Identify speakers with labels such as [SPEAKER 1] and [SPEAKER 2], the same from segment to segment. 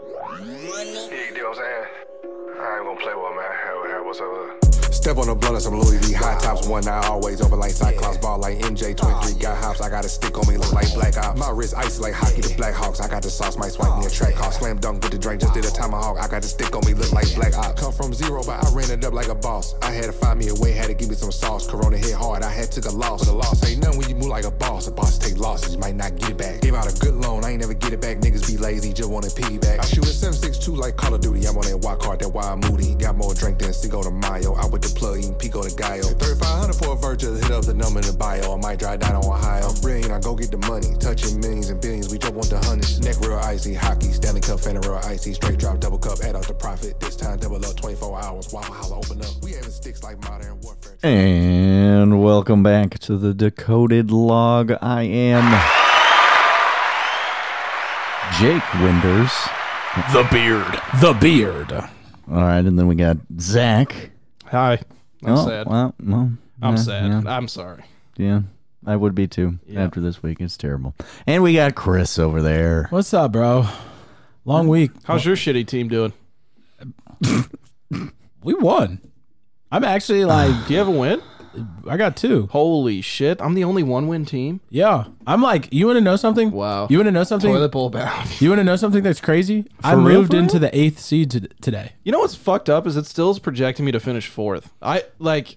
[SPEAKER 1] You get what I'm saying? I ain't gonna play with my hair. What's up?
[SPEAKER 2] Step on the blunt of some Louis V high tops. One eye always open like Cyclops. Ball like MJ. 23 got hops. I got a stick on me, look like Black Ops. My wrist ice like hockey to Blackhawks. I got the sauce, might swipe me a track hawk. Slam dunk with the drink, just did a tomahawk. I got the stick on me, look like Black Ops. Come from zero, but I ran it up like a boss. I had to find me a way, had to give me some sauce. Corona hit hard, I had took a loss. But a loss ain't nothing when you move like a boss. A boss take losses, you might not get it back. Give out a good loan, I ain't never get it back. Niggas be lazy, just want a piggyback. I shoot a 762 like Call of Duty. I'm on that wild card, that wild moody. Got more drink than Cinco de Mayo. Out with the plug, eating Pico de Gallo. 3500 for a virtual, hit up the number in the bio. I might drive down to Ohio. I'm brilliant, I go get the money. Touching millions and billions, we just want the hundreds. Neck real icy, hockey, Stanley Cup, fan of real icy. Straight drop, double cup, add up the profit. This time, double up, 24 hours. Waffle holla, open up. We having sticks like modern warfare.
[SPEAKER 3] And welcome back to the Decoded Log. I am Jake Winders.
[SPEAKER 4] The beard. The beard.
[SPEAKER 3] All right, and then we got Zach. Oh,
[SPEAKER 4] Hi. I'm sad.
[SPEAKER 3] Well, well,
[SPEAKER 4] I'm
[SPEAKER 3] yeah,
[SPEAKER 4] sad.
[SPEAKER 3] Yeah,
[SPEAKER 4] I'm sorry.
[SPEAKER 3] yeah. I would be too after this week. It's terrible. And we got Chris over there.
[SPEAKER 5] What's up, bro? Long week.
[SPEAKER 4] How's your shitty team doing?
[SPEAKER 5] We won. I'm actually like,
[SPEAKER 4] Do you have a win?
[SPEAKER 5] I got two.
[SPEAKER 4] Holy shit. I'm the only one win team.
[SPEAKER 5] Yeah. I'm like, you want to know something?
[SPEAKER 4] Wow.
[SPEAKER 5] You want to know something?
[SPEAKER 4] Toilet bowl bound.
[SPEAKER 5] You want to know something that's crazy? I
[SPEAKER 4] real?
[SPEAKER 5] moved
[SPEAKER 4] For
[SPEAKER 5] into the eighth seed to- today.
[SPEAKER 4] You know what's fucked up is it still is projecting me to finish fourth. I like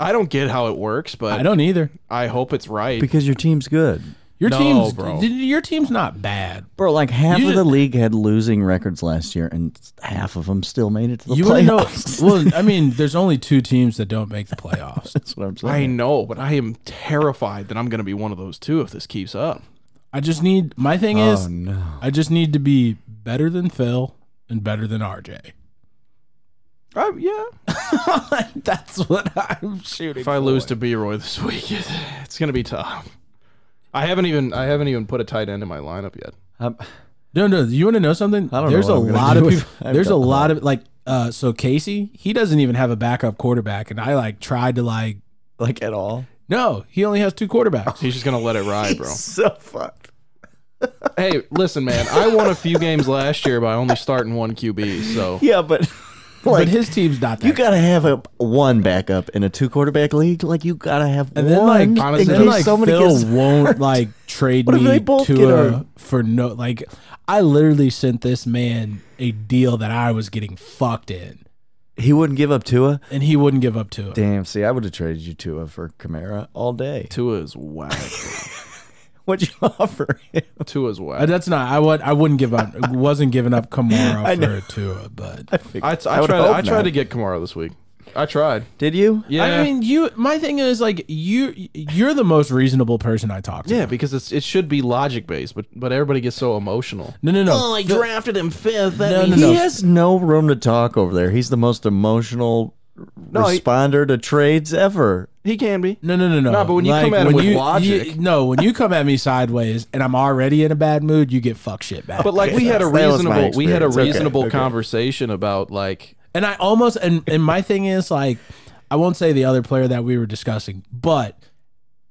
[SPEAKER 4] I don't get how it works, but
[SPEAKER 5] I don't either.
[SPEAKER 4] I hope it's right.
[SPEAKER 3] Because your team's good.
[SPEAKER 5] Your
[SPEAKER 4] No,
[SPEAKER 5] team's
[SPEAKER 4] bro.
[SPEAKER 5] d- your team's not bad.
[SPEAKER 3] Bro, like half
[SPEAKER 5] You
[SPEAKER 3] of the
[SPEAKER 5] ju-
[SPEAKER 3] league had losing records last year, and half of them still made it to the
[SPEAKER 5] You want to know?
[SPEAKER 3] playoffs.
[SPEAKER 5] Well, I mean, there's only two teams that don't make the playoffs.
[SPEAKER 3] That's what I'm
[SPEAKER 4] I
[SPEAKER 3] saying.
[SPEAKER 4] know, but I am terrified that I'm going to be one of those two if this keeps up.
[SPEAKER 5] I just need my thing
[SPEAKER 3] oh,
[SPEAKER 5] is
[SPEAKER 3] no.
[SPEAKER 5] I just need to be better than Phil and better than RJ.
[SPEAKER 4] I, yeah.
[SPEAKER 5] That's what I'm shooting.
[SPEAKER 4] If I lose to B-Roy this week, it- it's going to be tough. I haven't even I haven't even put a tight end in my lineup yet.
[SPEAKER 3] I'm-
[SPEAKER 5] No, no. You want to know something?
[SPEAKER 3] I don't
[SPEAKER 5] there's
[SPEAKER 3] know what
[SPEAKER 5] a
[SPEAKER 3] I'm gonna
[SPEAKER 5] lot
[SPEAKER 3] do
[SPEAKER 5] of
[SPEAKER 3] if
[SPEAKER 5] people.
[SPEAKER 3] I've
[SPEAKER 5] There's a
[SPEAKER 3] got
[SPEAKER 5] lot of like. Uh, so Casey, he doesn't even have a backup quarterback, and I like tried to like.
[SPEAKER 3] like at all.
[SPEAKER 5] No, he only has two quarterbacks.
[SPEAKER 4] He's just going to let it ride, bro.
[SPEAKER 3] So fucked.
[SPEAKER 4] hey, listen, man. I won a few games last year by only starting one QB, so
[SPEAKER 3] Yeah, but
[SPEAKER 5] but his team's not that.
[SPEAKER 3] you gotta have a one backup in a two quarterback league. Like you gotta have
[SPEAKER 5] and then
[SPEAKER 3] one.
[SPEAKER 5] like,
[SPEAKER 4] honestly,
[SPEAKER 3] in
[SPEAKER 5] then
[SPEAKER 3] case
[SPEAKER 5] like
[SPEAKER 3] somebody
[SPEAKER 5] Phil
[SPEAKER 3] gets
[SPEAKER 5] won't like trade
[SPEAKER 3] What if they
[SPEAKER 5] me
[SPEAKER 3] both
[SPEAKER 5] to
[SPEAKER 3] get
[SPEAKER 5] a
[SPEAKER 3] hurt?
[SPEAKER 5] for no like. I literally sent this man a deal that I was getting fucked in,
[SPEAKER 3] he wouldn't give up Tua.
[SPEAKER 5] and he wouldn't give up to it.
[SPEAKER 3] Damn, see, I would have traded you Tua for Kamara all day.
[SPEAKER 4] Tua is whack.
[SPEAKER 3] What'd you offer him?
[SPEAKER 4] Tua is whack.
[SPEAKER 5] Uh, That's not. I would. I wouldn't give up. wasn't giving up Kamara for Tua, but
[SPEAKER 4] I, I
[SPEAKER 3] would
[SPEAKER 4] tried.
[SPEAKER 3] hope
[SPEAKER 4] I tried
[SPEAKER 3] not.
[SPEAKER 4] to get Kamara this week. I tried.
[SPEAKER 3] Did you?
[SPEAKER 4] Yeah.
[SPEAKER 5] I mean, you. My thing is like you. You're the most reasonable person I talk to.
[SPEAKER 4] yeah, because it's it should be logic based, but but everybody gets so emotional.
[SPEAKER 5] No, no, no. The-
[SPEAKER 4] Oh, drafted him fifth.
[SPEAKER 5] no, no,
[SPEAKER 3] He
[SPEAKER 5] no.
[SPEAKER 3] has no room to talk over there. He's the most emotional
[SPEAKER 4] he-
[SPEAKER 3] responder to trades ever.
[SPEAKER 4] He can be.
[SPEAKER 5] No, no, no, no.
[SPEAKER 4] No, but when you come at him
[SPEAKER 5] when
[SPEAKER 4] with
[SPEAKER 5] you-
[SPEAKER 4] logic-
[SPEAKER 5] you- no, when you come at me sideways and I'm already in a bad mood, you get fuck shit back.
[SPEAKER 4] But like we had a
[SPEAKER 3] That was my
[SPEAKER 4] reasonable we had a
[SPEAKER 3] experience. Okay,
[SPEAKER 4] reasonable
[SPEAKER 3] okay.
[SPEAKER 4] conversation about like
[SPEAKER 5] and I almost and and my thing is like, I won't say the other player that we were discussing, but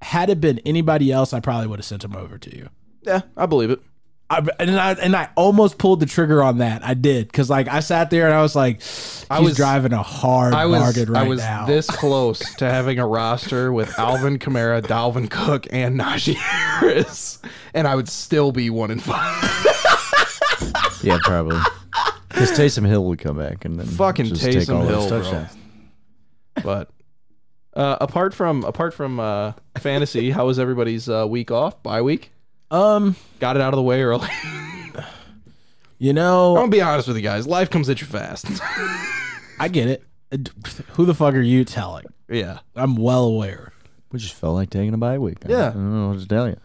[SPEAKER 5] had it been anybody else, I probably would have sent him over to you.
[SPEAKER 4] yeah I believe it.
[SPEAKER 5] I, and I and I almost pulled the trigger on that. I did because like I sat there and I was like, he's
[SPEAKER 4] I was-
[SPEAKER 5] driving a hard
[SPEAKER 4] I was
[SPEAKER 5] bargain right
[SPEAKER 4] I was
[SPEAKER 5] now.
[SPEAKER 4] this close to having a roster with Alvin Kamara, Dalvin Cook, and Najee Harris, and I would still be one in five.
[SPEAKER 3] Yeah, probably. Because Taysom Hill would come back and then
[SPEAKER 4] Fucking
[SPEAKER 3] just take
[SPEAKER 4] Taysom
[SPEAKER 3] all those
[SPEAKER 4] Hill, bro.
[SPEAKER 3] touchdowns.
[SPEAKER 4] But uh, apart from apart from uh, fantasy, how was everybody's uh, week off? Bye week.
[SPEAKER 5] um,
[SPEAKER 4] Got it out of the way early.
[SPEAKER 5] you know,
[SPEAKER 4] I'm gonna be honest with you guys. Life comes at you fast.
[SPEAKER 5] I get it. Who the fuck are you telling?
[SPEAKER 4] yeah.
[SPEAKER 5] I'm well aware.
[SPEAKER 3] We just felt like taking a bye week. I-
[SPEAKER 4] Yeah.
[SPEAKER 3] I don't know what to tell you.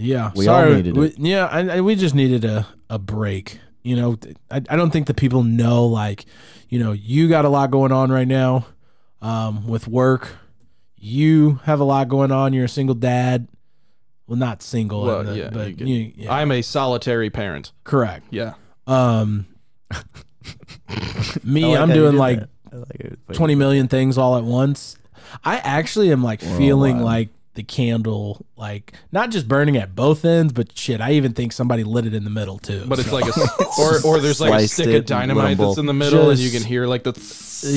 [SPEAKER 5] Yeah,
[SPEAKER 3] We all
[SPEAKER 5] sorry.
[SPEAKER 3] needed
[SPEAKER 5] we,
[SPEAKER 3] it.
[SPEAKER 5] Yeah, I, I, we just needed a, a break. You know, th- I, I don't think the people know like, you know, you got a lot going on right now, um, with work. You have a lot going on. You're a single dad. Well, not single,
[SPEAKER 4] Well,
[SPEAKER 5] in the-
[SPEAKER 4] yeah, you
[SPEAKER 5] but
[SPEAKER 4] get-
[SPEAKER 5] you- yeah,
[SPEAKER 4] I'm a solitary parent.
[SPEAKER 5] correct.
[SPEAKER 4] Yeah.
[SPEAKER 5] Um, me,
[SPEAKER 3] I like
[SPEAKER 5] I'm
[SPEAKER 3] how you
[SPEAKER 5] doing
[SPEAKER 3] did
[SPEAKER 5] like
[SPEAKER 3] that. I like it.
[SPEAKER 5] 20 million things all at once. I actually am like feeling
[SPEAKER 3] alive.
[SPEAKER 5] like the candle like not just burning at both ends, but shit, I even think somebody lit it in the middle too.
[SPEAKER 4] But it's
[SPEAKER 5] So,
[SPEAKER 4] like a s- or or there's like a
[SPEAKER 3] Sliced
[SPEAKER 4] stick
[SPEAKER 3] it
[SPEAKER 4] of
[SPEAKER 3] and let 'em
[SPEAKER 4] dynamite that's
[SPEAKER 3] both
[SPEAKER 4] in the middle, and you
[SPEAKER 5] just-
[SPEAKER 4] can hear like the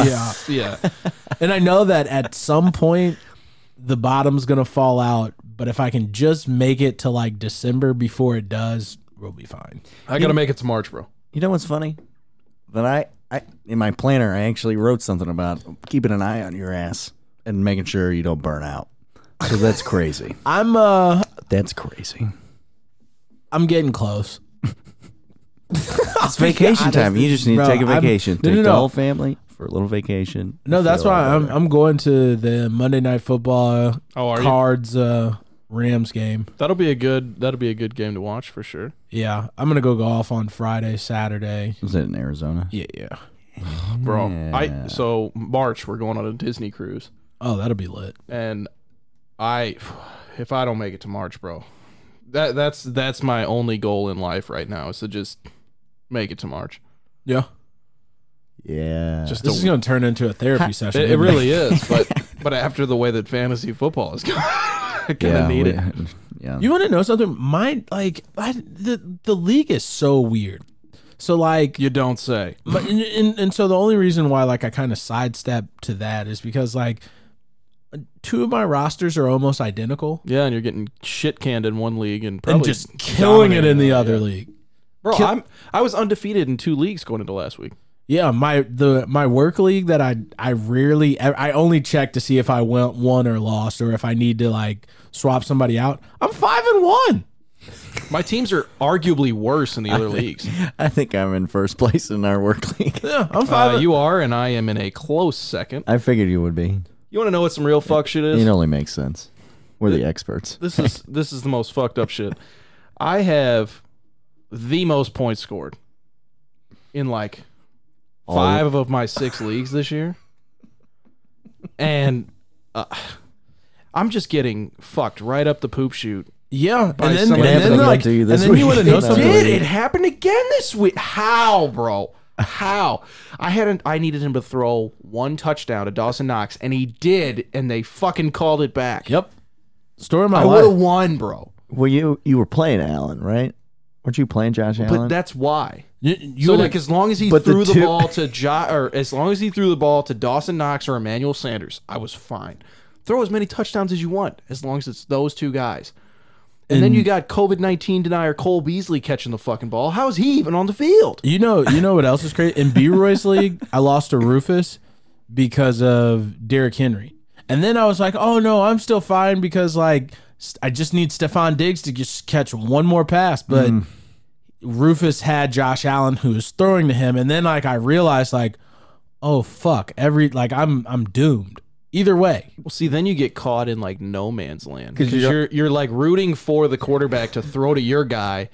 [SPEAKER 5] yeah.
[SPEAKER 4] yeah.
[SPEAKER 5] And I know that at some point the bottom's gonna fall out, but if I can just make it to like December before it does, we'll be fine.
[SPEAKER 4] I gotta make it to March, bro.
[SPEAKER 3] You know what's funny? That I, I in my planner I actually wrote something about keeping an eye on your ass and making sure you don't burn out. So that's crazy.
[SPEAKER 5] I'm uh
[SPEAKER 3] that's crazy.
[SPEAKER 5] I'm getting close.
[SPEAKER 3] It's vacation time. You just need
[SPEAKER 5] Bro,
[SPEAKER 3] to take a
[SPEAKER 5] I'm-
[SPEAKER 3] vacation.
[SPEAKER 5] no,
[SPEAKER 3] take
[SPEAKER 5] no,
[SPEAKER 3] the
[SPEAKER 5] no.
[SPEAKER 3] whole family for a little vacation.
[SPEAKER 5] No, that's why I'm I'm going to the Monday night football uh,
[SPEAKER 4] Oh, are you?
[SPEAKER 5] cards uh Rams game.
[SPEAKER 4] That'll be a good that'll be a good game to watch for sure.
[SPEAKER 5] Yeah. I'm gonna go golf on Friday, Saturday.
[SPEAKER 3] Is it in Arizona?
[SPEAKER 5] Yeah, yeah.
[SPEAKER 4] Bro, I so March we're going on a Disney cruise.
[SPEAKER 5] Oh, that'll be lit.
[SPEAKER 4] and I, if I don't make it to March, bro, that that's that's my only goal in life right now is to just make it to March.
[SPEAKER 5] Yeah.
[SPEAKER 3] Yeah.
[SPEAKER 4] Just
[SPEAKER 5] This
[SPEAKER 4] to-
[SPEAKER 5] is gonna turn into a therapy session.
[SPEAKER 4] it, it
[SPEAKER 5] isn't
[SPEAKER 4] really is, but but after the way that fantasy football is going, I kind
[SPEAKER 3] yeah,
[SPEAKER 4] of need
[SPEAKER 3] we-
[SPEAKER 4] it.
[SPEAKER 3] Yeah.
[SPEAKER 5] You want to know something? My like, I, the the league is so weird. So like,
[SPEAKER 4] You don't say.
[SPEAKER 5] my- and, and, and so the only reason why like I kind of sidestep to that is because like, two of my rosters are almost identical
[SPEAKER 4] Yeah, and you're getting shit canned in one league and probably
[SPEAKER 5] and just killing it in the
[SPEAKER 4] dominating
[SPEAKER 5] other
[SPEAKER 4] yeah.
[SPEAKER 5] league.
[SPEAKER 4] Bro,
[SPEAKER 5] Kill-
[SPEAKER 4] I'm I was undefeated in two leagues going into last week.
[SPEAKER 5] Yeah, my the my work league that I I rarely e, I only check to see if I went won or lost or if I need to like swap somebody out. I'm five and one.
[SPEAKER 4] My teams are arguably worse in the other leagues.
[SPEAKER 3] I think I'm in first place in our work league.
[SPEAKER 5] Yeah, I'm five.
[SPEAKER 4] Uh, you are, and I am in a close second.
[SPEAKER 3] I figured you would be.
[SPEAKER 4] You want to know what some real fuck shit is?
[SPEAKER 3] It only makes sense. We're the experts.
[SPEAKER 4] this is this is the most fucked up shit. I have the most points scored in like
[SPEAKER 3] All-
[SPEAKER 4] five of my six leagues this year, and uh, I'm just getting fucked right up the poop chute.
[SPEAKER 5] yeah, and
[SPEAKER 4] Probably
[SPEAKER 5] then, and
[SPEAKER 4] somebody
[SPEAKER 5] then
[SPEAKER 4] happened
[SPEAKER 3] to
[SPEAKER 5] like,
[SPEAKER 3] do you
[SPEAKER 5] and
[SPEAKER 3] this
[SPEAKER 5] then you
[SPEAKER 3] week.
[SPEAKER 5] want to know
[SPEAKER 3] It
[SPEAKER 5] something?
[SPEAKER 3] did.
[SPEAKER 4] It happened again this week. How, bro? How? I hadn't. I needed him to throw one touchdown to Dawson Knox, and he did, and they fucking called it back.
[SPEAKER 5] Yep. Story of my
[SPEAKER 4] I would have
[SPEAKER 5] life.
[SPEAKER 4] won, bro.
[SPEAKER 3] Well, you you were playing Allen, right? Weren't you playing Josh
[SPEAKER 4] But
[SPEAKER 3] Allen?
[SPEAKER 4] that's why.
[SPEAKER 5] You, you
[SPEAKER 4] So
[SPEAKER 5] would've-
[SPEAKER 4] like as long as he
[SPEAKER 3] But the
[SPEAKER 4] threw the,
[SPEAKER 3] two-
[SPEAKER 4] ball to Ja, or as long as he threw the ball to Dawson Knox or Emmanuel Sanders, I was fine. Throw as many touchdowns as you want, as long as it's those two guys. And, then you got COVID nineteen denier Cole Beasley catching the fucking ball. How is he even on the field?
[SPEAKER 5] you know, you know what else is crazy? In B Roy's league, I lost to Rufus because of Derrick Henry, and then I was like, oh no, I'm still fine because like s- I just need Stephon Diggs to just catch one more pass, but. Rufus had Josh Allen who was throwing to him, and then like I realized like, oh fuck, every like I'm I'm doomed either way.
[SPEAKER 4] Well, see, then you get caught in like no man's land because you're you're like rooting for the quarterback to throw to your guy.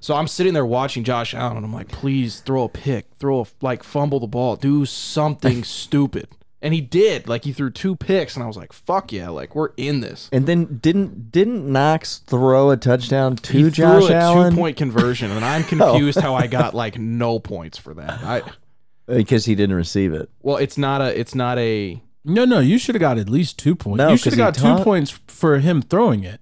[SPEAKER 4] So I'm sitting there watching Josh Allen, and I'm like, please throw a pick, throw a like fumble the ball, do something stupid. And he did. Like he threw two picks, and I was like, fuck yeah, like we're in this.
[SPEAKER 3] and then didn't didn't Knox throw a touchdown
[SPEAKER 4] He
[SPEAKER 3] to Josh
[SPEAKER 4] threw a
[SPEAKER 3] Allen
[SPEAKER 4] two point conversion, and I'm confused how I got like no points for that. I
[SPEAKER 3] because he didn't receive it?
[SPEAKER 4] well, it's not a it's not a
[SPEAKER 5] No, no, you should have got at least two points.
[SPEAKER 3] No,
[SPEAKER 5] you should have
[SPEAKER 3] 'cause he
[SPEAKER 5] got two
[SPEAKER 3] taught-
[SPEAKER 5] points for him throwing it,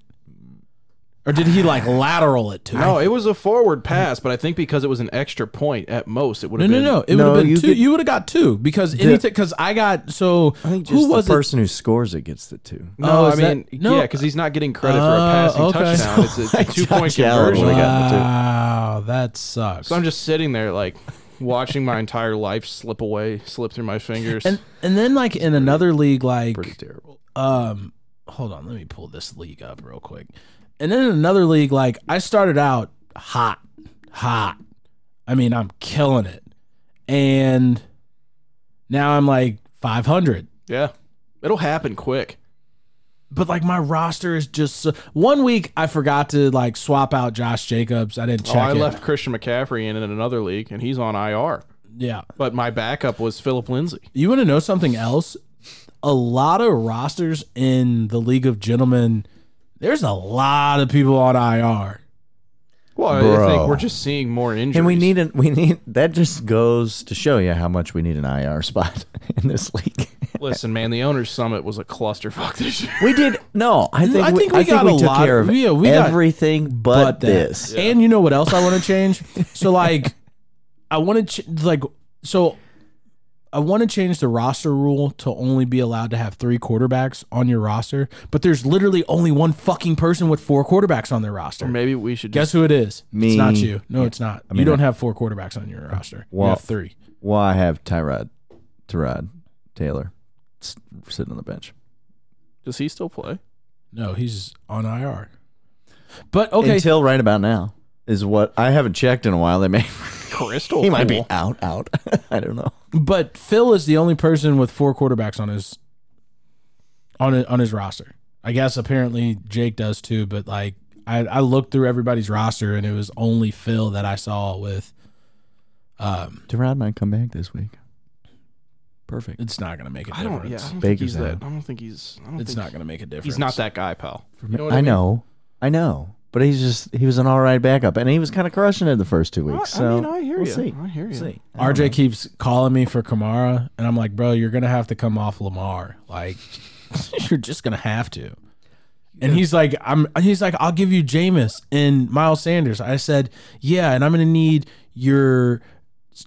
[SPEAKER 5] or did he like lateral it to? him?
[SPEAKER 4] no. It was a forward pass, but I think because it was an extra point at most, it would
[SPEAKER 5] No,
[SPEAKER 4] have
[SPEAKER 5] no,
[SPEAKER 4] been
[SPEAKER 5] no. It
[SPEAKER 3] No,
[SPEAKER 5] would have been
[SPEAKER 3] you
[SPEAKER 5] two.
[SPEAKER 3] could-
[SPEAKER 5] you would have got two because anything because I got so
[SPEAKER 3] I think just
[SPEAKER 5] who was
[SPEAKER 3] the
[SPEAKER 5] it?
[SPEAKER 3] person who scores it gets the two.
[SPEAKER 4] No,
[SPEAKER 5] Oh,
[SPEAKER 4] I
[SPEAKER 5] is that-
[SPEAKER 4] mean,
[SPEAKER 5] no.
[SPEAKER 4] yeah, because he's not getting credit for a
[SPEAKER 5] Oh,
[SPEAKER 4] passing
[SPEAKER 5] okay.
[SPEAKER 4] touchdown. It's a, it's a two point
[SPEAKER 3] Josh Allen
[SPEAKER 4] conversion.
[SPEAKER 3] would've got- the two.
[SPEAKER 5] Wow, that sucks.
[SPEAKER 4] So I'm just sitting there, like, watching my entire life slip away, slip through my fingers.
[SPEAKER 5] and and then like in another league, like
[SPEAKER 3] Pretty terrible.
[SPEAKER 5] um, hold on, let me pull this league up real quick. And then in another league, like I started out hot, hot. I mean, I'm killing it, and now I'm like 500.
[SPEAKER 4] yeah, it'll happen quick.
[SPEAKER 5] but like my roster is just so, one week I forgot to like swap out Josh Jacobs. I didn't check.
[SPEAKER 4] Oh, I
[SPEAKER 5] it.
[SPEAKER 4] left Christian McCaffrey in, in another league, and he's on IR.
[SPEAKER 5] Yeah,
[SPEAKER 4] But my backup was Philip Lindsay.
[SPEAKER 5] you want to know something else? A lot of rosters in the League of Gentlemen. There's a lot of people on IR.
[SPEAKER 4] Well, I
[SPEAKER 3] Bro.
[SPEAKER 4] think we're just seeing more injuries.
[SPEAKER 3] And we need an we need that just goes to show you how much we need an IR spot in this league.
[SPEAKER 4] Listen, man, the owners summit was a clusterfuck this year.
[SPEAKER 3] We did no. I think
[SPEAKER 5] I
[SPEAKER 3] we,
[SPEAKER 5] think
[SPEAKER 3] I
[SPEAKER 5] we got
[SPEAKER 3] we
[SPEAKER 5] a
[SPEAKER 3] took
[SPEAKER 5] lot-
[SPEAKER 3] care of
[SPEAKER 5] yeah, we got-
[SPEAKER 3] everything but,
[SPEAKER 5] but that.
[SPEAKER 3] this.
[SPEAKER 5] And you know what else I want to change? so like, I want to ch- like so. I want to change the roster rule to only be allowed to have three quarterbacks on your roster, but there's literally only one fucking person with four quarterbacks on their roster.
[SPEAKER 4] Maybe we should just
[SPEAKER 5] Guess who it is?
[SPEAKER 3] Me.
[SPEAKER 5] It's not you. No, it's not.
[SPEAKER 3] mean,
[SPEAKER 5] you don't
[SPEAKER 3] I-
[SPEAKER 5] have four quarterbacks on your roster.
[SPEAKER 3] Well-
[SPEAKER 5] you have three.
[SPEAKER 3] Well, I have Tyrod, Tyrod Taylor s- sitting on the bench.
[SPEAKER 4] does he still play?
[SPEAKER 5] No, he's on IR. But okay,
[SPEAKER 3] Until right about now is what I haven't checked in a while. They may
[SPEAKER 4] Crystal,
[SPEAKER 3] he might be
[SPEAKER 4] Pool.
[SPEAKER 3] out out. I don't know.
[SPEAKER 5] but Phil is the only person with four quarterbacks on his on his, on his roster. I guess apparently Jake does too, but like I, I looked through everybody's roster and it was only Phil that I saw with. Um,
[SPEAKER 3] Tyrod might come back this week. Perfect
[SPEAKER 5] it's not gonna make a
[SPEAKER 4] I
[SPEAKER 5] difference.
[SPEAKER 4] don't. Yeah, I don't think
[SPEAKER 3] Baker's
[SPEAKER 4] he's that.
[SPEAKER 3] out.
[SPEAKER 4] I don't think he's. I don't
[SPEAKER 5] it's
[SPEAKER 4] think
[SPEAKER 5] not gonna make a difference.
[SPEAKER 4] He's not that guy, pal.
[SPEAKER 3] for
[SPEAKER 4] You
[SPEAKER 3] me.
[SPEAKER 4] know what
[SPEAKER 3] I,
[SPEAKER 4] I mean?
[SPEAKER 3] know, I know, but he's just he was an all right backup, and he was kind of crushing it the first two weeks.
[SPEAKER 4] I- I
[SPEAKER 3] so
[SPEAKER 4] mean, I hear
[SPEAKER 3] we'll
[SPEAKER 4] ya.
[SPEAKER 3] See.
[SPEAKER 4] I hear
[SPEAKER 3] We'll
[SPEAKER 4] ya.
[SPEAKER 3] see. I don't
[SPEAKER 5] RJ
[SPEAKER 3] know.
[SPEAKER 5] keeps calling me for Kamara, and I'm like, bro, you're gonna have to come off Lamar. Like, you're just gonna have to. And he's like, I'm. He's like, I'll give you Jameis and Miles Sanders. I said, yeah, and I'm gonna need your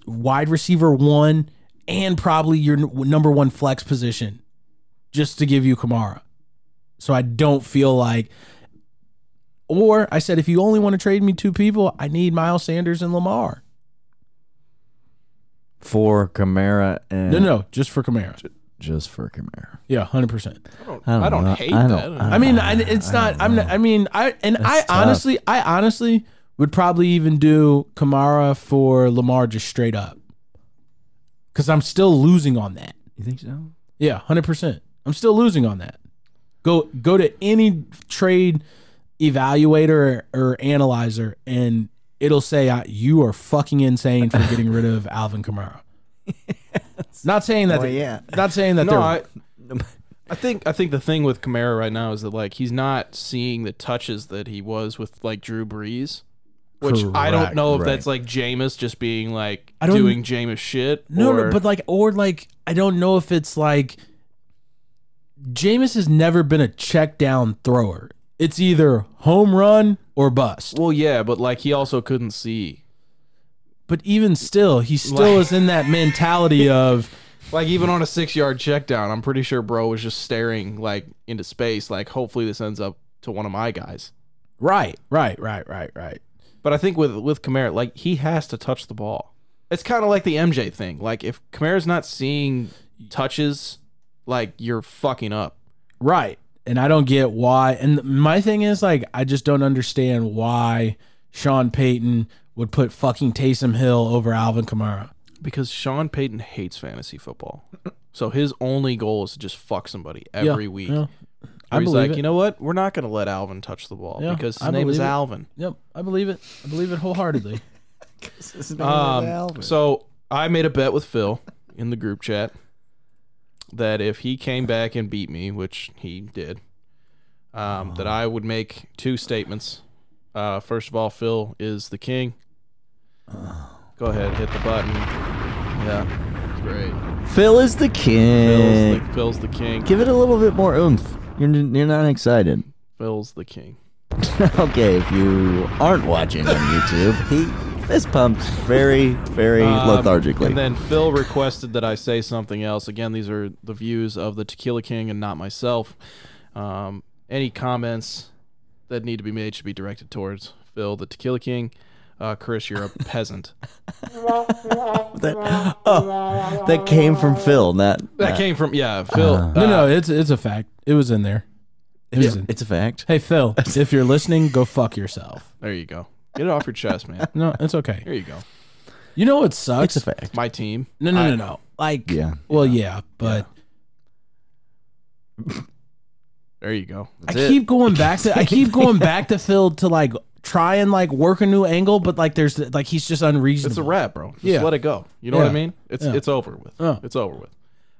[SPEAKER 5] wide receiver one and probably your n- number one flex position just to give you Kamara. So I don't feel like. Or I said, if you only want to trade me two people, I need Miles Sanders and Lamar.
[SPEAKER 3] for Kamara and
[SPEAKER 5] No, no, just for Kamara.
[SPEAKER 3] just for Kamara.
[SPEAKER 5] Yeah, hundred percent.
[SPEAKER 4] I don't.
[SPEAKER 3] I
[SPEAKER 4] I
[SPEAKER 3] don't
[SPEAKER 4] don't,
[SPEAKER 3] know.
[SPEAKER 4] hate
[SPEAKER 3] I
[SPEAKER 4] that.
[SPEAKER 3] don't-
[SPEAKER 5] I mean, I, it's not. I'm. Not, I mean, I and I
[SPEAKER 3] tough.
[SPEAKER 5] honestly, I honestly would probably even do Kamara for Lamar just straight up, because I'm still losing on that.
[SPEAKER 3] You think so?
[SPEAKER 5] Yeah, hundred percent. I'm still losing on that. Go go to any trade evaluator or, or analyzer, and it'll say I, you are fucking insane for getting rid of Alvin Kamara. not saying that.
[SPEAKER 3] Well, yeah.
[SPEAKER 5] Not saying that.
[SPEAKER 4] no,
[SPEAKER 5] they're,
[SPEAKER 4] I, I think I think the thing with Kamara right now is that like he's not seeing the touches that he was with like Drew Brees, which
[SPEAKER 5] Correct,
[SPEAKER 4] I don't know if
[SPEAKER 3] right.
[SPEAKER 4] that's like Jameis just being like
[SPEAKER 5] I don't-
[SPEAKER 4] doing Jameis shit.
[SPEAKER 5] No,
[SPEAKER 4] or,
[SPEAKER 5] no, but like, or like, I don't know if it's like, Jameis has never been a check down thrower. It's either home run or bust.
[SPEAKER 4] well, yeah, but like he also couldn't see.
[SPEAKER 5] But even still, he still is in that mentality of,
[SPEAKER 4] Like even on a six yard check down, I'm pretty sure bro was just staring like into space. Like hopefully this ends up to one of my guys.
[SPEAKER 5] right, right, right, right, right.
[SPEAKER 4] But I think with with Kamara, like he has to touch the ball. It's kind of like the MJ thing. Like if Kamara's not seeing touches, like you're fucking up.
[SPEAKER 5] Right. And I don't get why. And my thing is like I just don't understand why Sean Payton would put fucking Taysom Hill over Alvin Kamara.
[SPEAKER 4] Because Sean Payton hates fantasy football. So his only goal is to just fuck somebody every
[SPEAKER 5] Yeah,
[SPEAKER 4] week.
[SPEAKER 5] yeah.
[SPEAKER 4] Where
[SPEAKER 5] I
[SPEAKER 4] he's
[SPEAKER 5] believe
[SPEAKER 4] like,
[SPEAKER 5] it.
[SPEAKER 4] you know what? We're not going to let Alvin touch the ball
[SPEAKER 5] Yeah,
[SPEAKER 4] because his
[SPEAKER 5] I
[SPEAKER 4] name is
[SPEAKER 5] believe it.
[SPEAKER 4] Alvin.
[SPEAKER 5] Yep, I believe it. I believe it wholeheartedly.
[SPEAKER 4] Um, so I made a bet with Phil in the group chat that if he came back and beat me, which he did, um, that I would make two statements. Uh, first of all, Phil is the king. Go ahead, hit the button. Yeah, great.
[SPEAKER 3] Phil is the
[SPEAKER 4] Phil's
[SPEAKER 3] king.
[SPEAKER 4] the, Phil's the king.
[SPEAKER 3] Give it a little bit more oomph. You're n- you're not excited.
[SPEAKER 4] Phil's the king.
[SPEAKER 3] okay, if you aren't watching on YouTube, he fist pumps very very
[SPEAKER 4] Um,
[SPEAKER 3] lethargically.
[SPEAKER 4] And then Phil requested that I say something else. Again, these are the views of the Tequila King and not myself. Um, any comments that need to be made should be directed towards Phil, the Tequila King. Uh, Chris, you're a peasant.
[SPEAKER 3] that, oh, that came from Phil. Not
[SPEAKER 4] that came from yeah, Phil.
[SPEAKER 5] Uh,
[SPEAKER 4] Uh,
[SPEAKER 5] No,
[SPEAKER 3] Uh,
[SPEAKER 5] no, it's it's a fact. It was in there. It was in.
[SPEAKER 3] It's a fact.
[SPEAKER 5] Hey Phil, if you're listening, go fuck yourself.
[SPEAKER 4] There you go. Get it off your chest, man.
[SPEAKER 5] No, it's okay.
[SPEAKER 4] There you go.
[SPEAKER 5] You know what sucks?
[SPEAKER 3] It's a fact.
[SPEAKER 4] My team.
[SPEAKER 5] No, no,
[SPEAKER 4] I-
[SPEAKER 5] no, no. Like,
[SPEAKER 3] Yeah.
[SPEAKER 5] well, yeah, but
[SPEAKER 4] There you go.
[SPEAKER 5] I keep going back to I keep going back to Phil to like try and like work a new angle, but like there's like he's just unreasonable.
[SPEAKER 4] It's a wrap, bro. Just
[SPEAKER 5] Yeah.
[SPEAKER 4] let it go. You know what
[SPEAKER 5] Yeah.
[SPEAKER 4] I mean? It's it's over with.
[SPEAKER 5] Yeah.
[SPEAKER 4] It's over with.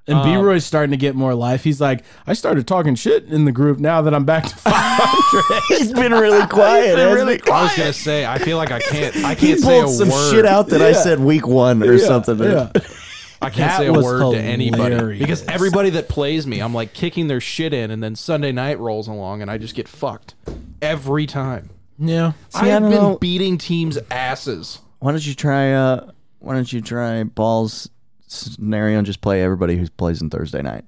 [SPEAKER 5] And
[SPEAKER 3] Oh.
[SPEAKER 5] B Roy's starting to get more life. He's like, I started talking shit in the group now that I'm back to 500.
[SPEAKER 3] He's been really quiet. hasn't he?
[SPEAKER 4] I was gonna say, I feel like I can't. I
[SPEAKER 3] He
[SPEAKER 4] can't say a
[SPEAKER 3] pulled some
[SPEAKER 4] word.
[SPEAKER 3] shit out that I said week one or something.
[SPEAKER 5] yeah.
[SPEAKER 4] I can't
[SPEAKER 5] That
[SPEAKER 4] say a
[SPEAKER 5] was
[SPEAKER 4] word to anybody
[SPEAKER 5] hilarious.
[SPEAKER 4] because everybody that plays me, I'm like kicking their shit in, and then Sunday night rolls along, and I just get fucked every time.
[SPEAKER 5] Yeah.
[SPEAKER 3] See, I
[SPEAKER 4] I've
[SPEAKER 3] don't
[SPEAKER 4] been
[SPEAKER 3] know.
[SPEAKER 4] beating teams' asses.
[SPEAKER 3] Why don't you try? Uh, why don't you try balls scenario and just play everybody who plays in Thursday night?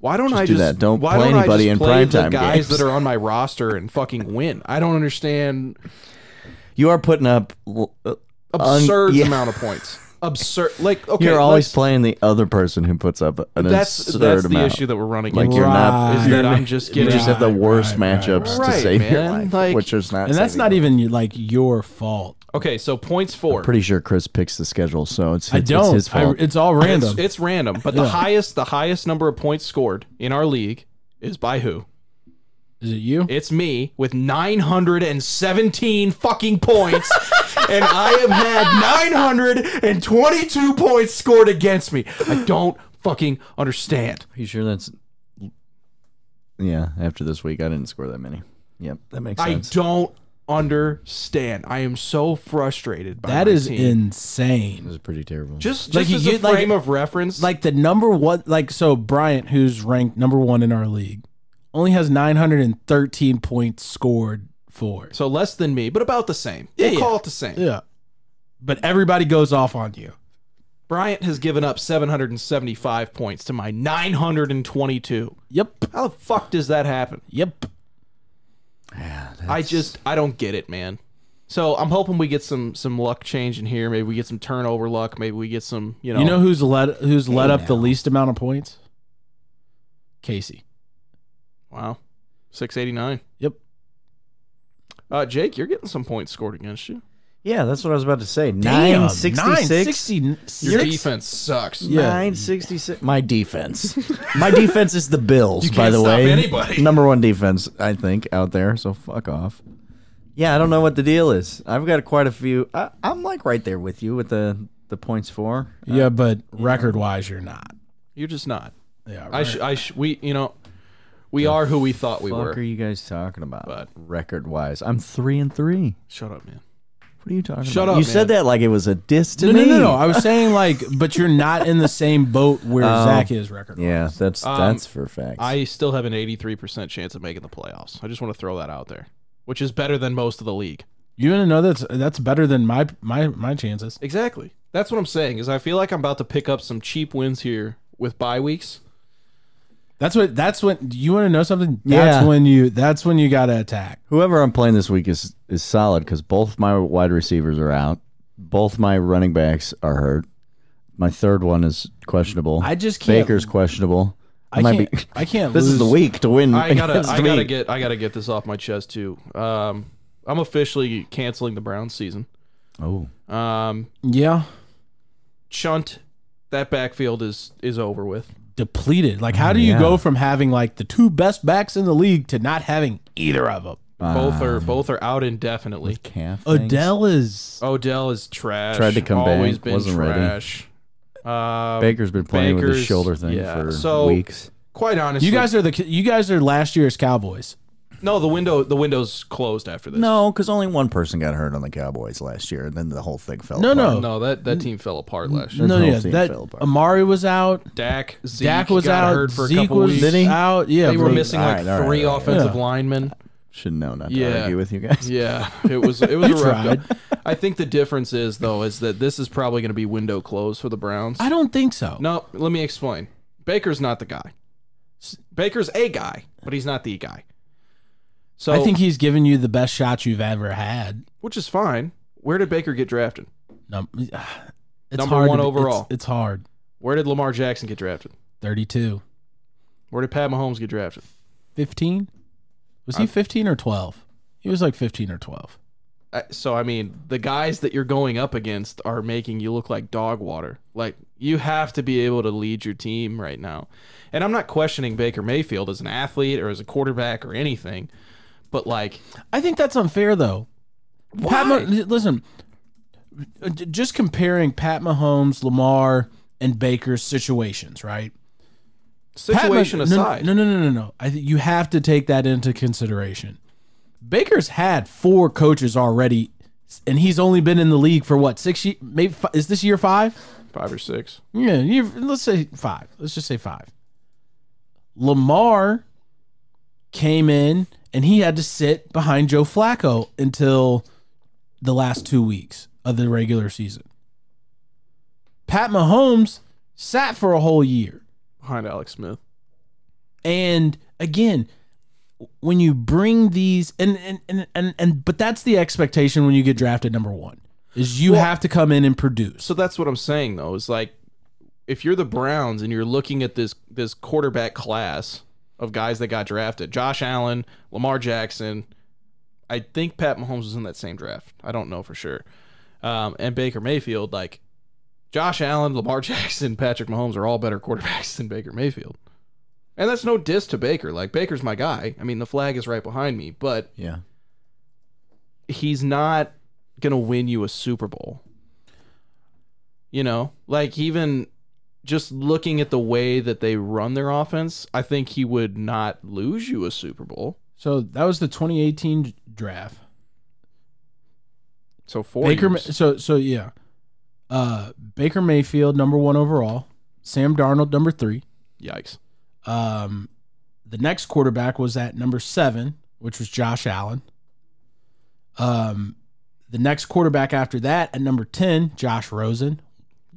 [SPEAKER 4] Why don't
[SPEAKER 3] Just
[SPEAKER 4] I
[SPEAKER 3] do
[SPEAKER 4] just
[SPEAKER 3] that. Don't
[SPEAKER 4] why
[SPEAKER 3] play
[SPEAKER 4] don't I
[SPEAKER 3] anybody
[SPEAKER 4] just
[SPEAKER 3] in
[SPEAKER 4] play the
[SPEAKER 3] primetime
[SPEAKER 4] guys
[SPEAKER 3] games.
[SPEAKER 4] that are on my roster and fucking win? I don't understand
[SPEAKER 3] You are putting up. l- uh, un-
[SPEAKER 4] absurd
[SPEAKER 3] yeah.
[SPEAKER 4] amount of points. Absurd. Like okay,
[SPEAKER 3] You're always
[SPEAKER 4] let's-
[SPEAKER 3] playing the other person who puts up an
[SPEAKER 4] That's
[SPEAKER 3] absurd
[SPEAKER 4] that's the
[SPEAKER 3] amount.
[SPEAKER 4] issue that we're running
[SPEAKER 3] Like
[SPEAKER 4] into.
[SPEAKER 3] you're not.
[SPEAKER 5] Right.
[SPEAKER 4] is that I'm just
[SPEAKER 3] You
[SPEAKER 4] getting
[SPEAKER 3] just have the
[SPEAKER 5] Right,
[SPEAKER 3] worst
[SPEAKER 5] right,
[SPEAKER 3] matchups
[SPEAKER 4] right.
[SPEAKER 3] to save
[SPEAKER 4] Right,
[SPEAKER 3] your
[SPEAKER 4] man.
[SPEAKER 3] life,
[SPEAKER 4] Like-
[SPEAKER 3] which is not.
[SPEAKER 5] And that's
[SPEAKER 3] saving
[SPEAKER 5] not
[SPEAKER 3] your-
[SPEAKER 5] even like your fault.
[SPEAKER 4] okay. So points for
[SPEAKER 3] Pretty sure Chris picks the schedule, so it's,
[SPEAKER 5] I
[SPEAKER 3] it's
[SPEAKER 5] don't.
[SPEAKER 3] his fault.
[SPEAKER 5] I, it's all random.
[SPEAKER 4] It's, it's random, but the highest the highest number of points scored in our league is by who?
[SPEAKER 5] Is it you?
[SPEAKER 4] It's me with 917 fucking points, and I have had 922 points scored against me. I don't fucking understand.
[SPEAKER 3] Are you sure that's? Yeah, after this week, I didn't score that many. Yep, that makes
[SPEAKER 4] I
[SPEAKER 3] sense.
[SPEAKER 4] don't understand. I am so frustrated by
[SPEAKER 5] that
[SPEAKER 4] my
[SPEAKER 5] is
[SPEAKER 4] team.
[SPEAKER 3] It
[SPEAKER 5] insane.
[SPEAKER 3] was pretty terrible.
[SPEAKER 4] just, just
[SPEAKER 5] Like,
[SPEAKER 4] like
[SPEAKER 5] you-
[SPEAKER 4] as
[SPEAKER 5] you-
[SPEAKER 4] a
[SPEAKER 5] like-
[SPEAKER 4] frame of reference.
[SPEAKER 5] Like the number one, like so Bryant, who's ranked number one in our league, only has 913 points scored for.
[SPEAKER 4] so less than me, but about the same.
[SPEAKER 5] Yeah,
[SPEAKER 4] We'll
[SPEAKER 5] yeah.
[SPEAKER 4] call it the same.
[SPEAKER 5] Yeah. But everybody goes off on you.
[SPEAKER 4] Bryant has given up 775 points to my 922.
[SPEAKER 5] Yep.
[SPEAKER 4] How the fuck does that happen?
[SPEAKER 5] Yep.
[SPEAKER 4] I just I don't get it, man. So I'm hoping we get some some luck change in here. Maybe we get some turnover luck. Maybe we get some you know.
[SPEAKER 5] You know who's led who's led up the least amount of points? Casey.
[SPEAKER 4] wow, six eighty nine.
[SPEAKER 5] Yep.
[SPEAKER 4] Uh, Jake, you're getting some points scored against you.
[SPEAKER 3] yeah, that's what I was about to say.
[SPEAKER 5] Damn,
[SPEAKER 3] Nine sixty-six.
[SPEAKER 5] 966.
[SPEAKER 4] Your defense sucks.
[SPEAKER 5] Yeah.
[SPEAKER 3] Nine sixty-six. My defense. My defense is the Bills. by
[SPEAKER 4] can't
[SPEAKER 3] the
[SPEAKER 4] stop
[SPEAKER 3] way,
[SPEAKER 4] anybody.
[SPEAKER 3] number one defense I think out there. So fuck off. Yeah, I don't know what the deal is. I've got quite a few. I, I'm like right there with you with the the points for.
[SPEAKER 5] Yeah, but record wise, you're not.
[SPEAKER 4] You're just not.
[SPEAKER 5] Yeah,
[SPEAKER 4] I sh- I sh- we you know, we are who we thought we
[SPEAKER 3] What
[SPEAKER 4] were.
[SPEAKER 3] fuck are you guys talking about?
[SPEAKER 4] But-
[SPEAKER 3] Record wise, I'm three and three.
[SPEAKER 4] Shut up, man.
[SPEAKER 3] What are you talking
[SPEAKER 4] Shut
[SPEAKER 3] about?
[SPEAKER 4] up,
[SPEAKER 3] You
[SPEAKER 4] man.
[SPEAKER 3] said that like it was a diss to
[SPEAKER 5] no,
[SPEAKER 3] me.
[SPEAKER 5] no, no, no. I was saying like, but you're not in the same boat where Zach is record.
[SPEAKER 3] Yeah, that's that's for facts.
[SPEAKER 4] Um, I still have an 83% chance of making the playoffs. I just want to throw that out there, which is better than most of the league.
[SPEAKER 5] You want to know that's that's better than my my my chances.
[SPEAKER 4] Exactly. That's what I'm saying. Is I feel like I'm about to pick up some cheap wins here with bye weeks.
[SPEAKER 5] That's what that's when you want to know something. That's
[SPEAKER 3] Yeah.
[SPEAKER 5] when you that's when you gotta attack.
[SPEAKER 3] Whoever I'm playing this week is is solid because both my wide receivers are out, both my running backs are hurt. My third one is questionable.
[SPEAKER 5] I just can't-
[SPEAKER 3] Baker's questionable.
[SPEAKER 5] I can't. I can't.
[SPEAKER 3] this
[SPEAKER 5] lose.
[SPEAKER 3] is the week to win.
[SPEAKER 4] I gotta,
[SPEAKER 3] against
[SPEAKER 4] I gotta
[SPEAKER 3] me.
[SPEAKER 4] get, I gotta get this off my chest too. Um, I'm officially canceling the Browns season.
[SPEAKER 3] Oh,
[SPEAKER 4] Um,
[SPEAKER 5] Yeah,
[SPEAKER 4] chunt, that backfield is is over with.
[SPEAKER 5] depleted. Like, how do you
[SPEAKER 3] Oh, yeah.
[SPEAKER 5] go from having like the two best backs in the league to not having either of them?
[SPEAKER 4] Both are both are out indefinitely.
[SPEAKER 3] calf. things.
[SPEAKER 5] Odell is.
[SPEAKER 4] Odell is trash.
[SPEAKER 3] Tried to come
[SPEAKER 4] Always
[SPEAKER 3] back,
[SPEAKER 4] been
[SPEAKER 3] wasn't ready.
[SPEAKER 4] trash. Um,
[SPEAKER 3] Baker's been playing with his
[SPEAKER 4] Baker's-
[SPEAKER 3] shoulder thing
[SPEAKER 4] yeah.
[SPEAKER 3] for
[SPEAKER 4] So-
[SPEAKER 3] weeks.
[SPEAKER 4] Quite honestly,
[SPEAKER 5] You guys are the you guys are last year's Cowboys.
[SPEAKER 4] No, the window, the window's closed after this.
[SPEAKER 3] No, because only one person got hurt on the Cowboys last year, and then the whole thing fell.
[SPEAKER 5] No,
[SPEAKER 3] apart.
[SPEAKER 5] no,
[SPEAKER 4] no, that that team fell apart last year.
[SPEAKER 5] no,
[SPEAKER 3] whole
[SPEAKER 5] yeah.
[SPEAKER 3] team
[SPEAKER 5] That
[SPEAKER 3] fell apart.
[SPEAKER 5] Amari was out.
[SPEAKER 4] Dak, Zeke
[SPEAKER 5] Dak was
[SPEAKER 4] got
[SPEAKER 5] out.
[SPEAKER 4] hurt for a
[SPEAKER 5] Zeke
[SPEAKER 4] couple
[SPEAKER 5] was
[SPEAKER 4] weeks.
[SPEAKER 3] Didn't he?
[SPEAKER 5] out. Yeah,
[SPEAKER 4] They were
[SPEAKER 5] bro.
[SPEAKER 4] missing
[SPEAKER 3] All
[SPEAKER 4] like
[SPEAKER 3] right, all right,
[SPEAKER 4] three
[SPEAKER 3] all right.
[SPEAKER 4] offensive
[SPEAKER 5] Yeah.
[SPEAKER 4] linemen.
[SPEAKER 3] should know not to
[SPEAKER 4] Yeah.
[SPEAKER 3] argue with you guys.
[SPEAKER 4] Yeah, it was it was a rough
[SPEAKER 5] tried.
[SPEAKER 4] go. I think the difference is though is that this is probably going to be window closed for the Browns.
[SPEAKER 5] I don't think so.
[SPEAKER 4] no, let me explain. Baker's not the guy. Baker's a guy, but he's not the guy. So
[SPEAKER 5] I think he's given you the best shot you've ever had.
[SPEAKER 4] which is fine. Where did Baker get drafted?
[SPEAKER 5] Num- it's
[SPEAKER 4] Number
[SPEAKER 5] hard
[SPEAKER 4] one
[SPEAKER 5] to-
[SPEAKER 4] overall.
[SPEAKER 5] It's, it's hard.
[SPEAKER 4] Where did Lamar Jackson get drafted?
[SPEAKER 5] 32.
[SPEAKER 4] Where did Pat Mahomes get drafted?
[SPEAKER 5] 15? Was he 15 or 12? He was like 15 or 12.
[SPEAKER 4] I- so I mean, the guys that you're going up against are making you look like dog water. Like you have to be able to lead your team right now. And I'm not questioning Baker Mayfield as an athlete or as a quarterback or anything, but like
[SPEAKER 5] I think that's unfair, though. Pat Ma- listen, uh, j- just comparing Pat Mahomes, Lamar, and Baker's situations, right? Pat Ma-
[SPEAKER 4] situation
[SPEAKER 5] no,
[SPEAKER 4] aside,
[SPEAKER 5] No, no, no, no, no. I think you have to take that into consideration. Baker's had four coaches already, and he's only been in the league for what six years? Maybe fi- is this year five?
[SPEAKER 4] five or six.
[SPEAKER 5] Yeah, you let's say five. Let's just say five. Lamar came in and he had to sit behind Joe Flacco until the last two weeks of the regular season. Pat Mahomes sat for a whole year.
[SPEAKER 4] behind Alex Smith.
[SPEAKER 5] And again, when you bring these and and and and, and but that's the expectation when you get drafted number one is you have to come in and produce.
[SPEAKER 4] So that's what I'm saying though. Is like if you're the Browns and you're looking at this this quarterback class of guys that got drafted, Josh Allen, Lamar Jackson, I think Pat Mahomes was in that same draft. I don't know for sure. Um, and Baker Mayfield, like Josh Allen, Lamar Jackson, Patrick Mahomes are all better quarterbacks than Baker Mayfield. And that's no diss to Baker. Like Baker's my guy. I mean, the flag is right behind me, but
[SPEAKER 3] Yeah.
[SPEAKER 4] he's not gonna win you a Super Bowl. You know, like even just looking at the way that they run their offense, I think he would not lose you a Super Bowl.
[SPEAKER 5] So that was the 2018 draft.
[SPEAKER 4] So four
[SPEAKER 5] Baker.
[SPEAKER 4] years.
[SPEAKER 5] So so yeah, uh, Baker Mayfield number one overall. Sam Darnold number three.
[SPEAKER 4] Yikes!
[SPEAKER 5] Um, the next quarterback was at number seven, which was Josh Allen. Um, the next quarterback after that at number ten, Josh Rosen.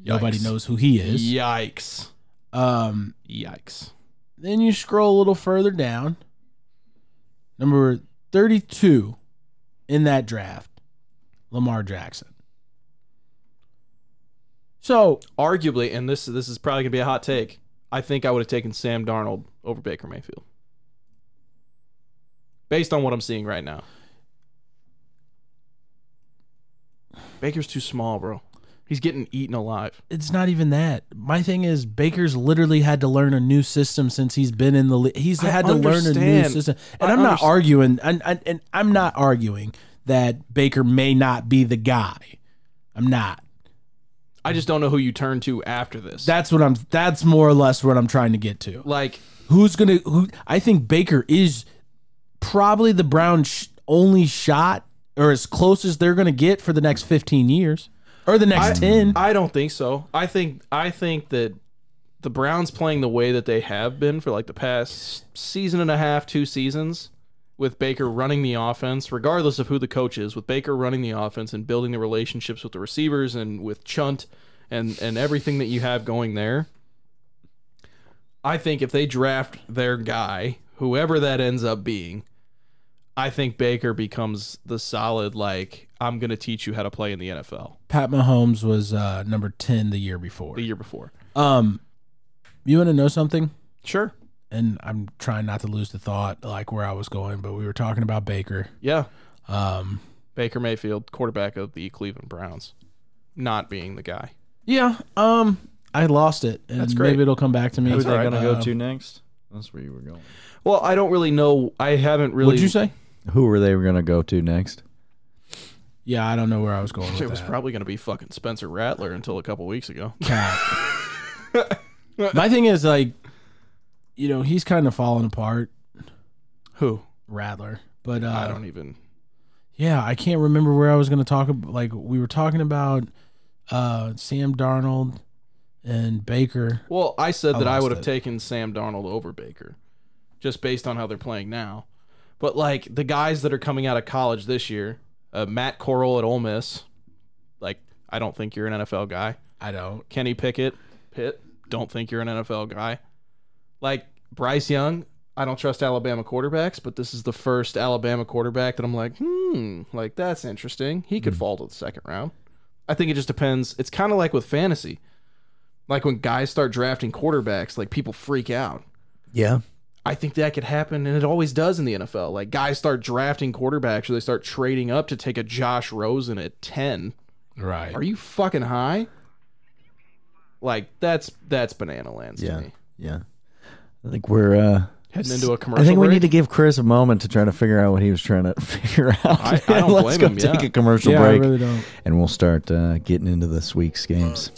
[SPEAKER 5] Nobody
[SPEAKER 4] Yikes.
[SPEAKER 5] knows who he is.
[SPEAKER 4] Yikes!
[SPEAKER 5] Um,
[SPEAKER 4] Yikes!
[SPEAKER 5] then you scroll a little further down. Number thirty-two in that draft, Lamar Jackson. So
[SPEAKER 4] Arguably, and this this is probably gonna be a hot take. I think I would have taken Sam Darnold over Baker Mayfield, based on what I'm seeing right now. Baker's too small, bro. He's getting eaten alive.
[SPEAKER 5] it's not even that. My thing is Baker's literally had to learn a new system since he's been in the league. He's
[SPEAKER 4] I
[SPEAKER 5] had to learn a new
[SPEAKER 4] understand.
[SPEAKER 5] system, and
[SPEAKER 4] I
[SPEAKER 5] I am not
[SPEAKER 4] understand.
[SPEAKER 5] arguing. And, and, and I'm not arguing that Baker may not be the guy. I'm not.
[SPEAKER 4] I just don't know who you turn to after this.
[SPEAKER 5] That's what I'm. That's more or less what I'm trying to get to.
[SPEAKER 4] like
[SPEAKER 5] Who's gonna? Who? I think Baker is probably the Brown sh- only shot, or as close as they're gonna get for the next 15 years, or the next 10.
[SPEAKER 4] I don't think so. I think I think that the Browns playing the way that they have been for like the past season and a half, two seasons, with Baker running the offense, regardless of who the coach is, with Baker running the offense and building the relationships with the receivers and with Chunt and and everything that you have going there. I think if they draft their guy, whoever that ends up being, I think Baker becomes the solid like I'm going to teach you how to play in the NFL
[SPEAKER 5] Pat Mahomes was uh, number 10 the year before.
[SPEAKER 4] the year before.
[SPEAKER 5] Um, you want to know something?
[SPEAKER 4] Sure.
[SPEAKER 5] And I'm trying not to lose the thought, like where I was going, but we were talking about Baker.
[SPEAKER 4] Yeah.
[SPEAKER 5] Um,
[SPEAKER 4] Baker Mayfield, quarterback of the Cleveland Browns, not being the guy.
[SPEAKER 5] yeah. Um, I lost it. And
[SPEAKER 4] That's great.
[SPEAKER 5] Maybe it'll come back to me.
[SPEAKER 3] Who are they
[SPEAKER 5] All right,
[SPEAKER 3] gonna
[SPEAKER 5] uh,
[SPEAKER 3] go to next? That's where you were going.
[SPEAKER 4] Well, I don't really know. I haven't really.
[SPEAKER 5] What'd you say?
[SPEAKER 3] Who were they gonna go to next?
[SPEAKER 5] Yeah, I don't know where I was going. With
[SPEAKER 4] It was
[SPEAKER 5] that.
[SPEAKER 4] probably going to be fucking Spencer Rattler until a couple weeks ago.
[SPEAKER 5] God. My thing is like, you know, he's kind of falling apart,
[SPEAKER 4] Who?
[SPEAKER 5] Rattler. But uh,
[SPEAKER 4] I don't even.
[SPEAKER 5] Yeah, I can't remember where I was going to talk about. Like we were talking about uh, Sam Darnold and Baker.
[SPEAKER 4] Well, I said that I
[SPEAKER 5] lost
[SPEAKER 4] would have
[SPEAKER 5] it.
[SPEAKER 4] taken Sam Darnold over Baker, just based on how they're playing now. But like the guys that are coming out of college this year, uh, Matt Corral at Ole Miss, like I don't think you're an NFL guy.
[SPEAKER 5] I don't.
[SPEAKER 4] Kenny Pickett, Pitt, don't think you're an NFL guy. Like Bryce Young, I don't trust Alabama quarterbacks, but this is the first Alabama quarterback that I'm like, hmm, like that's interesting. He could fall to the second round. I think it just depends. It's kind of like with fantasy. Like when guys start drafting quarterbacks, like people freak out.
[SPEAKER 3] Yeah.
[SPEAKER 4] I think that could happen, and it always does in the NFL. Like guys start drafting quarterbacks, or they start trading up to take a Josh Rosen at ten.
[SPEAKER 5] Right.
[SPEAKER 4] Are you fucking high? Like that's that's banana lands
[SPEAKER 3] Yeah.
[SPEAKER 4] to me.
[SPEAKER 3] Yeah. I think we're uh
[SPEAKER 4] Heading into a commercial.
[SPEAKER 3] I think we
[SPEAKER 4] break?
[SPEAKER 3] need to give Chris a moment to try to figure out what he was trying to figure out.
[SPEAKER 4] I- I don't
[SPEAKER 3] Let's
[SPEAKER 4] blame
[SPEAKER 3] go
[SPEAKER 4] him,
[SPEAKER 3] take
[SPEAKER 4] yeah.
[SPEAKER 3] a commercial
[SPEAKER 5] Yeah, I
[SPEAKER 3] break
[SPEAKER 5] really don't.
[SPEAKER 3] and we'll start uh, getting into this week's games.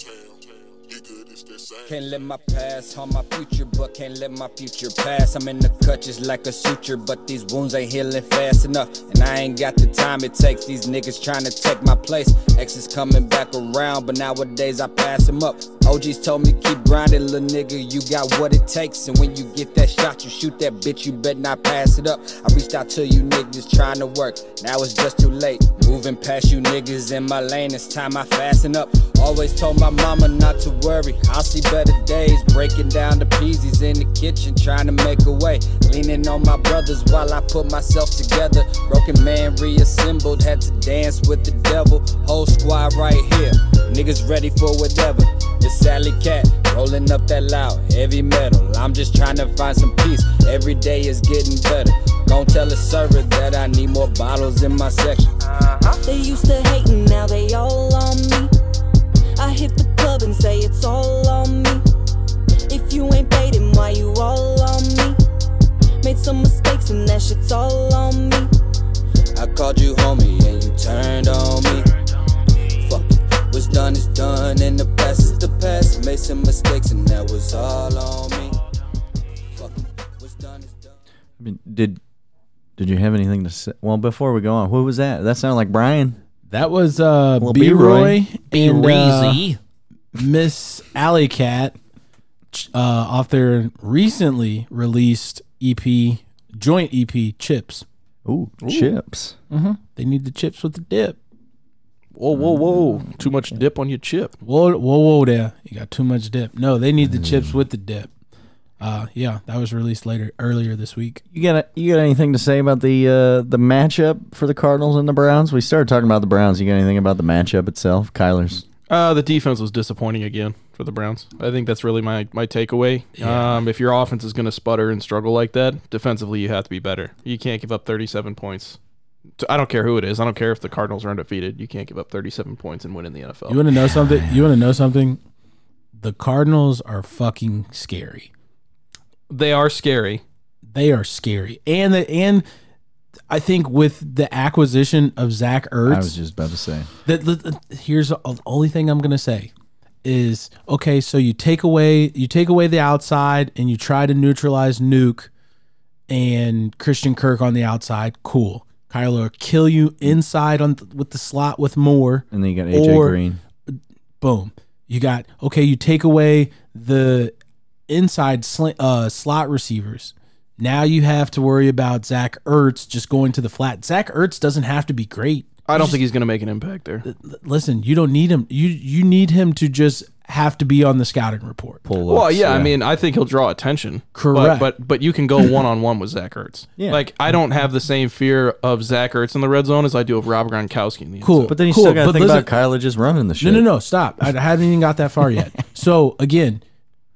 [SPEAKER 6] Nigga, it's that same Can't live my past, haunt my future, but can't let my future pass. I'm in the cut just like a suture, but these wounds ain't healing fast enough. And I ain't got the time it takes. These niggas trying to take my place. Exes coming back around, but nowadays I pass them up. OGs told me keep grinding, little nigga, you got what it takes. And when you get that shot, you shoot that bitch, you bet not pass it up. I reached out to you niggas trying to work, now it's just too late. Moving past you niggas in my lane, it's time I fasten up. Always told my mama not to worry, I'll see better days. Breaking down the peasies in the kitchen, trying to make a way. Leaning on my brothers while I put myself together. Broken man reassembled, had to dance with the devil. Whole squad right here, niggas ready for whatever. It's Sally Cat, rolling up that loud, heavy metal. I'm just trying to find some peace, every day is getting better. Gon' tell the server that I need more bottles in my section.
[SPEAKER 7] They used to hate and now they all on me. I hit the club and say it's all on me. If you ain't paid, then why you all on me? Made some mistakes and that shit's all on me.
[SPEAKER 6] I called you homie and you turned on me. Fuck it, what's done is done and the past is the past. Made some mistakes and that was all on me. Fuck it, what's done is done.
[SPEAKER 3] I mean, did did you have anything to say? Well, before we go on, who was that? That sounded like Brian.
[SPEAKER 5] That was uh,
[SPEAKER 3] Well,
[SPEAKER 5] B Roy
[SPEAKER 3] B-Roy.
[SPEAKER 5] and uh, Miss Alley Cat ch- uh, off their recently released EP, joint EP, Chips.
[SPEAKER 3] Ooh, chips.
[SPEAKER 5] They need the chips with the dip.
[SPEAKER 4] Whoa, whoa, whoa! Too much dip on your chip.
[SPEAKER 5] Whoa, whoa, whoa there. You got too much dip. No, they need the chips with the dip. Uh, yeah, that was released later earlier this week.
[SPEAKER 3] You got you got anything to say about the uh, the matchup for the Cardinals and the Browns? We started talking about the Browns. You got anything about the matchup itself, Kyler's?
[SPEAKER 4] Uh, the defense was disappointing again for the Browns. I think that's really my my takeaway. Um, if your offense is going to sputter and struggle like that, defensively you have to be better. You can't give up 37 points. To- I don't care who it is. I don't care if the Cardinals are undefeated. You can't give up 37 points and win in the NFL.
[SPEAKER 5] You want to know something? You want to know something? The Cardinals are fucking scary.
[SPEAKER 4] they are scary.
[SPEAKER 5] They are scary, and the and I think with the acquisition of Zach Ertz,
[SPEAKER 3] I was just about to say.
[SPEAKER 5] The, the, the- here's the only thing I'm gonna say is okay. So you take away you take away the outside and you try to neutralize Nuke and Christian Kirk on the outside. Cool. Kyler will kill you inside on th- with the slot with Moore.
[SPEAKER 3] And then you got AJ
[SPEAKER 5] Or-
[SPEAKER 3] Green.
[SPEAKER 5] Boom. You got okay. You take away the inside sl- uh, slot receivers. Now you have to worry about Zach Ertz just going to the flat. Zach Ertz doesn't have to be great
[SPEAKER 4] I don't think he's going to make an impact there.
[SPEAKER 5] listen, you don't need him. You you need him to just have to be on the scouting report.
[SPEAKER 3] Pull
[SPEAKER 4] Well, yeah, I mean, I think he'll draw attention.
[SPEAKER 5] Correct.
[SPEAKER 4] But but, but you can go one on one with Zach Ertz.
[SPEAKER 3] Yeah.
[SPEAKER 4] Like I don't have the same fear of Zach Ertz in the red zone as I do of Rob Gronkowski in the end
[SPEAKER 5] Cool.
[SPEAKER 4] zone.
[SPEAKER 3] But then you
[SPEAKER 5] Cool,
[SPEAKER 3] still got
[SPEAKER 5] but
[SPEAKER 3] to think
[SPEAKER 5] listen-
[SPEAKER 3] about Kyler just running the shit.
[SPEAKER 5] No, no, no, stop. I haven't even got that far yet. so again,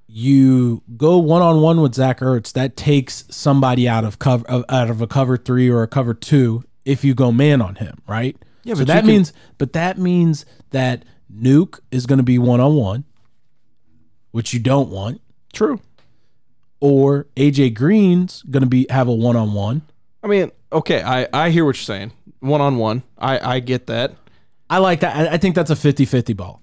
[SPEAKER 5] you go one on one with Zach Ertz. That takes somebody out of cover of- out of a cover three or a cover two if you go man on him, right? Yeah, so
[SPEAKER 4] but
[SPEAKER 5] that
[SPEAKER 4] you can-
[SPEAKER 5] means but that means that Nuke is going to be one on one, which you don't want,
[SPEAKER 4] True.
[SPEAKER 5] or AJ Green's going to be have a one on one.
[SPEAKER 4] I mean, okay, I I hear what you're saying. One on one, I I get that.
[SPEAKER 5] I like that. I, I think that's a 50-50 ball.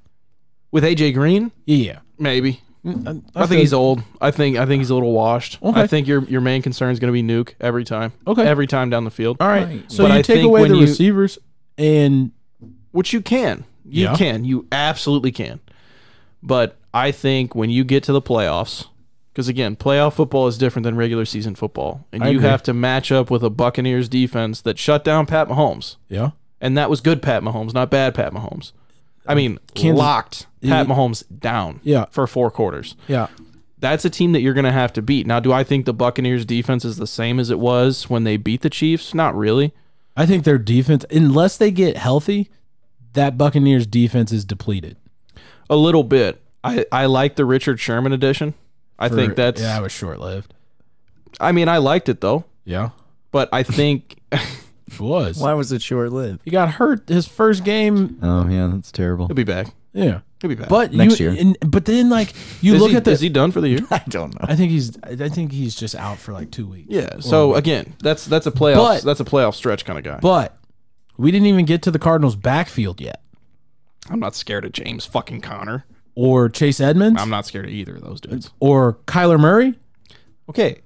[SPEAKER 4] With AJ Green,
[SPEAKER 5] Yeah.
[SPEAKER 4] maybe. I think he's old. I think I think he's a little washed. I think your your main concern is going to be Nuke every time.
[SPEAKER 5] Okay.
[SPEAKER 4] Every time down the field.
[SPEAKER 5] all right. So
[SPEAKER 4] But
[SPEAKER 5] you
[SPEAKER 4] I
[SPEAKER 5] take
[SPEAKER 4] think
[SPEAKER 5] away
[SPEAKER 4] when
[SPEAKER 5] the
[SPEAKER 4] you-
[SPEAKER 5] receivers, and
[SPEAKER 4] which you can. You
[SPEAKER 5] Yeah.
[SPEAKER 4] can. You absolutely can. But I think when you get to the playoffs, because again, playoff football is different than regular season football, and
[SPEAKER 5] I
[SPEAKER 4] you
[SPEAKER 5] agree.
[SPEAKER 4] have to match up with a Buccaneers defense that shut down Pat Mahomes,
[SPEAKER 5] yeah,
[SPEAKER 4] and that was good Pat Mahomes, not bad Pat Mahomes. I mean, locked Pat Mahomes down
[SPEAKER 5] Yeah.
[SPEAKER 4] for four quarters.
[SPEAKER 5] yeah,
[SPEAKER 4] That's a team that you're going to have to beat. Now, do I think the Buccaneers defense is the same as it was when they beat the Chiefs? Not really.
[SPEAKER 5] I think their defense, unless they get healthy, that Buccaneers defense is depleted.
[SPEAKER 4] A little bit. I, I like the Richard Sherman edition. I think
[SPEAKER 5] Or-
[SPEAKER 4] that's
[SPEAKER 5] yeah, it was short lived.
[SPEAKER 4] I mean, I liked it though,
[SPEAKER 5] Yeah,
[SPEAKER 4] but I think it'll
[SPEAKER 5] it was.
[SPEAKER 3] Why was it short lived?
[SPEAKER 5] He got hurt his first game.
[SPEAKER 3] Oh yeah, that's terrible.
[SPEAKER 4] be back.
[SPEAKER 5] Yeah,
[SPEAKER 4] He'll be back.
[SPEAKER 5] but
[SPEAKER 3] Next
[SPEAKER 5] you,
[SPEAKER 3] year.
[SPEAKER 5] and- but then like you
[SPEAKER 4] is
[SPEAKER 5] look
[SPEAKER 4] he,
[SPEAKER 5] at the.
[SPEAKER 4] is he done for the year?
[SPEAKER 3] I don't know.
[SPEAKER 5] I think he's. I think he's just out for like two weeks.
[SPEAKER 4] yeah. So again, that's that's a playoff
[SPEAKER 5] But-
[SPEAKER 4] that's a playoff stretch kind of guy.
[SPEAKER 5] But we didn't even get to the Cardinals' backfield yet.
[SPEAKER 4] I'm not scared of James fucking Connor.
[SPEAKER 5] or Chase Edmonds
[SPEAKER 4] I'm not scared of either of those dudes.
[SPEAKER 5] or Kyler Murray.
[SPEAKER 4] Okay.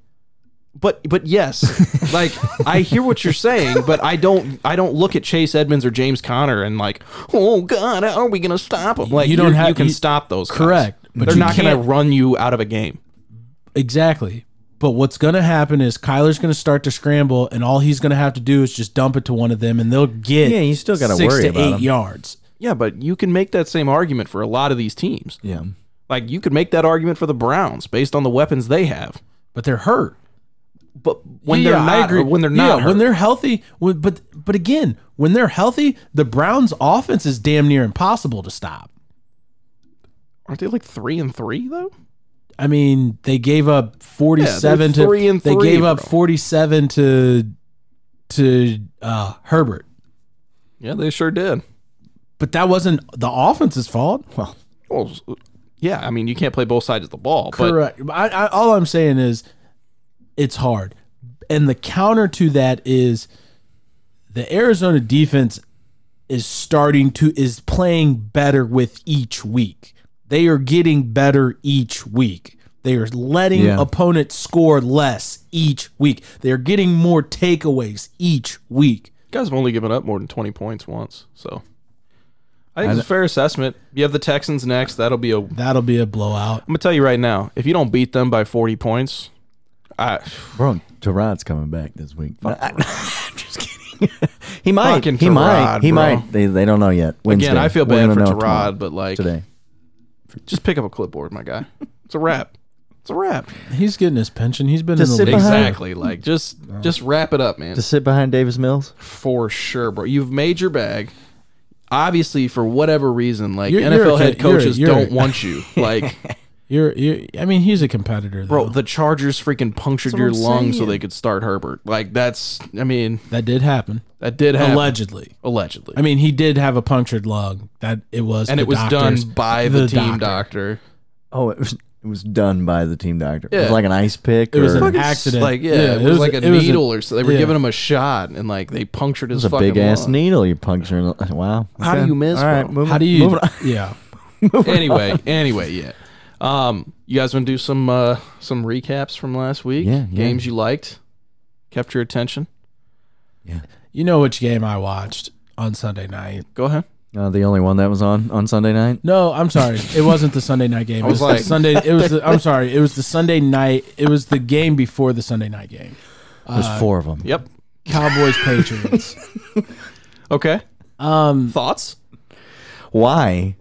[SPEAKER 4] But but yes, like I hear what you're saying, but I don't I don't look at Chase Edmonds or James Conner and like, oh God, how are we gonna stop them? Like
[SPEAKER 5] You
[SPEAKER 4] you
[SPEAKER 5] don't
[SPEAKER 4] don't
[SPEAKER 5] have-
[SPEAKER 4] you can
[SPEAKER 5] you-
[SPEAKER 4] stop those. guys.
[SPEAKER 5] Correct, but
[SPEAKER 4] They're
[SPEAKER 5] you
[SPEAKER 4] not gonna
[SPEAKER 5] can't-
[SPEAKER 4] run you out of a game.
[SPEAKER 5] Exactly. But what's going to happen is Kyler's going to start to scramble, and all he's going to have to do is just dump it to one of them, and they'll get
[SPEAKER 3] Yeah, you still gotta
[SPEAKER 5] six
[SPEAKER 3] worry
[SPEAKER 5] to
[SPEAKER 3] about
[SPEAKER 5] eight
[SPEAKER 3] him.
[SPEAKER 5] yards.
[SPEAKER 4] Yeah, but you can make that same argument for a lot of these teams.
[SPEAKER 3] Yeah.
[SPEAKER 4] Like you could make that argument for the Browns based on the weapons they have.
[SPEAKER 5] But they're hurt
[SPEAKER 4] But when they're not, or when they're
[SPEAKER 5] Yeah,
[SPEAKER 4] not,
[SPEAKER 5] when
[SPEAKER 4] hurt.
[SPEAKER 5] they're healthy. When, but but again, when they're healthy, the Browns' offense is damn near impossible to stop.
[SPEAKER 4] aren't they like three and three though?
[SPEAKER 5] I mean, they gave up forty-seven to
[SPEAKER 4] three and
[SPEAKER 5] they
[SPEAKER 4] three,
[SPEAKER 5] gave up
[SPEAKER 4] bro.
[SPEAKER 5] forty-seven to to uh, Herbert.
[SPEAKER 4] Yeah, they sure did.
[SPEAKER 5] But that wasn't the offense's fault. Well,
[SPEAKER 4] Well, s- yeah, I mean you can't play both sides of the ball, but
[SPEAKER 5] Correct. I, I, all I'm saying is it's hard. And the counter to that is the Arizona defense is starting to is playing better with each week. They are getting better each week. They are letting
[SPEAKER 3] Yeah.
[SPEAKER 5] opponents score less each week. They are getting more takeaways each week.
[SPEAKER 4] guys have only given up more than 20 points once. So I think it's a fair assessment. You have the Texans next. That'll be a. I'm
[SPEAKER 5] That'll be a blowout.
[SPEAKER 4] going to tell you right now, if you don't beat them by 40 points, I
[SPEAKER 3] Bro, Terod's coming back this week. I, am just kidding. he might.
[SPEAKER 4] Fucking
[SPEAKER 3] he might.
[SPEAKER 4] Tyrod,
[SPEAKER 3] He
[SPEAKER 4] bro.
[SPEAKER 3] might. They, they don't know yet. Wednesday.
[SPEAKER 4] again, I feel
[SPEAKER 3] We're
[SPEAKER 4] bad
[SPEAKER 3] gonna
[SPEAKER 4] for
[SPEAKER 3] know tomorrow-
[SPEAKER 4] Terod, but like,
[SPEAKER 3] Today.
[SPEAKER 4] just pick up a clipboard, my guy. It's a wrap. It's a wrap.
[SPEAKER 5] He's getting his pension. He's been
[SPEAKER 3] Just
[SPEAKER 5] in the
[SPEAKER 3] sit
[SPEAKER 5] league.
[SPEAKER 3] behind-
[SPEAKER 4] Exactly. Like, just
[SPEAKER 5] Uh,
[SPEAKER 4] just wrap it up, man.
[SPEAKER 3] To sit behind Davis Mills?
[SPEAKER 4] for sure, bro. You've made your bag. Obviously, for whatever reason, like
[SPEAKER 5] You're-
[SPEAKER 4] NFL
[SPEAKER 5] you're a
[SPEAKER 4] head
[SPEAKER 5] kid- you're a-
[SPEAKER 4] coaches
[SPEAKER 5] you're a-
[SPEAKER 4] don't want you. Like,
[SPEAKER 5] You're, you're I mean, he's a competitor though.
[SPEAKER 4] bro, the Chargers freaking punctured your lung so they could start Herbert. Like, that's. I mean,
[SPEAKER 5] that did happen.
[SPEAKER 4] that did happen.
[SPEAKER 5] Allegedly.
[SPEAKER 4] allegedly.
[SPEAKER 5] I mean, he did have a punctured lung. That it was,
[SPEAKER 4] and
[SPEAKER 5] the
[SPEAKER 4] it was
[SPEAKER 5] doctors-
[SPEAKER 4] done by the, team
[SPEAKER 5] doctor.
[SPEAKER 4] doctor.
[SPEAKER 3] Oh, it was, it was done by the team doctor. It was
[SPEAKER 4] Yeah.
[SPEAKER 3] like an ice pick.
[SPEAKER 5] It was
[SPEAKER 3] or,
[SPEAKER 5] an
[SPEAKER 3] it
[SPEAKER 5] accident.
[SPEAKER 4] Like yeah, it, was like a
[SPEAKER 5] it was
[SPEAKER 4] needle or so. They were
[SPEAKER 5] yeah.
[SPEAKER 4] giving him a shot and like they punctured his
[SPEAKER 3] was a
[SPEAKER 4] fucking
[SPEAKER 3] big ass
[SPEAKER 4] lung.
[SPEAKER 3] needle you puncturing. Wow.
[SPEAKER 4] How do
[SPEAKER 3] Okay.
[SPEAKER 4] you miss,
[SPEAKER 3] All right,
[SPEAKER 4] bro?
[SPEAKER 3] moving-
[SPEAKER 5] How do you?
[SPEAKER 3] moving on.
[SPEAKER 5] Yeah,
[SPEAKER 4] anyway, anyway, yeah. Um, you guys want to do some uh some recaps from last week?
[SPEAKER 3] Yeah, yeah.
[SPEAKER 4] games you liked, kept your attention.
[SPEAKER 5] you know which game I watched on Sunday night.
[SPEAKER 4] Go ahead.
[SPEAKER 3] Uh, the only one that was on on Sunday night.
[SPEAKER 5] No, I'm sorry. It wasn't the Sunday night game. It was,
[SPEAKER 4] was
[SPEAKER 5] the
[SPEAKER 4] like-
[SPEAKER 5] Sunday. It was. The, I'm sorry. It was the Sunday night. It was the game before the Sunday night game.
[SPEAKER 3] There's
[SPEAKER 4] Uh,
[SPEAKER 3] four of them.
[SPEAKER 4] Yep.
[SPEAKER 5] Cowboys Patriots.
[SPEAKER 4] Okay.
[SPEAKER 5] Um,
[SPEAKER 4] Thoughts?
[SPEAKER 3] Why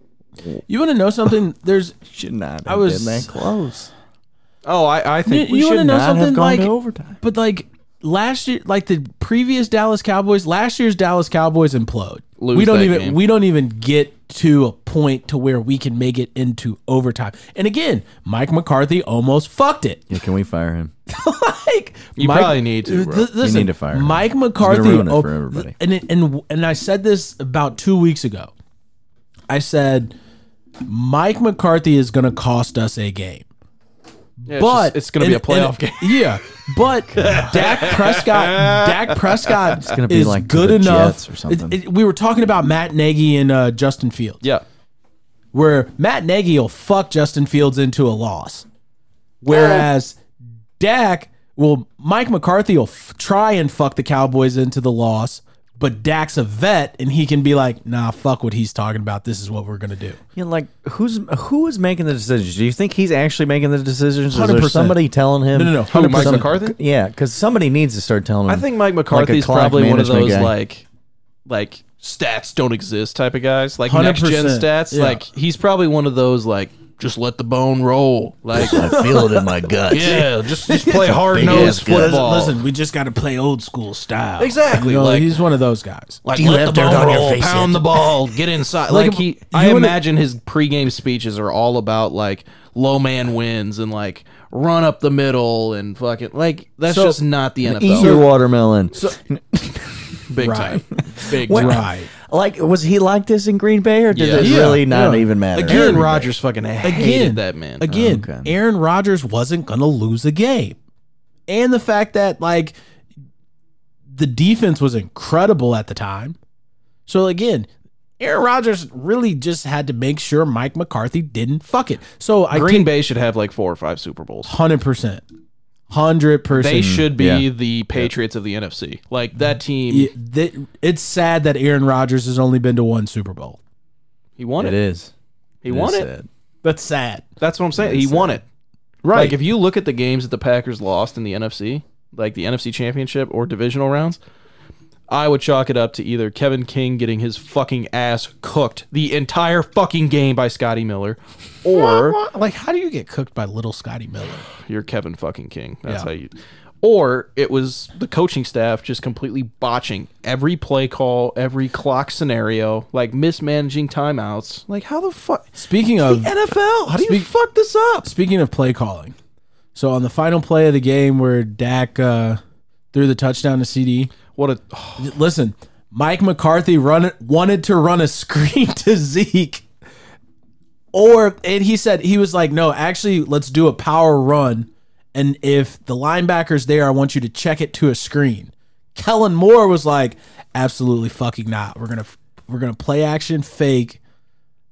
[SPEAKER 5] you want to know something? There's.
[SPEAKER 3] should not?
[SPEAKER 5] I was-
[SPEAKER 3] been that close.
[SPEAKER 4] Oh, I I
[SPEAKER 5] You,
[SPEAKER 4] think we
[SPEAKER 5] you
[SPEAKER 4] should
[SPEAKER 5] want to know
[SPEAKER 3] not have
[SPEAKER 5] something
[SPEAKER 3] gone
[SPEAKER 5] like?
[SPEAKER 3] to overtime.
[SPEAKER 5] But like last year, like the previous Dallas Cowboys, last year's Dallas Cowboys implode.
[SPEAKER 4] Lose
[SPEAKER 5] we don't
[SPEAKER 4] that
[SPEAKER 5] even
[SPEAKER 4] game.
[SPEAKER 5] we don't even get to a point to where we can make it into overtime. And again, Mike McCarthy almost fucked it.
[SPEAKER 3] Yeah, can we fire him?
[SPEAKER 5] like
[SPEAKER 4] You probably need to, bro.
[SPEAKER 5] Th-
[SPEAKER 4] You
[SPEAKER 5] listen,
[SPEAKER 3] need to fire him.
[SPEAKER 5] Mike
[SPEAKER 3] He's
[SPEAKER 5] McCarthy.
[SPEAKER 3] gonna ruin it
[SPEAKER 5] op-
[SPEAKER 3] for everybody.
[SPEAKER 5] And it- and and I said this about two weeks ago. I said Mike McCarthy is going to cost us a game
[SPEAKER 4] Yeah, it's
[SPEAKER 5] but
[SPEAKER 4] just- it's, going to be a
[SPEAKER 5] and- and-
[SPEAKER 4] playoff game.
[SPEAKER 5] Yeah, but Dak Prescott, Dak Prescott
[SPEAKER 3] gonna be
[SPEAKER 5] is
[SPEAKER 3] like to
[SPEAKER 5] good
[SPEAKER 3] the
[SPEAKER 5] enough.
[SPEAKER 3] Jets or something.
[SPEAKER 5] It- it- we were talking about Matt Nagy and uh, Justin Fields,
[SPEAKER 4] Yeah.
[SPEAKER 5] where Matt Nagy will fuck Justin Fields into a loss, whereas Dak will Mike McCarthy will f- try and fuck the Cowboys into the loss. But Dak's a vet, and he can be like, "Nah, fuck what he's talking about. This is what we're gonna do."
[SPEAKER 3] Yeah, like who's who is making the decisions? Do you think he's actually making the decisions? Is there
[SPEAKER 5] 100%.
[SPEAKER 3] somebody telling him?
[SPEAKER 5] No, no, no.
[SPEAKER 3] Who,
[SPEAKER 5] Mike
[SPEAKER 3] some-
[SPEAKER 4] McCarthy?
[SPEAKER 3] Yeah, because somebody needs to start telling him.
[SPEAKER 4] I
[SPEAKER 5] Hmm.
[SPEAKER 4] think Mike
[SPEAKER 3] like a
[SPEAKER 4] McCarthy's
[SPEAKER 3] clock
[SPEAKER 4] probably one of
[SPEAKER 3] management
[SPEAKER 4] those
[SPEAKER 3] guy.
[SPEAKER 4] like like stats don't exist type of guys. Like
[SPEAKER 5] 100%,
[SPEAKER 4] next gen stats.
[SPEAKER 5] yeah.
[SPEAKER 4] Like he's probably one of those like just let the bone roll. Like
[SPEAKER 3] I feel it in my gut.
[SPEAKER 4] yeah, just just play hard
[SPEAKER 3] Big-ass
[SPEAKER 4] nosed
[SPEAKER 3] guy.
[SPEAKER 4] football.
[SPEAKER 5] Listen, we just got to play old school style.
[SPEAKER 4] Exactly,
[SPEAKER 5] You know,
[SPEAKER 4] like-
[SPEAKER 5] he's one of those guys.
[SPEAKER 4] Like,
[SPEAKER 3] Do you
[SPEAKER 4] let
[SPEAKER 3] have
[SPEAKER 4] the
[SPEAKER 3] dirt
[SPEAKER 4] ball
[SPEAKER 3] on your
[SPEAKER 4] roll,
[SPEAKER 3] face
[SPEAKER 4] pound
[SPEAKER 3] yet?
[SPEAKER 4] the ball, get inside.
[SPEAKER 5] Like,
[SPEAKER 4] Like, he,
[SPEAKER 5] you
[SPEAKER 4] I
[SPEAKER 5] wanna-
[SPEAKER 4] imagine his pregame speeches are all about like low man wins and like run up the middle and fucking like that's
[SPEAKER 5] So-
[SPEAKER 4] just not the NFL.
[SPEAKER 3] Eat your watermelon.
[SPEAKER 4] big
[SPEAKER 5] Right.
[SPEAKER 4] time, big
[SPEAKER 3] What-
[SPEAKER 4] time.
[SPEAKER 5] Right.
[SPEAKER 3] Like, was he like this in Green Bay, or did
[SPEAKER 4] Yeah.
[SPEAKER 3] it
[SPEAKER 4] Yeah,
[SPEAKER 3] really not
[SPEAKER 5] yeah.
[SPEAKER 3] even matter?
[SPEAKER 4] Aaron Rodgers fucking hated
[SPEAKER 5] Again,
[SPEAKER 4] that man.
[SPEAKER 5] Again,
[SPEAKER 3] Okay.
[SPEAKER 5] Aaron Rodgers wasn't going to lose a game. And the fact that like the defense was incredible at the time. So again, Aaron Rodgers really just had to make sure Mike McCarthy didn't fuck it. So I
[SPEAKER 4] Green Bay should have like four or five Super Bowls.
[SPEAKER 5] hundred percent, hundred percent.
[SPEAKER 4] They should be
[SPEAKER 3] Yeah.
[SPEAKER 4] the Patriots of the NFC. Like that team,
[SPEAKER 5] Yeah, th- it's sad that Aaron Rodgers has only been to one Super Bowl.
[SPEAKER 4] he won it.
[SPEAKER 3] It is.
[SPEAKER 4] He won it.
[SPEAKER 5] That's sad,
[SPEAKER 4] That's what I'm saying. He won it.
[SPEAKER 5] right?
[SPEAKER 4] Like if you look at the games that the Packers lost in the NFC, like the NFC Championship or divisional rounds, I would chalk it up to either Kevin King getting his fucking ass cooked the entire fucking game by Scotty Miller, or
[SPEAKER 5] like, how do you get cooked by little Scotty Miller?
[SPEAKER 4] you're Kevin fucking King. That's
[SPEAKER 5] Yeah.
[SPEAKER 4] how you. Or it was the coaching staff just completely botching every play call, every clock scenario, like mismanaging timeouts. Like how the fuck
[SPEAKER 5] Speaking of
[SPEAKER 4] NFL? How do you
[SPEAKER 5] Speak-
[SPEAKER 4] fuck this up?
[SPEAKER 5] Speaking of play calling, so on the final play of the game where Dak uh, threw the touchdown to CD,
[SPEAKER 4] What a
[SPEAKER 5] listen, Mike McCarthy run wanted to run a screen to Zeke, or and he said he was like, no, actually, let's do a power run, and if the linebacker's there, I want you to check it to a screen. Kellen Moore was like, absolutely fucking not. We're gonna we're gonna play action fake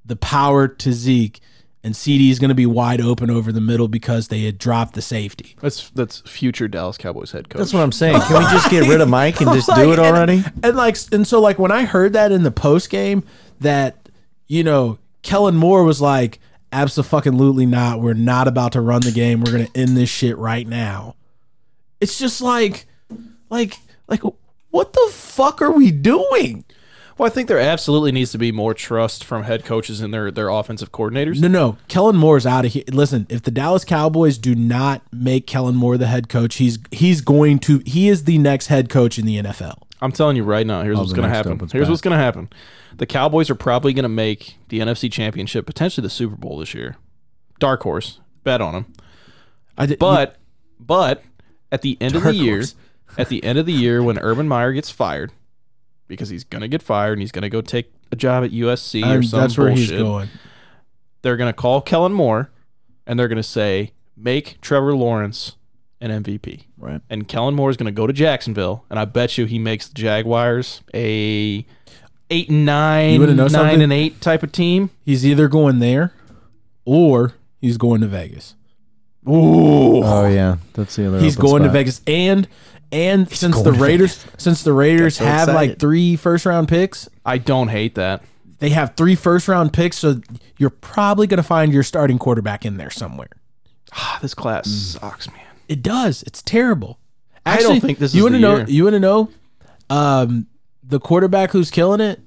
[SPEAKER 5] the power to Zeke. And CD is going to be wide open over the middle because they had dropped the safety.
[SPEAKER 4] that's that's future Dallas Cowboys head coach.
[SPEAKER 3] That's what I'm saying. Can we just get rid of Mike and just do
[SPEAKER 5] Like,
[SPEAKER 3] it already?
[SPEAKER 5] And, and like, and so like when I heard that in the post game, that you know, Kellen Moore was like, "Absolutely not. We're not about to run the game. We're gonna end this shit right now." It's just like, like, like, what the fuck are we doing?
[SPEAKER 4] Well, I think there absolutely needs to be more trust from head coaches and their their offensive coordinators.
[SPEAKER 5] No, no, Kellen Moore's out of here. Listen, if the Dallas Cowboys do not make Kellen Moore the head coach, he's he's going to he is the next head coach in the NFL.
[SPEAKER 4] I'm telling you right now, here's what's
[SPEAKER 3] the
[SPEAKER 4] going to
[SPEAKER 3] next
[SPEAKER 4] happen.
[SPEAKER 3] open's
[SPEAKER 4] Here's
[SPEAKER 3] back.
[SPEAKER 4] what's going to happen. The Cowboys are probably going to make the NFC Championship, potentially the Super Bowl this year. Dark horse, bet on them.
[SPEAKER 5] I did,
[SPEAKER 4] But but at the end of the year, at the end of the year when Urban Meyer gets fired because he's going to get fired and he's going to go take a job at USC
[SPEAKER 5] I'm-
[SPEAKER 4] or some
[SPEAKER 5] um, that's where
[SPEAKER 4] bullshit.
[SPEAKER 5] he's going.
[SPEAKER 4] they're going to call Kellen Moore and they're going to say, make Trevor Lawrence an MVP.
[SPEAKER 3] Right.
[SPEAKER 4] And Kellen Moore is going to go to Jacksonville, and I bet you he makes the Jaguars a eight and nine,
[SPEAKER 5] You wanna know
[SPEAKER 4] nine
[SPEAKER 5] something?
[SPEAKER 4] and eight type of team.
[SPEAKER 5] He's either going there or he's going to Vegas.
[SPEAKER 3] Oh yeah, that's the other.
[SPEAKER 5] He's
[SPEAKER 3] open
[SPEAKER 5] going to
[SPEAKER 3] spot.
[SPEAKER 5] Vegas and and since the Raiders since the Raiders
[SPEAKER 3] so
[SPEAKER 5] have like
[SPEAKER 3] excited.
[SPEAKER 5] three first round picks,
[SPEAKER 4] I don't hate that.
[SPEAKER 5] they have three first round picks, so you're probably going to find your starting quarterback in there somewhere.
[SPEAKER 4] Ah, this class
[SPEAKER 5] Mm.
[SPEAKER 4] sucks, man.
[SPEAKER 5] It does. It's terrible.
[SPEAKER 4] I don't think this
[SPEAKER 5] you
[SPEAKER 4] is
[SPEAKER 5] wanna
[SPEAKER 4] the
[SPEAKER 5] know,
[SPEAKER 4] year.
[SPEAKER 5] You want to know? Um, the quarterback who's killing it,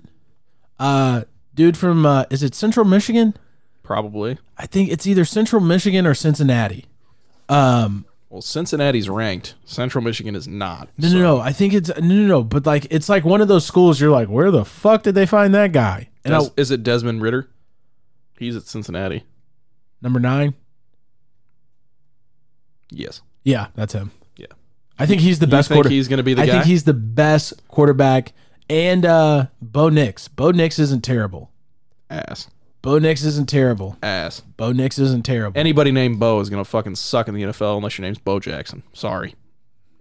[SPEAKER 5] uh, dude from uh, is it Central Michigan?
[SPEAKER 4] Probably.
[SPEAKER 5] I think it's either Central Michigan or Cincinnati.
[SPEAKER 4] Well, Cincinnati's ranked. Central Michigan is not.
[SPEAKER 5] No, no, no. I think it's no, no, no. But like, it's like one of those schools. You're like, where the fuck did they find that guy? And I,
[SPEAKER 4] Des- is it Desmond Ritter? He's at Cincinnati.
[SPEAKER 5] number nine.
[SPEAKER 4] Yes.
[SPEAKER 5] Yeah, that's him.
[SPEAKER 4] Yeah.
[SPEAKER 5] I think he's the best.
[SPEAKER 4] think
[SPEAKER 5] quarter-
[SPEAKER 4] he's gonna be the
[SPEAKER 5] I
[SPEAKER 4] guy?
[SPEAKER 5] think he's the best quarterback. And uh, Bo Nix. Bo Nix isn't terrible.
[SPEAKER 4] Ass.
[SPEAKER 5] Bo Nix isn't terrible.
[SPEAKER 4] Ass.
[SPEAKER 5] Bo Nix isn't terrible.
[SPEAKER 4] Anybody named Bo is gonna fucking suck in the NFL unless your name's Bo Jackson. Sorry.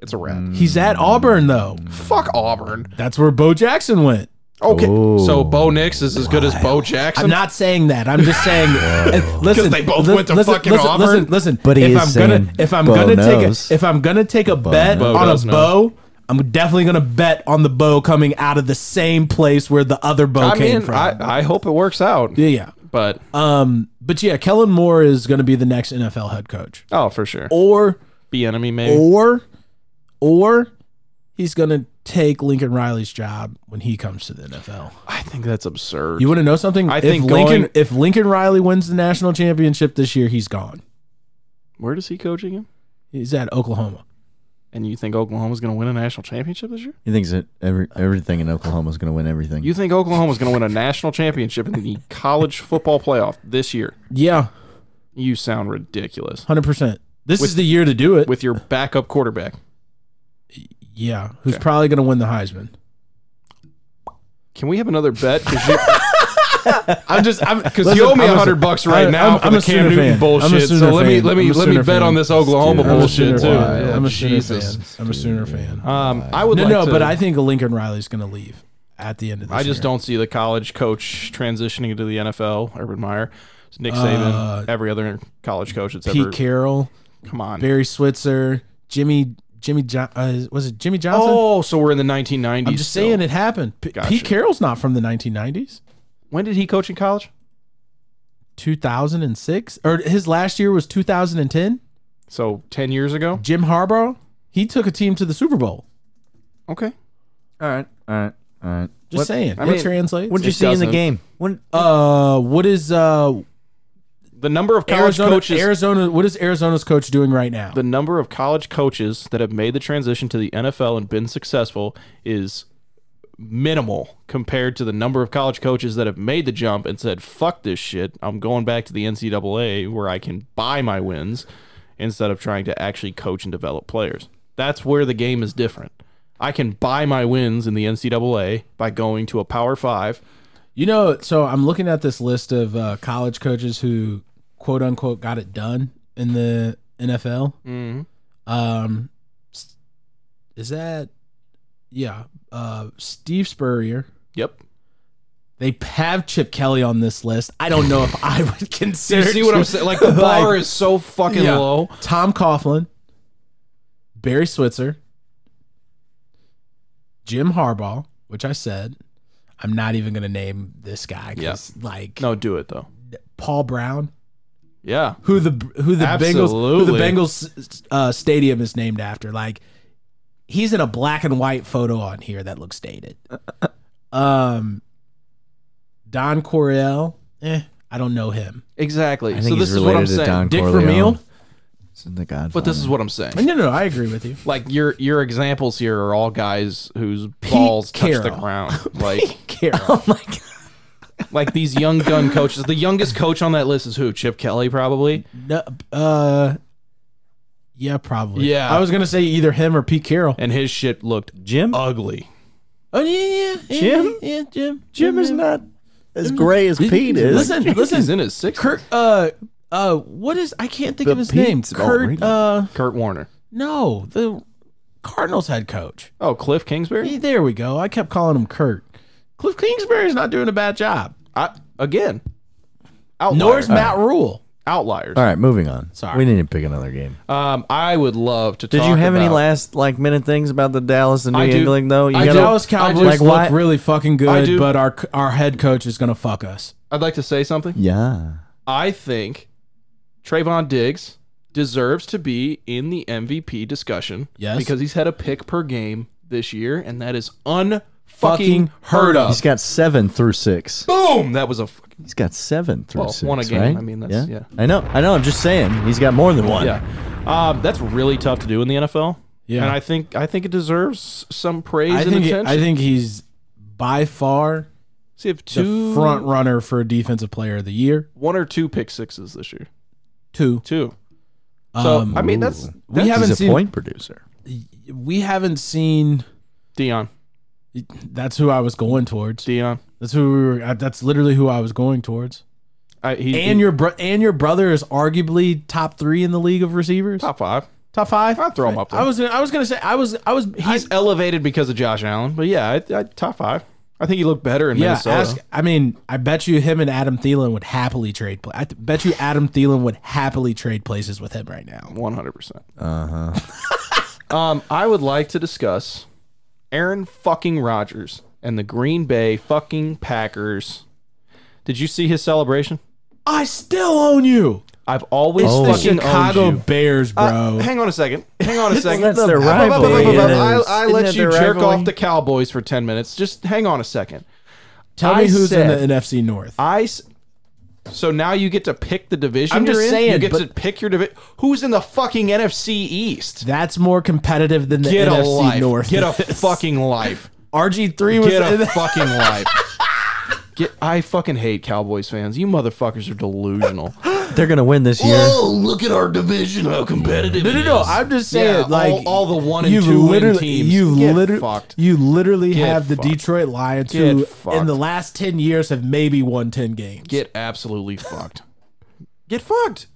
[SPEAKER 4] It's a wrap.
[SPEAKER 5] He's at Auburn though.
[SPEAKER 4] Fuck Auburn.
[SPEAKER 5] That's where Bo Jackson went.
[SPEAKER 4] Okay.
[SPEAKER 3] Ooh.
[SPEAKER 4] So Bo Nix is as good as Bo Jackson.
[SPEAKER 5] I'm not saying that. I'm just saying. and listen,
[SPEAKER 4] they both
[SPEAKER 5] li-
[SPEAKER 4] went to
[SPEAKER 5] listen,
[SPEAKER 4] fucking
[SPEAKER 5] listen,
[SPEAKER 4] Auburn.
[SPEAKER 5] Listen, listen.
[SPEAKER 3] But he
[SPEAKER 5] if
[SPEAKER 3] is
[SPEAKER 5] I'm gonna
[SPEAKER 3] saying
[SPEAKER 5] if I'm
[SPEAKER 3] Bo
[SPEAKER 5] gonna
[SPEAKER 3] knows.
[SPEAKER 5] take a, if I'm gonna take a bet
[SPEAKER 4] knows. Bo
[SPEAKER 5] on a
[SPEAKER 4] does know.
[SPEAKER 5] bow, I'm definitely gonna bet on the bow coming out of the same place where the other bow
[SPEAKER 4] I
[SPEAKER 5] came
[SPEAKER 4] mean,
[SPEAKER 5] from.
[SPEAKER 4] I, I hope it works out.
[SPEAKER 5] yeah, yeah.
[SPEAKER 4] But
[SPEAKER 5] Um, but yeah, Kellen Moore is gonna be the next NFL head coach,
[SPEAKER 4] oh, for sure,
[SPEAKER 5] or
[SPEAKER 4] be enemy maybe.
[SPEAKER 5] or or he's gonna take Lincoln Riley's job when he comes to the NFL.
[SPEAKER 4] I think that's absurd.
[SPEAKER 5] You want to know something?
[SPEAKER 4] I
[SPEAKER 5] if
[SPEAKER 4] think
[SPEAKER 5] Lincoln,
[SPEAKER 4] going-
[SPEAKER 5] if Lincoln Riley wins the national championship this year, he's gone.
[SPEAKER 4] Where does he coach again?
[SPEAKER 5] He's at Oklahoma.
[SPEAKER 4] And you think Oklahoma's going to win a national championship this year?
[SPEAKER 3] He thinks that every, everything in Oklahoma's going to win everything.
[SPEAKER 4] You think Oklahoma's going to win a national championship in the college football playoff this year?
[SPEAKER 5] Yeah,
[SPEAKER 4] You sound ridiculous
[SPEAKER 5] hundred percent. This
[SPEAKER 4] With-
[SPEAKER 5] is the year to do it.
[SPEAKER 4] with your backup quarterback.
[SPEAKER 5] yeah, who's probably going to win the Heisman?
[SPEAKER 4] Can we have another bet? 'Cause you- I'm just because
[SPEAKER 5] Listen,
[SPEAKER 4] you owe me
[SPEAKER 5] I'm
[SPEAKER 4] a
[SPEAKER 5] a-
[SPEAKER 4] hundred bucks right
[SPEAKER 5] I-
[SPEAKER 4] now
[SPEAKER 5] I'm-
[SPEAKER 4] for
[SPEAKER 5] I'm
[SPEAKER 4] the
[SPEAKER 5] a
[SPEAKER 4] Cam
[SPEAKER 5] Sooner
[SPEAKER 4] Newton
[SPEAKER 5] fan.
[SPEAKER 4] bullshit.
[SPEAKER 5] I'm a Sooner
[SPEAKER 4] so let me
[SPEAKER 5] fan.
[SPEAKER 4] let me
[SPEAKER 5] I'm a
[SPEAKER 4] let me
[SPEAKER 5] Sooner
[SPEAKER 4] bet on
[SPEAKER 5] fan.
[SPEAKER 4] this Oklahoma
[SPEAKER 5] I'm a
[SPEAKER 4] bullshit
[SPEAKER 5] Sooner
[SPEAKER 4] too.
[SPEAKER 5] fan.
[SPEAKER 4] Yeah,
[SPEAKER 5] I'm a Sooner
[SPEAKER 4] Jesus.
[SPEAKER 5] fan. I'm a Sooner fan.
[SPEAKER 4] Um, I would
[SPEAKER 5] No,
[SPEAKER 4] like
[SPEAKER 5] no,
[SPEAKER 4] to-
[SPEAKER 5] but I think Lincoln Riley's going to leave. at the end of this
[SPEAKER 4] I just
[SPEAKER 5] year.
[SPEAKER 4] don't see the college coach transitioning to the NFL. Urban Meyer, It's Nick Saban,
[SPEAKER 5] Uh,
[SPEAKER 4] every other college coach that's
[SPEAKER 5] Pete
[SPEAKER 4] ever
[SPEAKER 5] Carroll,
[SPEAKER 4] come on.
[SPEAKER 5] Barry Switzer, Jimmy Jimmy jo- uh, was it Jimmy Johnson?
[SPEAKER 4] oh, so we're in the 1990s.
[SPEAKER 5] I'm just
[SPEAKER 4] still.
[SPEAKER 5] saying it happened. P-
[SPEAKER 4] Gotcha.
[SPEAKER 5] Pete Carroll's not from the 1990s.
[SPEAKER 4] When did he coach in college?
[SPEAKER 5] 2006 or his last year was 2010.
[SPEAKER 4] So 10 years ago.
[SPEAKER 5] Jim Harbaugh, he took a team to the Super Bowl.
[SPEAKER 4] Okay.
[SPEAKER 3] All right, all right, all right.
[SPEAKER 5] Just saying,
[SPEAKER 4] I
[SPEAKER 5] it
[SPEAKER 4] mean,
[SPEAKER 5] translates.
[SPEAKER 3] What did you
[SPEAKER 4] It
[SPEAKER 3] see in
[SPEAKER 4] doesn't.
[SPEAKER 3] the game? When
[SPEAKER 5] uh, what is uh
[SPEAKER 4] The number of college
[SPEAKER 5] Arizona?
[SPEAKER 4] coaches.
[SPEAKER 5] Arizona, what is Arizona's coach doing right now?
[SPEAKER 4] the number of college coaches that have made the transition to the NFL and been successful is minimal compared to the number of college coaches that have made the jump and said, fuck this shit. I'm going back to the NCAA where I can buy my wins instead of trying to actually coach and develop players. That's where the game is different. I can buy my wins in the NCAA by going to a Power Five.
[SPEAKER 5] You know, so I'm looking at this list of uh, college coaches who quote unquote got it done in the NFL.
[SPEAKER 4] Mm-hmm.
[SPEAKER 5] Um, s- is that yeah? Uh, Steve Spurrier.
[SPEAKER 4] Yep.
[SPEAKER 5] They have Chip Kelly on this list. I don't know if I would consider.
[SPEAKER 4] You see what I'm
[SPEAKER 5] Chip-
[SPEAKER 4] saying? Like the bar
[SPEAKER 5] Like,
[SPEAKER 4] is so fucking
[SPEAKER 5] yeah.
[SPEAKER 4] low.
[SPEAKER 5] Tom Coughlin, Barry Switzer, Jim Harbaugh, which I said. I'm not even gonna name this guy because, like,
[SPEAKER 4] No, do it though.
[SPEAKER 5] Paul Brown.
[SPEAKER 4] Yeah.
[SPEAKER 5] who the who the Bengals who the
[SPEAKER 4] Absolutely.
[SPEAKER 5] Bengals uh, stadium is named after. Like he's in a black and white photo on here that looks dated. um, Don Coryell, eh, I don't know him.
[SPEAKER 4] Exactly.
[SPEAKER 3] I
[SPEAKER 4] so
[SPEAKER 3] think
[SPEAKER 4] this
[SPEAKER 3] he's
[SPEAKER 4] is what I'm
[SPEAKER 3] related to
[SPEAKER 4] saying.
[SPEAKER 3] Don
[SPEAKER 5] Dick
[SPEAKER 3] Corleone.
[SPEAKER 5] Vermeil?
[SPEAKER 3] It's in the Godfather.
[SPEAKER 4] But this is what I'm saying.
[SPEAKER 5] No, no, I agree with you.
[SPEAKER 4] Like your your examples here are all guys whose balls touch the
[SPEAKER 5] Carroll.
[SPEAKER 4] ground. Like
[SPEAKER 5] Carroll,
[SPEAKER 4] like these young gun coaches. The youngest coach on that list is who? Chip Kelly, probably.
[SPEAKER 5] no, uh, yeah, probably.
[SPEAKER 4] Yeah.
[SPEAKER 5] I was gonna say either him or Pete Carroll.
[SPEAKER 4] And his shit looked
[SPEAKER 3] Jim.
[SPEAKER 4] ugly.
[SPEAKER 5] Oh yeah, yeah, yeah,
[SPEAKER 3] Jim?
[SPEAKER 5] yeah, Jim, Mm-hmm.
[SPEAKER 3] Jim is not as gray as Pete is.
[SPEAKER 5] Listen, listen,
[SPEAKER 4] He's in his sixth. Kurt,
[SPEAKER 5] Kurt. Uh, uh, what is? I can't think
[SPEAKER 3] The
[SPEAKER 5] of his
[SPEAKER 3] Pete's
[SPEAKER 5] name.
[SPEAKER 3] all
[SPEAKER 5] Kurt.
[SPEAKER 3] right.
[SPEAKER 5] Uh,
[SPEAKER 4] Warner.
[SPEAKER 5] no, the Cardinals head coach.
[SPEAKER 4] Oh, Cliff Kingsbury.
[SPEAKER 5] Hey, there we go. I kept calling him Kurt. Cliff Kingsbury's not doing a bad job.
[SPEAKER 4] I, again, outliers.
[SPEAKER 5] Nor is Matt Rule.
[SPEAKER 4] outliers.
[SPEAKER 3] All right, moving on.
[SPEAKER 5] Sorry.
[SPEAKER 3] we need to pick another game.
[SPEAKER 4] Um, I would love to.
[SPEAKER 3] Did
[SPEAKER 4] talk
[SPEAKER 3] you have any
[SPEAKER 4] about-
[SPEAKER 3] last like minute things about the Dallas and New
[SPEAKER 4] I do-
[SPEAKER 3] England though? You
[SPEAKER 4] I
[SPEAKER 5] The
[SPEAKER 4] do.
[SPEAKER 5] Dallas
[SPEAKER 4] I
[SPEAKER 5] Cowboys look
[SPEAKER 4] just-
[SPEAKER 3] Like, why-
[SPEAKER 5] really fucking
[SPEAKER 4] I do-
[SPEAKER 5] good, but our our head coach is gonna fuck us.
[SPEAKER 4] I'd like to say something.
[SPEAKER 3] Yeah.
[SPEAKER 4] I think Trayvon Diggs deserves to be in the MVP discussion.
[SPEAKER 5] Yes.
[SPEAKER 4] Because he's had a pick per game this year, and that is unfucking
[SPEAKER 5] Fucking
[SPEAKER 4] heard
[SPEAKER 3] He's
[SPEAKER 4] of.
[SPEAKER 3] got seven through six.
[SPEAKER 4] Boom! That was a fucking.
[SPEAKER 3] He's got seven through
[SPEAKER 4] Well,
[SPEAKER 3] six.
[SPEAKER 4] one a game.
[SPEAKER 3] right?
[SPEAKER 4] I mean, that's- yeah.
[SPEAKER 3] I know. I know. I'm just saying. He's got more than one.
[SPEAKER 4] Yeah. Um, that's really tough to do in the NFL.
[SPEAKER 5] Yeah.
[SPEAKER 4] And I think I think it deserves some praise
[SPEAKER 5] I
[SPEAKER 4] and
[SPEAKER 5] think
[SPEAKER 4] attention.
[SPEAKER 5] I think he's by far
[SPEAKER 4] See, if
[SPEAKER 5] the
[SPEAKER 4] two
[SPEAKER 5] front runner for defensive player of the year.
[SPEAKER 4] one or two pick sixes this year.
[SPEAKER 5] Two.
[SPEAKER 4] Two. So
[SPEAKER 5] Um,
[SPEAKER 4] I mean, that's,
[SPEAKER 5] we
[SPEAKER 4] that's-
[SPEAKER 5] haven't
[SPEAKER 3] He's a
[SPEAKER 5] seen
[SPEAKER 3] point producer.
[SPEAKER 5] we haven't seen.
[SPEAKER 4] Dion.
[SPEAKER 5] That's who I was going towards.
[SPEAKER 4] Dion.
[SPEAKER 5] That's who we were. That's literally who I was going towards.
[SPEAKER 4] I, he,
[SPEAKER 5] And
[SPEAKER 4] he-
[SPEAKER 5] your bro- and your brother is arguably top three in the league of receivers.
[SPEAKER 4] top five.
[SPEAKER 5] Top five.
[SPEAKER 4] I'd throw him up there.
[SPEAKER 5] I was I was gonna say I was I was
[SPEAKER 4] He's
[SPEAKER 5] I,
[SPEAKER 4] elevated because of Josh Allen, but yeah, I, I, top five. I think he looked better in
[SPEAKER 5] yeah.
[SPEAKER 4] Minnesota.
[SPEAKER 5] Ask, I mean, I bet you him and Adam Thielen would happily trade. Pla- I th- bet you Adam Thielen would happily trade places with him right now.
[SPEAKER 4] One hundred percent. Uh
[SPEAKER 3] Uh-huh.
[SPEAKER 4] huh. um, I would like to discuss Aaron fucking Rodgers and the Green Bay fucking Packers. Did you see his celebration?
[SPEAKER 5] I still own you.
[SPEAKER 4] I've always
[SPEAKER 3] Oh,
[SPEAKER 5] It's the
[SPEAKER 4] Oh, fucking
[SPEAKER 5] Chicago
[SPEAKER 4] owned you.
[SPEAKER 5] Bears, bro.
[SPEAKER 4] Uh, hang on a second. Hang on a second.
[SPEAKER 3] that's their
[SPEAKER 4] I,
[SPEAKER 3] rivalry.
[SPEAKER 4] I, I
[SPEAKER 3] Isn't
[SPEAKER 4] let
[SPEAKER 3] that
[SPEAKER 4] you
[SPEAKER 3] their
[SPEAKER 4] jerk
[SPEAKER 3] rivalry?
[SPEAKER 4] off the Cowboys for ten minutes. Just hang on a second.
[SPEAKER 5] Tell
[SPEAKER 4] I
[SPEAKER 5] me who's
[SPEAKER 4] said-
[SPEAKER 5] in the NFC North.
[SPEAKER 4] I. s- So now you get to pick the division.
[SPEAKER 5] I'm just
[SPEAKER 4] you're in?
[SPEAKER 5] saying,
[SPEAKER 4] You get
[SPEAKER 5] but-
[SPEAKER 4] to pick your division. Who's in the fucking NFC East?
[SPEAKER 5] That's more competitive than the
[SPEAKER 4] Get
[SPEAKER 5] NFC
[SPEAKER 4] a life.
[SPEAKER 5] North.
[SPEAKER 4] Get a
[SPEAKER 5] is.
[SPEAKER 4] fucking life.
[SPEAKER 5] RG three was
[SPEAKER 4] Get
[SPEAKER 5] in
[SPEAKER 4] a
[SPEAKER 5] the-
[SPEAKER 4] fucking life. Get. I fucking hate Cowboys fans. You motherfuckers are delusional.
[SPEAKER 3] They're gonna win this year.
[SPEAKER 4] look at our division. How competitive.
[SPEAKER 5] No, no, no. I'm just saying,
[SPEAKER 4] Yeah, all-
[SPEAKER 5] like
[SPEAKER 4] all the one and
[SPEAKER 5] you've
[SPEAKER 4] two win
[SPEAKER 5] literally-
[SPEAKER 4] teams
[SPEAKER 5] You
[SPEAKER 4] get
[SPEAKER 5] literally,
[SPEAKER 4] fucked.
[SPEAKER 5] you literally
[SPEAKER 4] Get
[SPEAKER 5] have the
[SPEAKER 4] fucked.
[SPEAKER 5] Detroit Lions,
[SPEAKER 4] Get
[SPEAKER 5] who in
[SPEAKER 4] fucked.
[SPEAKER 5] the last ten years have maybe won ten games.
[SPEAKER 4] Get absolutely fucked. Get fucked.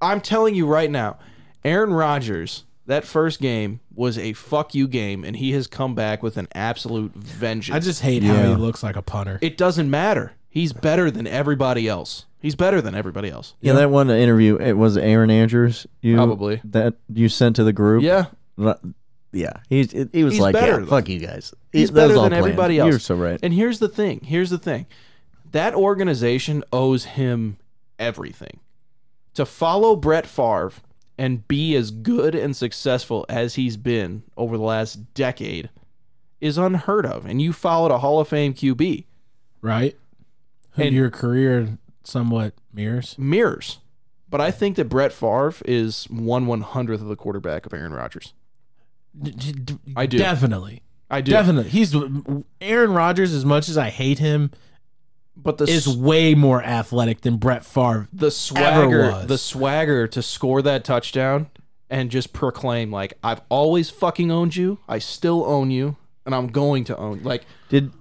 [SPEAKER 4] I'm telling you right now, Aaron Rodgers That first game was a fuck you game, and he has come back with an absolute vengeance.
[SPEAKER 5] I just hate how he looks like a punter.
[SPEAKER 4] it doesn't matter. He's better than everybody else. He's better than everybody else.
[SPEAKER 3] Yeah, that one interview. It was Aaron Andrews. You
[SPEAKER 4] Probably.
[SPEAKER 3] that you sent to the group.
[SPEAKER 4] Yeah.
[SPEAKER 3] Ru- yeah. He he was
[SPEAKER 4] He's
[SPEAKER 3] like,
[SPEAKER 4] better,
[SPEAKER 3] yeah,
[SPEAKER 4] though.
[SPEAKER 3] fuck you guys.
[SPEAKER 4] He's
[SPEAKER 3] That was
[SPEAKER 4] better
[SPEAKER 3] all
[SPEAKER 4] than
[SPEAKER 3] planned.
[SPEAKER 4] everybody else.
[SPEAKER 3] You're so right.
[SPEAKER 4] And here's the thing. Here's the thing. That organization owes him everything. To follow Brett Favre and be as good and successful as he's been over the last decade is unheard of. And you followed a Hall of Fame QB.
[SPEAKER 5] right? Who
[SPEAKER 4] And-
[SPEAKER 5] your career somewhat mirrors.
[SPEAKER 4] Mirrors. But I think that Brett Favre is one one hundredth of the quarterback of Aaron Rodgers. I do.
[SPEAKER 5] Definitely.
[SPEAKER 4] I do.
[SPEAKER 5] Definitely. He's Aaron Rodgers, as much as I hate him,
[SPEAKER 4] But the
[SPEAKER 5] is
[SPEAKER 4] s-
[SPEAKER 5] way more athletic than Brett Favre.
[SPEAKER 4] the swagger
[SPEAKER 5] was.
[SPEAKER 4] the swagger to score that touchdown and just proclaim like I've always fucking owned you, I still own you, and I'm going to own like
[SPEAKER 3] Did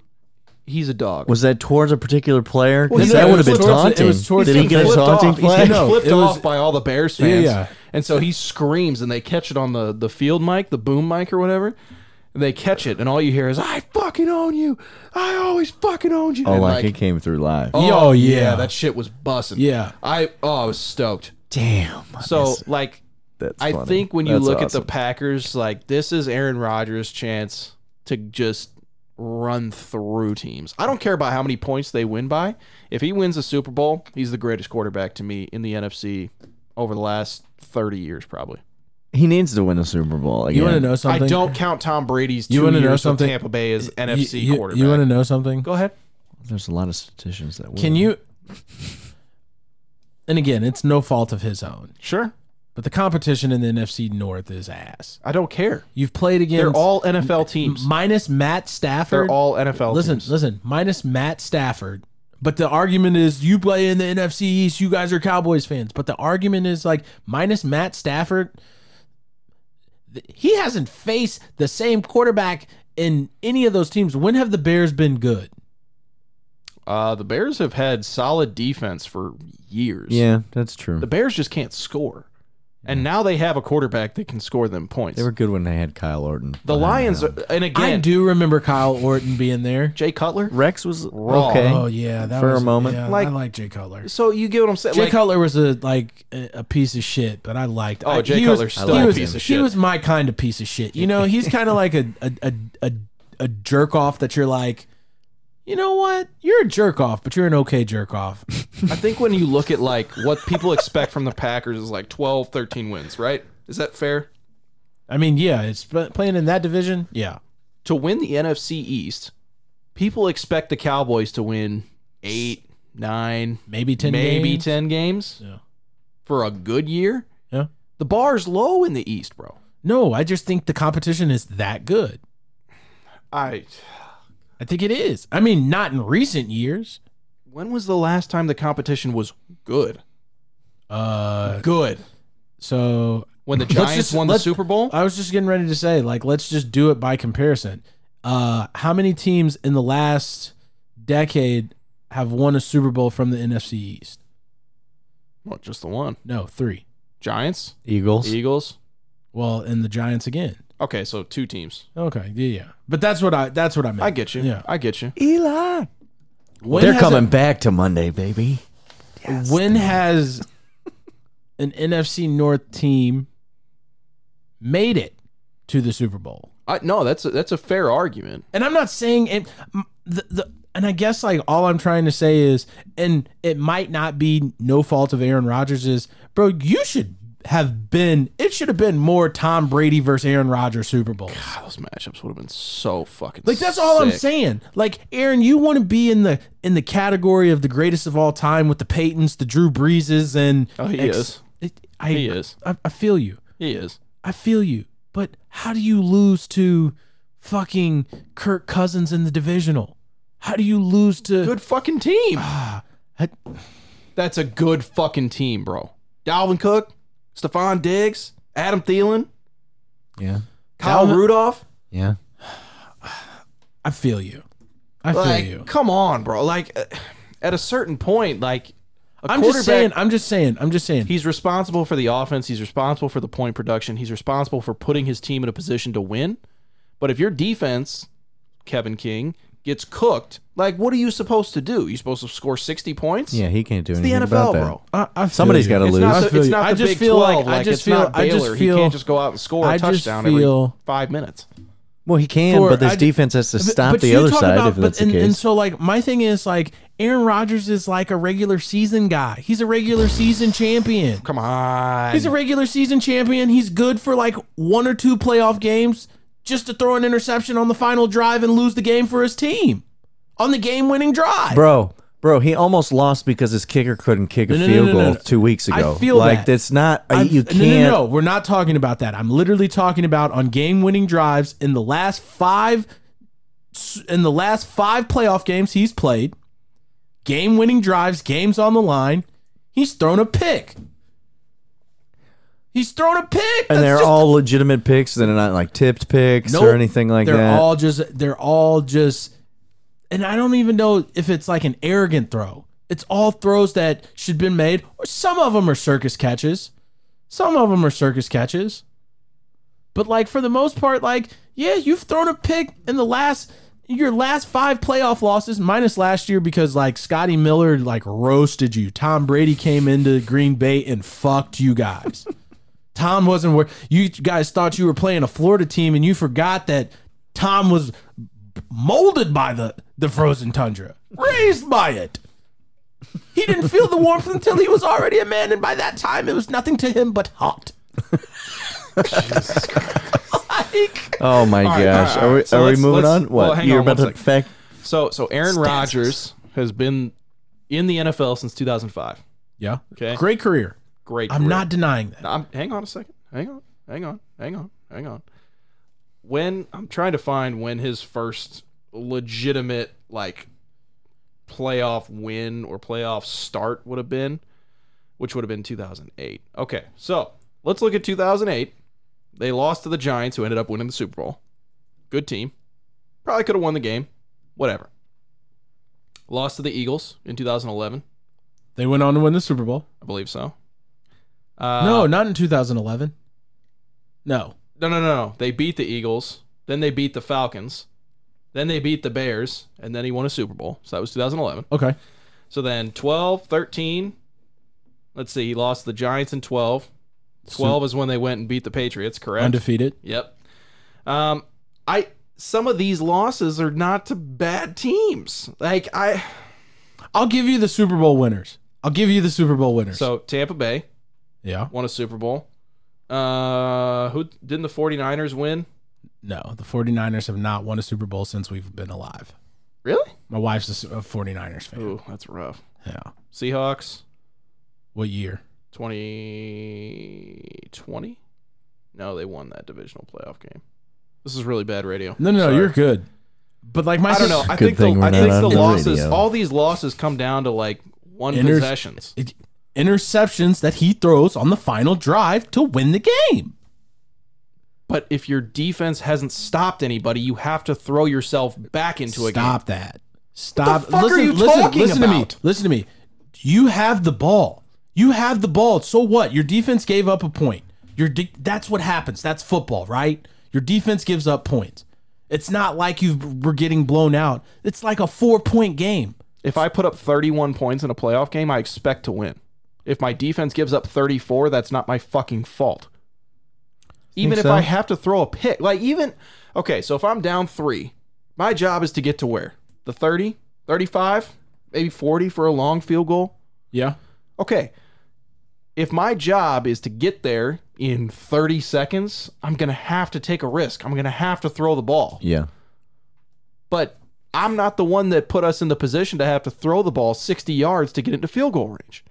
[SPEAKER 4] he's a dog.
[SPEAKER 3] was that towards a particular player? 'Cause
[SPEAKER 5] he-
[SPEAKER 3] that
[SPEAKER 5] it
[SPEAKER 3] would have
[SPEAKER 5] was
[SPEAKER 3] been
[SPEAKER 5] towards- it
[SPEAKER 3] taunting.
[SPEAKER 5] was towards-
[SPEAKER 3] Did he get a
[SPEAKER 4] flipped
[SPEAKER 3] taunting
[SPEAKER 4] off. He's
[SPEAKER 3] flag?
[SPEAKER 4] getting
[SPEAKER 5] No,
[SPEAKER 4] flipped
[SPEAKER 5] it was-
[SPEAKER 4] off by all the Bears fans.
[SPEAKER 5] Yeah, yeah.
[SPEAKER 4] And so he screams and they catch it on the, the field mic, the boom mic or whatever. And they catch it and all you hear is I fucking own you. I always fucking owned you.
[SPEAKER 3] Oh,
[SPEAKER 4] and
[SPEAKER 3] like it came through live.
[SPEAKER 5] Oh, yeah.
[SPEAKER 4] that shit was busting.
[SPEAKER 5] Yeah.
[SPEAKER 4] I oh I was stoked.
[SPEAKER 3] damn.
[SPEAKER 4] So like
[SPEAKER 3] That's
[SPEAKER 4] I
[SPEAKER 3] funny.
[SPEAKER 4] think when you
[SPEAKER 3] That's
[SPEAKER 4] look at the
[SPEAKER 3] awesome.
[SPEAKER 4] Packers, like this is Aaron Rodgers' chance to just run through teams. I don't care about how many points they win by. If he wins the Super Bowl, he's the greatest quarterback to me in the NFC over the last 30 years probably.
[SPEAKER 3] he needs to win a Super Bowl. Again.
[SPEAKER 5] You want to know something?
[SPEAKER 4] I don't count Tom Brady's two
[SPEAKER 5] You wanna
[SPEAKER 4] years
[SPEAKER 5] know
[SPEAKER 4] with
[SPEAKER 5] something?
[SPEAKER 4] Tampa Bay as
[SPEAKER 5] You-
[SPEAKER 4] NFC
[SPEAKER 5] you,
[SPEAKER 4] quarterback.
[SPEAKER 5] You want to know something?
[SPEAKER 4] Go ahead.
[SPEAKER 3] There's a lot of statisticians that win.
[SPEAKER 5] Can you? And again, it's no fault of his own,
[SPEAKER 4] Sure.
[SPEAKER 5] but the competition in the NFC North is ass.
[SPEAKER 4] I don't care.
[SPEAKER 5] You've played against
[SPEAKER 4] They're all NFL teams.
[SPEAKER 5] minus Matt Stafford.
[SPEAKER 4] They're all NFL
[SPEAKER 5] listen,
[SPEAKER 4] teams.
[SPEAKER 5] listen, minus Matt Stafford. But the argument is you play in the NFC East, you guys are Cowboys fans. But the argument is like minus Matt Stafford, th- he hasn't faced the same quarterback in any of those teams. When have the Bears been good?
[SPEAKER 4] Uh, the Bears have had solid defense for years.
[SPEAKER 3] Yeah, that's true.
[SPEAKER 4] The Bears just can't score. And now they have a quarterback that can score them points.
[SPEAKER 3] they were good when they had Kyle Orton.
[SPEAKER 4] the Lions, are, and
[SPEAKER 5] I
[SPEAKER 4] again,
[SPEAKER 5] do remember Kyle Orton being there.
[SPEAKER 4] Jay Cutler.
[SPEAKER 3] Rex was
[SPEAKER 4] Raw.
[SPEAKER 3] okay.
[SPEAKER 5] Oh yeah, that
[SPEAKER 3] For a
[SPEAKER 5] was,
[SPEAKER 3] moment.
[SPEAKER 5] yeah,
[SPEAKER 4] Like-
[SPEAKER 5] I like Jay Cutler.
[SPEAKER 4] So you get what I'm saying?
[SPEAKER 5] Jay
[SPEAKER 4] Like,
[SPEAKER 5] Cutler was a like a a piece of shit, but I liked.
[SPEAKER 4] Oh,
[SPEAKER 5] I,
[SPEAKER 4] Jay
[SPEAKER 5] he was,
[SPEAKER 4] Cutler's still
[SPEAKER 5] he
[SPEAKER 4] a
[SPEAKER 5] was-
[SPEAKER 4] piece of
[SPEAKER 5] He
[SPEAKER 4] shit.
[SPEAKER 5] was my kind of piece of shit. You know, he's kind of like a a, a a a jerk off that you're like, you know what? You're a jerk off, but you're an okay jerk off.
[SPEAKER 4] I think when you look at like what people expect from the Packers is like 12, 13 wins, right? Is that fair?
[SPEAKER 5] I mean, yeah, it's but playing in that division. Yeah,
[SPEAKER 4] To win the NFC East, people expect the Cowboys to win eight, nine,
[SPEAKER 5] maybe ten,
[SPEAKER 4] maybe
[SPEAKER 5] games.
[SPEAKER 4] 10 games
[SPEAKER 5] Yeah.
[SPEAKER 4] for a good year.
[SPEAKER 5] Yeah.
[SPEAKER 4] The bar's low in the East, bro.
[SPEAKER 5] No, I just think the competition is that good.
[SPEAKER 4] I.
[SPEAKER 5] I think it is. I mean, not in recent years.
[SPEAKER 4] When was the last time the competition was good?
[SPEAKER 5] Uh,
[SPEAKER 4] Good.
[SPEAKER 5] so
[SPEAKER 4] When the
[SPEAKER 5] Let's
[SPEAKER 4] Giants
[SPEAKER 5] just-
[SPEAKER 4] won the
[SPEAKER 5] let's-
[SPEAKER 4] Super Bowl?
[SPEAKER 5] I was just getting ready to say, like, let's just do it by comparison. Uh, how many teams in the last decade have won a Super Bowl from the NFC East?
[SPEAKER 4] Well, just the one.
[SPEAKER 5] No, three.
[SPEAKER 4] Giants,
[SPEAKER 3] Eagles.
[SPEAKER 4] Eagles.
[SPEAKER 5] Well, and the Giants again.
[SPEAKER 4] Okay, so two teams.
[SPEAKER 5] Okay, yeah, yeah. But that's what I that's what I meant.
[SPEAKER 4] I get you.
[SPEAKER 5] Yeah.
[SPEAKER 4] I get you.
[SPEAKER 3] Eli.
[SPEAKER 5] When
[SPEAKER 3] They're
[SPEAKER 5] has
[SPEAKER 3] coming back to Monday, baby.
[SPEAKER 5] a- when has an NFC North team made it to the Super Bowl?
[SPEAKER 4] I, no, that's a, that's a fair argument.
[SPEAKER 5] and I'm not saying it. m- The, the and I guess like all I'm trying to say is, and it might not be no fault of Aaron Rodgers is, bro. You should have been. It should have been more Tom Brady versus Aaron Rodgers Super Bowl.
[SPEAKER 4] God, those matchups would have been so fucking.
[SPEAKER 5] Like that's all I'm
[SPEAKER 4] sick.
[SPEAKER 5] saying. Like Aaron, you want to be in the in the category of the greatest of all time with the Paytons, the Drew Breeses, and
[SPEAKER 4] Oh, he is.
[SPEAKER 5] It, I,
[SPEAKER 4] He is.
[SPEAKER 5] I, I feel you.
[SPEAKER 4] He is.
[SPEAKER 5] I feel you. But how do you lose to fucking Kirk Cousins in the divisional? How do you lose to
[SPEAKER 4] Good fucking team.
[SPEAKER 5] Ah, I-
[SPEAKER 4] that's a good fucking team, bro. Dalvin Cook, Stephon Diggs, Adam Thielen,
[SPEAKER 3] Yeah.
[SPEAKER 4] Kyle
[SPEAKER 5] Dalvin-
[SPEAKER 4] Rudolph.
[SPEAKER 3] Yeah.
[SPEAKER 5] I feel you. I feel
[SPEAKER 4] Like,
[SPEAKER 5] you.
[SPEAKER 4] come on, bro. Like, uh, at a certain point, like A
[SPEAKER 5] I'm just
[SPEAKER 4] quarterback-
[SPEAKER 5] saying. I'm just saying. I'm just saying.
[SPEAKER 4] He's responsible for the offense. He's responsible for the point production. He's responsible for putting his team in a position to win. But if your defense, Kevin King, gets cooked, like what are you supposed to do? You supposed to score sixty points?
[SPEAKER 3] Yeah, he can't do
[SPEAKER 4] It's the
[SPEAKER 3] anything
[SPEAKER 4] NFL,
[SPEAKER 3] about that.
[SPEAKER 4] bro.
[SPEAKER 5] I, I feel
[SPEAKER 3] Somebody's
[SPEAKER 5] you.
[SPEAKER 3] gotta
[SPEAKER 4] It's
[SPEAKER 3] lose.
[SPEAKER 5] I
[SPEAKER 4] not, the,
[SPEAKER 5] feel
[SPEAKER 4] it's
[SPEAKER 5] you.
[SPEAKER 4] not
[SPEAKER 5] I
[SPEAKER 4] the
[SPEAKER 5] just
[SPEAKER 4] Big
[SPEAKER 5] feel like-
[SPEAKER 4] 12,
[SPEAKER 5] I just
[SPEAKER 4] it's
[SPEAKER 5] feel-
[SPEAKER 4] not
[SPEAKER 5] I just
[SPEAKER 4] Baylor.
[SPEAKER 5] feel-
[SPEAKER 4] he can't just go out and score a
[SPEAKER 5] I just
[SPEAKER 4] touchdown
[SPEAKER 5] feel-
[SPEAKER 4] every five minutes.
[SPEAKER 3] Well, he can,
[SPEAKER 5] for-
[SPEAKER 3] but this
[SPEAKER 5] I ju-
[SPEAKER 3] defense has to
[SPEAKER 5] But-
[SPEAKER 3] stop
[SPEAKER 5] but
[SPEAKER 3] the
[SPEAKER 5] you
[SPEAKER 3] other
[SPEAKER 5] talk
[SPEAKER 3] side
[SPEAKER 5] about-
[SPEAKER 3] if that's
[SPEAKER 5] and,
[SPEAKER 3] the case.
[SPEAKER 5] And so, like, my thing is like Aaron Rodgers is like a regular season guy. He's a regular season champion.
[SPEAKER 4] Come on.
[SPEAKER 5] He's a regular season champion. He's good for like one or two playoff games, just to throw an interception on the final drive and lose the game for his team on the game-winning drive.
[SPEAKER 3] bro, bro, he almost lost because his kicker couldn't kick a
[SPEAKER 5] no, no,
[SPEAKER 3] field
[SPEAKER 5] no,
[SPEAKER 3] goal
[SPEAKER 5] no, no.
[SPEAKER 3] two weeks
[SPEAKER 5] I
[SPEAKER 3] ago.
[SPEAKER 5] feel
[SPEAKER 3] like
[SPEAKER 5] that.
[SPEAKER 3] that's not I-
[SPEAKER 5] I've-
[SPEAKER 3] you
[SPEAKER 5] no,
[SPEAKER 3] can't.
[SPEAKER 5] No, no, we're not talking about that. I'm literally talking about on game-winning drives in the last five, in the last five playoff games he's played, game-winning drives, games on the line. He's thrown a pick. He's thrown a pick, That's
[SPEAKER 3] And they're
[SPEAKER 5] just-
[SPEAKER 3] all legitimate picks. They're not like tipped picks
[SPEAKER 5] Nope.
[SPEAKER 3] or anything like
[SPEAKER 5] they're
[SPEAKER 3] that.
[SPEAKER 5] all just. They're all just. And I don't even know if it's like an arrogant throw. It's all throws that should been made, or some of them are circus catches. Some of them are circus catches. But like for the most part, like yeah, you've thrown a pick in the last your last five playoff losses, minus last year because like Scotty Miller like roasted you. Tom Brady came into Green Bay and fucked you guys. Tom wasn't where you guys thought you were playing a Florida team, and you forgot that Tom was molded by the the frozen tundra, raised by it. He didn't feel the warmth until he was already a man, and by that time, it was nothing to him but hot. like,
[SPEAKER 3] oh my
[SPEAKER 4] right,
[SPEAKER 3] gosh,
[SPEAKER 4] all right,
[SPEAKER 3] are we,
[SPEAKER 4] all right. So
[SPEAKER 3] are we
[SPEAKER 4] let's-
[SPEAKER 3] moving
[SPEAKER 4] let's-
[SPEAKER 3] on?
[SPEAKER 4] well,
[SPEAKER 3] What
[SPEAKER 4] hang
[SPEAKER 3] you're
[SPEAKER 4] on
[SPEAKER 3] about
[SPEAKER 4] one
[SPEAKER 3] to fact?
[SPEAKER 4] So so Aaron Rodgers has been in the NFL since 2005.
[SPEAKER 5] yeah,
[SPEAKER 4] Okay.
[SPEAKER 5] great career.
[SPEAKER 4] Great.
[SPEAKER 5] I'm
[SPEAKER 4] career.
[SPEAKER 5] not denying that.
[SPEAKER 4] I'm, hang on a second. Hang on. Hang on. Hang on. Hang on. When I'm trying to find when his first legitimate like playoff win or playoff start would have been, which would have been 2008. Okay, so let's look at 2008. They lost to the Giants, who ended up winning the Super Bowl. Good team. Probably could have won the game. Whatever. Lost to the Eagles in 2011.
[SPEAKER 5] They went on to win the Super Bowl.
[SPEAKER 4] I believe so. Uh,
[SPEAKER 5] no, not in 2011. No,
[SPEAKER 4] No, no, no, no. They beat the Eagles. Then they beat the Falcons. Then they beat the Bears. And then he won a Super Bowl. So that was 2011.
[SPEAKER 5] okay.
[SPEAKER 4] So then 12, 13. Let's see. He lost the Giants in 12. 12 is when they went and beat the Patriots, correct?
[SPEAKER 5] Undefeated.
[SPEAKER 4] Yep. Um, I some of these losses are not to bad teams. Like I
[SPEAKER 5] I'll give you the Super Bowl winners. I'll give you the Super Bowl winners.
[SPEAKER 4] so Tampa Bay
[SPEAKER 5] yeah.
[SPEAKER 4] won a Super Bowl. Uh, who didn't the 49ers win?
[SPEAKER 5] No, the 49ers have not won a Super Bowl since we've been alive.
[SPEAKER 4] Really?
[SPEAKER 5] My wife's a s- a 49ers fan.
[SPEAKER 4] Ooh, that's rough.
[SPEAKER 5] Yeah.
[SPEAKER 4] Seahawks.
[SPEAKER 5] What year?
[SPEAKER 4] 2020? No, they won that divisional playoff game. This is really bad radio.
[SPEAKER 5] No, no, no,
[SPEAKER 4] Sorry.
[SPEAKER 5] you're good. But like my
[SPEAKER 4] I don't know. I
[SPEAKER 3] Good
[SPEAKER 4] think the,
[SPEAKER 3] thing we're
[SPEAKER 4] I
[SPEAKER 3] not
[SPEAKER 4] think
[SPEAKER 3] on
[SPEAKER 4] the
[SPEAKER 3] the
[SPEAKER 4] losses,
[SPEAKER 3] radio.
[SPEAKER 4] all these losses come down to like one
[SPEAKER 5] Inter-
[SPEAKER 4] possessions.
[SPEAKER 5] it- interceptions that he throws on the final drive to win the game.
[SPEAKER 4] But if your defense hasn't stopped anybody, you have to throw yourself back into a game.
[SPEAKER 5] Stop that. Stop.
[SPEAKER 4] fuck are you
[SPEAKER 5] listen,
[SPEAKER 4] talking
[SPEAKER 5] listen
[SPEAKER 4] about?
[SPEAKER 5] to me. Listen to me. You have the ball. You have the ball. So what? Your defense gave up a point. Your de- that's what happens. That's football, right? Your defense gives up points. It's not like you were getting blown out. It's like a four point game.
[SPEAKER 4] If I put up 31 points in a playoff game, I expect to win. If my defense gives up 34, that's not my fucking fault. Even if
[SPEAKER 3] so?
[SPEAKER 4] I have to throw a pick, like even okay, so if I'm down 3, my job is to get to where? The 30, 35, maybe 40 for a long field goal.
[SPEAKER 5] Yeah.
[SPEAKER 4] Okay. If my job is to get there in 30 seconds, I'm going to have to take a risk. I'm going to have to throw the ball
[SPEAKER 3] Yeah,
[SPEAKER 4] but I'm not the one that put us in the position to have to throw the ball 60 yards to get into field goal range.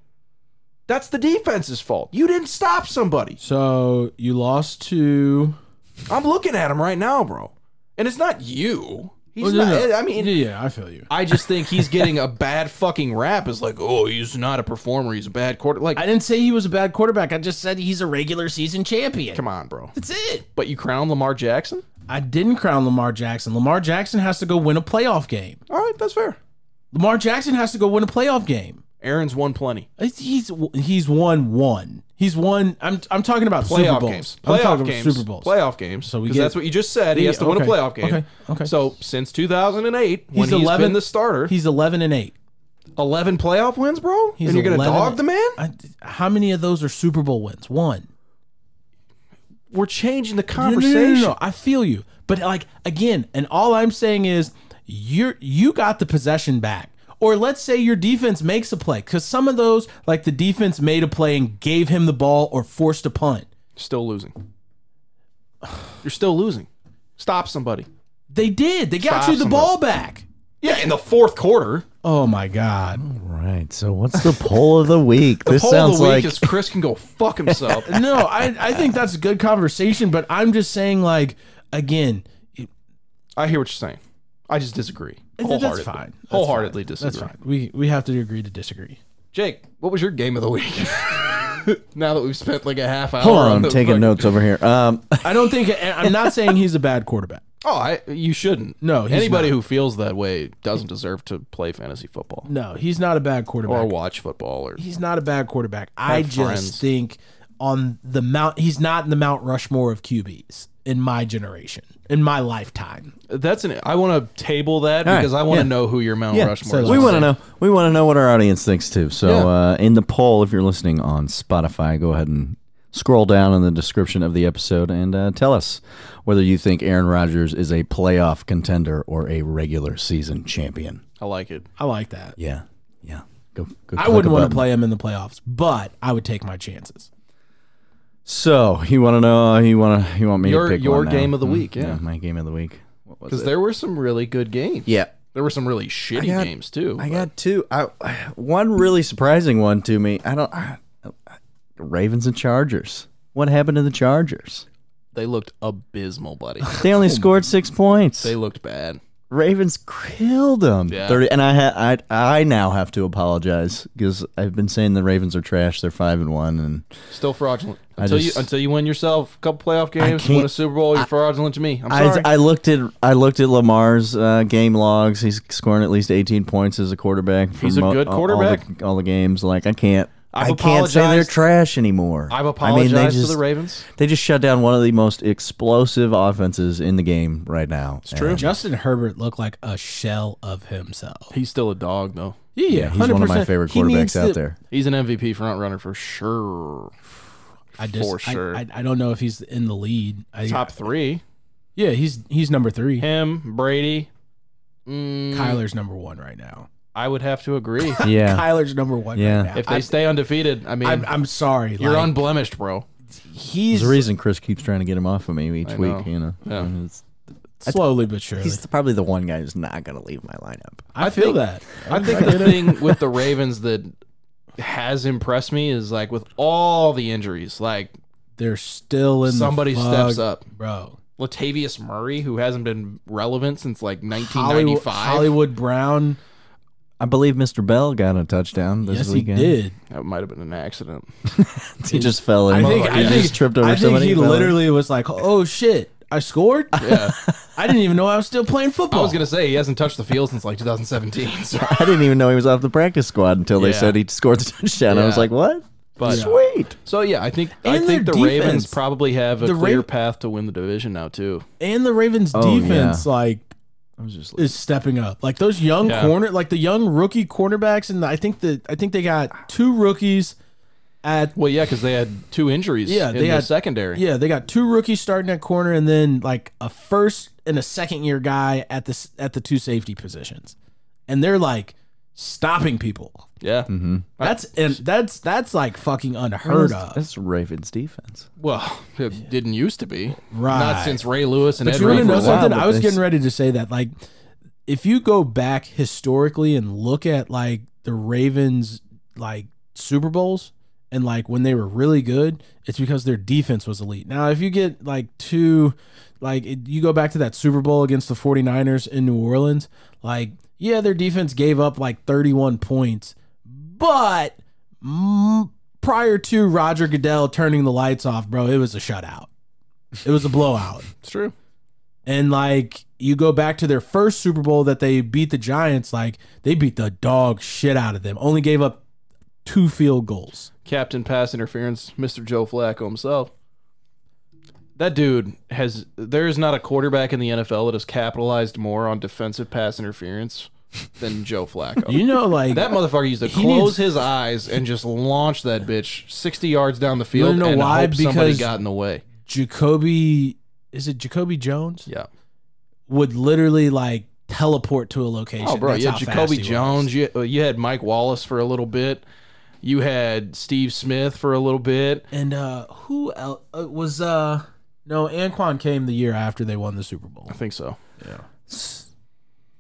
[SPEAKER 4] That's the defense's fault. You didn't stop somebody.
[SPEAKER 5] So you lost to.
[SPEAKER 4] I'm looking at him right now, bro. And it's not you. He's
[SPEAKER 5] Well, no,
[SPEAKER 4] not.
[SPEAKER 5] no.
[SPEAKER 4] I mean,
[SPEAKER 5] yeah, yeah, I feel you.
[SPEAKER 4] I just think he's getting a bad fucking rap. It's like, oh, he's not a performer. He's a bad quarter. Like,
[SPEAKER 5] I didn't say he was a bad quarterback. I just said he's a regular season champion.
[SPEAKER 4] come on, bro.
[SPEAKER 5] That's it.
[SPEAKER 4] But you crown Lamar Jackson?
[SPEAKER 5] I didn't crown Lamar Jackson. Lamar Jackson has to go win a playoff game.
[SPEAKER 4] All right, that's fair.
[SPEAKER 5] Lamar Jackson has to go win a playoff game.
[SPEAKER 4] Aaron's won plenty.
[SPEAKER 5] It's- He's he's won one. He's won. I'm I'm talking about Super
[SPEAKER 4] Playoff
[SPEAKER 5] Bowls.
[SPEAKER 4] games.
[SPEAKER 5] I'm talking
[SPEAKER 4] Playoff
[SPEAKER 5] about
[SPEAKER 4] games.
[SPEAKER 5] Super Bowls.
[SPEAKER 4] Playoff games.
[SPEAKER 5] So
[SPEAKER 4] So
[SPEAKER 5] we
[SPEAKER 4] we
[SPEAKER 5] get-
[SPEAKER 4] that's what you just said. He
[SPEAKER 5] Yeah,
[SPEAKER 4] has to win a
[SPEAKER 5] okay,
[SPEAKER 4] playoff game.
[SPEAKER 5] okay, okay.
[SPEAKER 4] So since 2008, when he's been the starter, he's
[SPEAKER 5] He's eleven and eight.
[SPEAKER 4] 11 playoff wins, bro.
[SPEAKER 5] He's
[SPEAKER 4] and you're gonna
[SPEAKER 5] 11
[SPEAKER 4] dog the man?
[SPEAKER 5] I, how many of those are Super Bowl wins? One.
[SPEAKER 4] We're changing the
[SPEAKER 5] No, no, no,
[SPEAKER 4] conversation.
[SPEAKER 5] No, no, no. I feel you, but like again, and all I'm saying is you you got the possession back. Or let's say your defense makes a play, because some of those, like the defense made a play and gave him the ball or forced a punt.
[SPEAKER 4] Still losing. You're still losing. Stop somebody.
[SPEAKER 5] They did. They got
[SPEAKER 4] Stop
[SPEAKER 5] you the
[SPEAKER 4] somebody.
[SPEAKER 5] ball back.
[SPEAKER 4] Yeah, in the fourth quarter.
[SPEAKER 5] Oh my god.
[SPEAKER 3] Right. So what's the poll of the week?
[SPEAKER 4] The
[SPEAKER 3] this
[SPEAKER 4] poll
[SPEAKER 3] sounds
[SPEAKER 4] of the
[SPEAKER 3] like
[SPEAKER 4] week is Chris can go fuck himself.
[SPEAKER 5] No, I I think that's a good conversation, but I'm just saying, like again,
[SPEAKER 4] I hear what you're saying. I just disagree.
[SPEAKER 5] that's
[SPEAKER 4] Wholeheartedly.
[SPEAKER 5] fine. That's
[SPEAKER 4] Wholeheartedly
[SPEAKER 5] fine.
[SPEAKER 4] disagree.
[SPEAKER 5] That's fine. We we have to agree to disagree.
[SPEAKER 4] Jake, what was your game of the week? now that we've spent like a half hour.
[SPEAKER 3] Hold
[SPEAKER 4] on,
[SPEAKER 3] on, I'm
[SPEAKER 4] the
[SPEAKER 3] taking
[SPEAKER 4] fucking-
[SPEAKER 3] notes over here. Um,
[SPEAKER 5] I don't think I'm not saying he's a bad quarterback.
[SPEAKER 4] Oh, I, you shouldn't.
[SPEAKER 5] No, he's
[SPEAKER 4] anybody
[SPEAKER 5] not.
[SPEAKER 4] who feels that way doesn't deserve to play fantasy football
[SPEAKER 5] No, he's not a bad quarterback.
[SPEAKER 4] or watch football. Or
[SPEAKER 5] he's not a bad quarterback. I just
[SPEAKER 4] friends.
[SPEAKER 5] think on the mount, he's not in the Mount Rushmore of QBs in my generation, in my lifetime.
[SPEAKER 4] that's an. I want to table that
[SPEAKER 3] right,
[SPEAKER 4] because I want to
[SPEAKER 3] yeah.
[SPEAKER 4] know who your Mount
[SPEAKER 3] yeah,
[SPEAKER 4] Rushmore. is.
[SPEAKER 3] we want to know. We want to know what our audience thinks too. So,
[SPEAKER 4] Yeah.
[SPEAKER 3] uh, in the poll, if you're listening on Spotify, go ahead and scroll down in the description of the episode and uh, tell us whether you think Aaron Rodgers is a playoff contender or a regular season champion.
[SPEAKER 4] I like it.
[SPEAKER 5] I like that.
[SPEAKER 3] Yeah, yeah. Go. go
[SPEAKER 5] I
[SPEAKER 3] click a
[SPEAKER 5] wouldn't want to
[SPEAKER 3] button.
[SPEAKER 5] play him in the playoffs, but I would take my chances.
[SPEAKER 3] So you want to know? uh, You want to? You want me
[SPEAKER 4] Your-
[SPEAKER 3] to pick
[SPEAKER 4] your
[SPEAKER 3] one now?
[SPEAKER 4] game of the
[SPEAKER 3] Hmm,
[SPEAKER 4] week, yeah.
[SPEAKER 3] my game of the week. What was
[SPEAKER 4] Because
[SPEAKER 3] it?
[SPEAKER 4] there were some really good games.
[SPEAKER 3] Yeah.
[SPEAKER 4] There were some really shitty
[SPEAKER 3] got-
[SPEAKER 4] games too.
[SPEAKER 3] I
[SPEAKER 4] but-
[SPEAKER 3] got two. I one really surprising one to me. I don't. I, I- Ravens and Chargers. What happened to the Chargers?
[SPEAKER 4] They looked abysmal, buddy.
[SPEAKER 3] They only scored six points.
[SPEAKER 4] Oh they looked bad.
[SPEAKER 3] Ravens killed them.
[SPEAKER 4] Yeah.
[SPEAKER 3] Thirty. And I ha- I I now have to apologize because I've been saying the Ravens are trash. They're five and one, and
[SPEAKER 4] Still fraudulent.
[SPEAKER 3] I
[SPEAKER 4] Until
[SPEAKER 3] just-
[SPEAKER 4] you until you win yourself a couple playoff games, win a
[SPEAKER 3] can't-
[SPEAKER 4] Super Bowl, you're fraudulent to me. I'm
[SPEAKER 3] I,
[SPEAKER 4] sorry.
[SPEAKER 3] I looked at I looked at Lamar's uh, game logs. He's scoring at least 18 points as a quarterback. for
[SPEAKER 4] He's a good
[SPEAKER 3] all- all the- All
[SPEAKER 4] quarterback.
[SPEAKER 3] the, games, like I can't.
[SPEAKER 4] I've
[SPEAKER 3] I can't say they're
[SPEAKER 4] apologized-
[SPEAKER 3] trash anymore.
[SPEAKER 4] I've
[SPEAKER 3] I mean,
[SPEAKER 4] apologized
[SPEAKER 3] they
[SPEAKER 4] to
[SPEAKER 3] just,
[SPEAKER 4] the Ravens.
[SPEAKER 3] They just shut down one of the most explosive offenses in the game right now. It's
[SPEAKER 4] true.
[SPEAKER 5] Justin Herbert looked like a shell of himself.
[SPEAKER 4] He's still a dog though.
[SPEAKER 5] Yeah, yeah,
[SPEAKER 3] he's one of my
[SPEAKER 5] 100%.
[SPEAKER 3] favorite
[SPEAKER 5] He needs
[SPEAKER 3] quarterbacks out
[SPEAKER 5] to-
[SPEAKER 3] there.
[SPEAKER 4] He's an MVP front runner for sure.
[SPEAKER 5] I just,
[SPEAKER 4] For
[SPEAKER 5] I-
[SPEAKER 4] sure.
[SPEAKER 5] I, I don't know if he's in the lead. I,
[SPEAKER 4] Top three.
[SPEAKER 5] Yeah, he's he's number three.
[SPEAKER 4] Him, Brady. Mm,
[SPEAKER 5] Kyler's number one right now.
[SPEAKER 4] I would have to agree.
[SPEAKER 3] Yeah,
[SPEAKER 5] Kyler's number one
[SPEAKER 3] Yeah.
[SPEAKER 5] right now.
[SPEAKER 4] if they
[SPEAKER 5] I'm-
[SPEAKER 4] stay undefeated, I mean,
[SPEAKER 5] I'm, I'm sorry.
[SPEAKER 4] you're
[SPEAKER 5] like,
[SPEAKER 4] unblemished, bro.
[SPEAKER 5] He's
[SPEAKER 3] there's a reason Chris keeps trying to get him off of me each
[SPEAKER 4] I
[SPEAKER 3] week.
[SPEAKER 4] know.
[SPEAKER 3] You know,
[SPEAKER 4] Yeah.
[SPEAKER 3] And it's-
[SPEAKER 5] slowly but surely.
[SPEAKER 3] he's probably the one guy who's not going to leave my lineup.
[SPEAKER 5] I, feel
[SPEAKER 4] think-
[SPEAKER 5] that.
[SPEAKER 4] I think the thing with the Ravens that has impressed me is like with all the injuries, like
[SPEAKER 5] They're still in. the
[SPEAKER 4] somebody
[SPEAKER 5] fog,
[SPEAKER 4] steps up.
[SPEAKER 5] bro.
[SPEAKER 4] Latavius Murray, who hasn't been relevant since like
[SPEAKER 5] Hollywood,
[SPEAKER 4] 1995.
[SPEAKER 5] Hollywood Brown.
[SPEAKER 3] I believe Mr. Bell got a touchdown this
[SPEAKER 5] Yes, he
[SPEAKER 3] weekend.
[SPEAKER 5] did.
[SPEAKER 4] That might have been an accident.
[SPEAKER 3] He just fell in.
[SPEAKER 5] I think. I
[SPEAKER 3] he
[SPEAKER 5] think
[SPEAKER 3] just tripped over
[SPEAKER 5] I think
[SPEAKER 3] somebody.
[SPEAKER 5] he
[SPEAKER 3] fell in.
[SPEAKER 5] literally was like, "Oh shit, I scored!
[SPEAKER 4] Yeah.
[SPEAKER 5] I didn't even know I was still playing
[SPEAKER 4] I
[SPEAKER 5] football."
[SPEAKER 4] was going to say he hasn't touched the field since like 2017. So.
[SPEAKER 3] I didn't even know he was off the practice squad until they
[SPEAKER 4] Yeah.
[SPEAKER 3] said he scored the touchdown. I was
[SPEAKER 4] Yeah.
[SPEAKER 3] like, what?
[SPEAKER 4] But
[SPEAKER 3] Sweet.
[SPEAKER 4] so yeah, I think I
[SPEAKER 5] And
[SPEAKER 4] think the
[SPEAKER 5] their
[SPEAKER 4] Ravens
[SPEAKER 5] defense.
[SPEAKER 4] probably have a
[SPEAKER 5] The Ra-
[SPEAKER 4] clear path to win the division now too.
[SPEAKER 5] and the Ravens
[SPEAKER 3] Oh,
[SPEAKER 5] defense, like,
[SPEAKER 3] I was just
[SPEAKER 5] is stepping up. Like those young
[SPEAKER 4] Yeah.
[SPEAKER 5] corner, like the young rookie cornerbacks, and I think the I think they got two rookies at
[SPEAKER 4] Well, yeah, because they had two injuries.
[SPEAKER 5] Yeah,
[SPEAKER 4] in
[SPEAKER 5] they
[SPEAKER 4] their
[SPEAKER 5] had-
[SPEAKER 4] secondary.
[SPEAKER 5] Yeah, they got two rookies starting at corner, and then like a first and a second year guy at the s- at the two safety positions, and they're like stopping people.
[SPEAKER 4] yeah.
[SPEAKER 5] That's and that's that's like fucking unheard of.
[SPEAKER 3] That's Ravens defense.
[SPEAKER 4] Well, it didn't used to be.
[SPEAKER 5] Right.
[SPEAKER 4] Not since Ray Lewis and
[SPEAKER 5] But
[SPEAKER 4] Ed
[SPEAKER 5] you want to
[SPEAKER 4] Reed were
[SPEAKER 5] know
[SPEAKER 3] wild,
[SPEAKER 4] alive.
[SPEAKER 5] something?
[SPEAKER 3] but
[SPEAKER 5] I was
[SPEAKER 3] they-
[SPEAKER 5] getting ready to say that. Like, if you go back historically and look at like the Ravens like Super Bowls and like when they were really good, it's because their defense was elite. Now, if you get like two, like it, you go back to that Super Bowl against the 49ers in New Orleans, like, yeah, their defense gave up like 31 points, but mm, prior to Roger Goodell turning the lights off, bro, it was a shutout. It was a blowout.
[SPEAKER 4] It's true.
[SPEAKER 5] And like you go back to their first Super Bowl that they beat the Giants, like they beat the dog shit out of them. Only gave up two field goals.
[SPEAKER 4] Captain Pass Interference, Mr. Joe Flacco himself. That dude has. There is not a quarterback in the NFL that has capitalized more on defensive pass interference than Joe Flacco.
[SPEAKER 5] You know, like
[SPEAKER 4] that motherfucker used to
[SPEAKER 5] He
[SPEAKER 4] close
[SPEAKER 5] needs-
[SPEAKER 4] his eyes and just launch that bitch sixty yards down the field.
[SPEAKER 5] know
[SPEAKER 4] and
[SPEAKER 5] why?
[SPEAKER 4] hope somebody
[SPEAKER 5] Because-
[SPEAKER 4] got in the way.
[SPEAKER 5] Jacoby. Is it Jacoby Jones?
[SPEAKER 4] Yeah.
[SPEAKER 5] Would literally like teleport to a location.
[SPEAKER 4] Oh, bro,
[SPEAKER 5] That's
[SPEAKER 4] you
[SPEAKER 5] how
[SPEAKER 4] had
[SPEAKER 5] fast
[SPEAKER 4] Jacoby
[SPEAKER 5] he was.
[SPEAKER 4] Jones. You, uh, you had Mike Wallace for a little bit. You had Steve Smith for a little bit.
[SPEAKER 5] and uh who else uh, was uh no Anquan came the year after they won the Super Bowl.
[SPEAKER 4] I think so.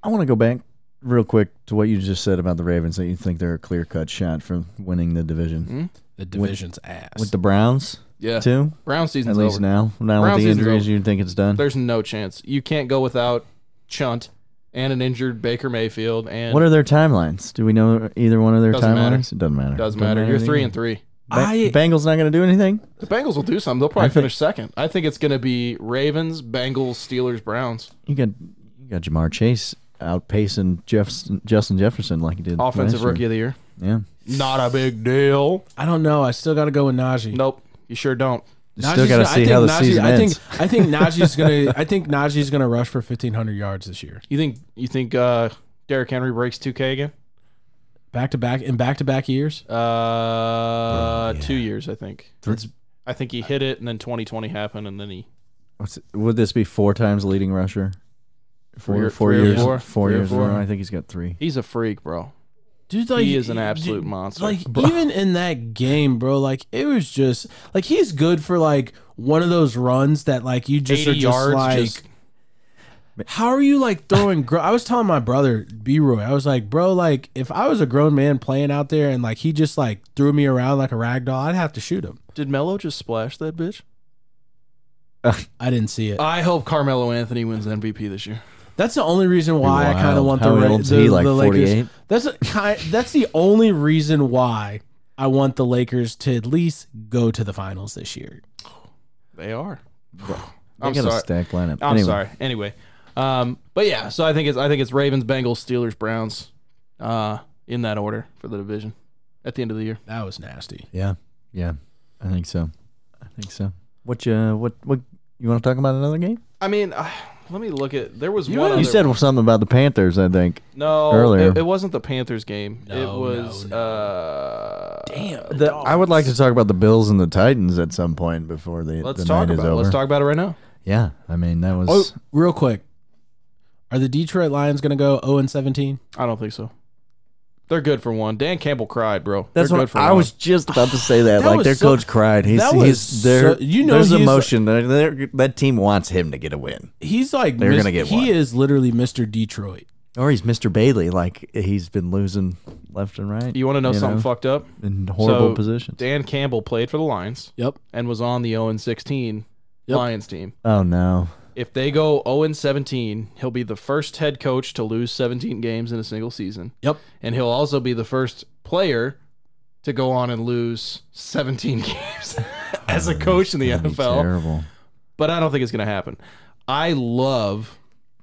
[SPEAKER 3] I want to go back real quick to what you just said about the Ravens that you think they're a clear cut shot for winning the division
[SPEAKER 5] The division's ass.
[SPEAKER 3] with the Browns
[SPEAKER 4] Mm-hmm. Yeah.
[SPEAKER 3] too.
[SPEAKER 4] Brown
[SPEAKER 3] At
[SPEAKER 4] season's
[SPEAKER 3] least
[SPEAKER 4] over.
[SPEAKER 3] now, now with
[SPEAKER 4] Browns
[SPEAKER 3] the
[SPEAKER 4] season's
[SPEAKER 3] injuries,
[SPEAKER 4] over.
[SPEAKER 3] you think it's done.
[SPEAKER 4] There's no chance. You can't go without Chunt and an injured Baker Mayfield. And
[SPEAKER 3] What are their timelines? Do we know either one of their
[SPEAKER 4] Doesn't matter.
[SPEAKER 3] timelines? It doesn't matter.
[SPEAKER 4] doesn't matter. You're three and three.
[SPEAKER 5] I-
[SPEAKER 3] Bengals not going to do anything.
[SPEAKER 4] The Bengals will do something. They'll probably
[SPEAKER 3] think-
[SPEAKER 4] finish second. I think it's going to be Ravens, Bengals, Steelers, Browns.
[SPEAKER 3] You got you got Jamar Chase outpacing Jefferson, Justin Jefferson like he did. last
[SPEAKER 4] Offensive
[SPEAKER 3] year.
[SPEAKER 4] rookie of the year.
[SPEAKER 3] Yeah,
[SPEAKER 4] Not a big deal.
[SPEAKER 5] I don't know. I still got to go with Najee.
[SPEAKER 4] Nope. You sure don't.
[SPEAKER 3] You still got to
[SPEAKER 5] gonna- I
[SPEAKER 3] see
[SPEAKER 5] think
[SPEAKER 3] how the
[SPEAKER 5] Najee-
[SPEAKER 3] season
[SPEAKER 5] I
[SPEAKER 3] ends.
[SPEAKER 5] think I think Najee's gonna I think Najee's gonna rush for fifteen hundred yards this year,
[SPEAKER 4] You think you think uh, Derrick Henry breaks 2K again?
[SPEAKER 5] back to back in back to back years.
[SPEAKER 4] Uh, two years, I think. It's- I think he hit it, and then 2020 happened, and then he
[SPEAKER 3] What's, would this be four times leading rusher? Four,
[SPEAKER 4] Three or-
[SPEAKER 3] four
[SPEAKER 4] three or
[SPEAKER 3] years,
[SPEAKER 4] four?
[SPEAKER 3] four,
[SPEAKER 4] Three or
[SPEAKER 3] years. in a
[SPEAKER 4] four?
[SPEAKER 3] row. I think he's got three.
[SPEAKER 4] he's a freak, bro.
[SPEAKER 5] Dude, like
[SPEAKER 4] is an absolute monster.
[SPEAKER 5] Like
[SPEAKER 4] Bro.
[SPEAKER 5] even in that game, bro, like it was just like he's good for like one of those runs that like you just
[SPEAKER 4] 80
[SPEAKER 5] are just
[SPEAKER 4] yards,
[SPEAKER 5] like
[SPEAKER 4] just-
[SPEAKER 5] how are you like throwing? Gro- I was telling my brother B Roy, I was like, bro, like if I was a grown man playing out there and like he just like threw me around like a rag doll, I'd have to shoot him.
[SPEAKER 4] Did Melo just splash that bitch?
[SPEAKER 5] I didn't see it.
[SPEAKER 4] I hope Carmelo Anthony wins MVP this year.
[SPEAKER 5] That's the only reason why I kind of
[SPEAKER 3] wild.
[SPEAKER 5] want
[SPEAKER 3] How
[SPEAKER 5] the, Ra-
[SPEAKER 3] old's
[SPEAKER 5] the,
[SPEAKER 3] he, like
[SPEAKER 5] the Lakers.
[SPEAKER 3] 48?
[SPEAKER 5] That's a, ki- that's the only reason why I want the Lakers to at least go to the finals this year.
[SPEAKER 4] They are.
[SPEAKER 3] They
[SPEAKER 4] I'm
[SPEAKER 3] got
[SPEAKER 4] sorry.
[SPEAKER 3] a stacked lineup.
[SPEAKER 4] I'm
[SPEAKER 3] Anyway,
[SPEAKER 4] sorry. Anyway, um, but yeah, so I think it's I think it's Ravens, Bengals, Steelers, Browns, uh, in that order for the division at the end of the year.
[SPEAKER 5] That was nasty.
[SPEAKER 3] Yeah, yeah, I think so. I think so. What you uh, what what you want to talk about another game?
[SPEAKER 4] I mean, uh, let me look at. There was one.
[SPEAKER 3] You
[SPEAKER 4] other-
[SPEAKER 3] said something about the Panthers. I think
[SPEAKER 4] no.
[SPEAKER 3] earlier.
[SPEAKER 4] It, it wasn't the Panthers game.
[SPEAKER 5] No,
[SPEAKER 4] it was.
[SPEAKER 5] no, no.
[SPEAKER 4] Uh,
[SPEAKER 5] Damn.
[SPEAKER 3] The- I would like to talk about the Bills and the Titans at some point before the
[SPEAKER 4] Let's
[SPEAKER 3] the
[SPEAKER 4] talk
[SPEAKER 3] night
[SPEAKER 4] about.
[SPEAKER 3] is
[SPEAKER 4] It.
[SPEAKER 3] over.
[SPEAKER 4] Let's talk about it right now.
[SPEAKER 3] Yeah, I mean that was
[SPEAKER 5] Oh, real quick. Are the Detroit Lions going to go 0 and 17?
[SPEAKER 4] I don't think so. They're good for one. Dan Campbell cried, bro.
[SPEAKER 3] That's
[SPEAKER 4] They're
[SPEAKER 3] what
[SPEAKER 4] good for
[SPEAKER 3] I
[SPEAKER 4] one.
[SPEAKER 3] was just about to say. That,
[SPEAKER 5] That
[SPEAKER 3] like
[SPEAKER 5] was
[SPEAKER 3] their
[SPEAKER 5] so-
[SPEAKER 3] coach cried. He's
[SPEAKER 5] that was
[SPEAKER 3] he's there.
[SPEAKER 5] so- you know
[SPEAKER 3] there's
[SPEAKER 5] he's-
[SPEAKER 3] emotion. They're- they're- that team wants him to get a win,
[SPEAKER 5] He's like
[SPEAKER 3] They're
[SPEAKER 5] Mis-
[SPEAKER 3] gonna get
[SPEAKER 5] He
[SPEAKER 3] one.
[SPEAKER 5] is literally Mr. Detroit.
[SPEAKER 3] or he's Mr. Bailey. Like he's been losing left and right.
[SPEAKER 4] You want to know something fucked up?
[SPEAKER 3] in horrible
[SPEAKER 4] So,
[SPEAKER 3] positions.
[SPEAKER 4] Dan Campbell played for the Lions
[SPEAKER 5] Yep.
[SPEAKER 4] and was on the 0 16
[SPEAKER 5] Yep.
[SPEAKER 4] Lions team.
[SPEAKER 3] oh no,
[SPEAKER 4] If they go 0 17, he'll be the first head coach to lose 17 games in a single season.
[SPEAKER 5] Yep.
[SPEAKER 4] And he'll also be the first player to go on and lose 17 games as a coach in the
[SPEAKER 3] That'd Oh, be
[SPEAKER 4] NFL.
[SPEAKER 3] terrible.
[SPEAKER 4] But I don't think it's going to happen. I love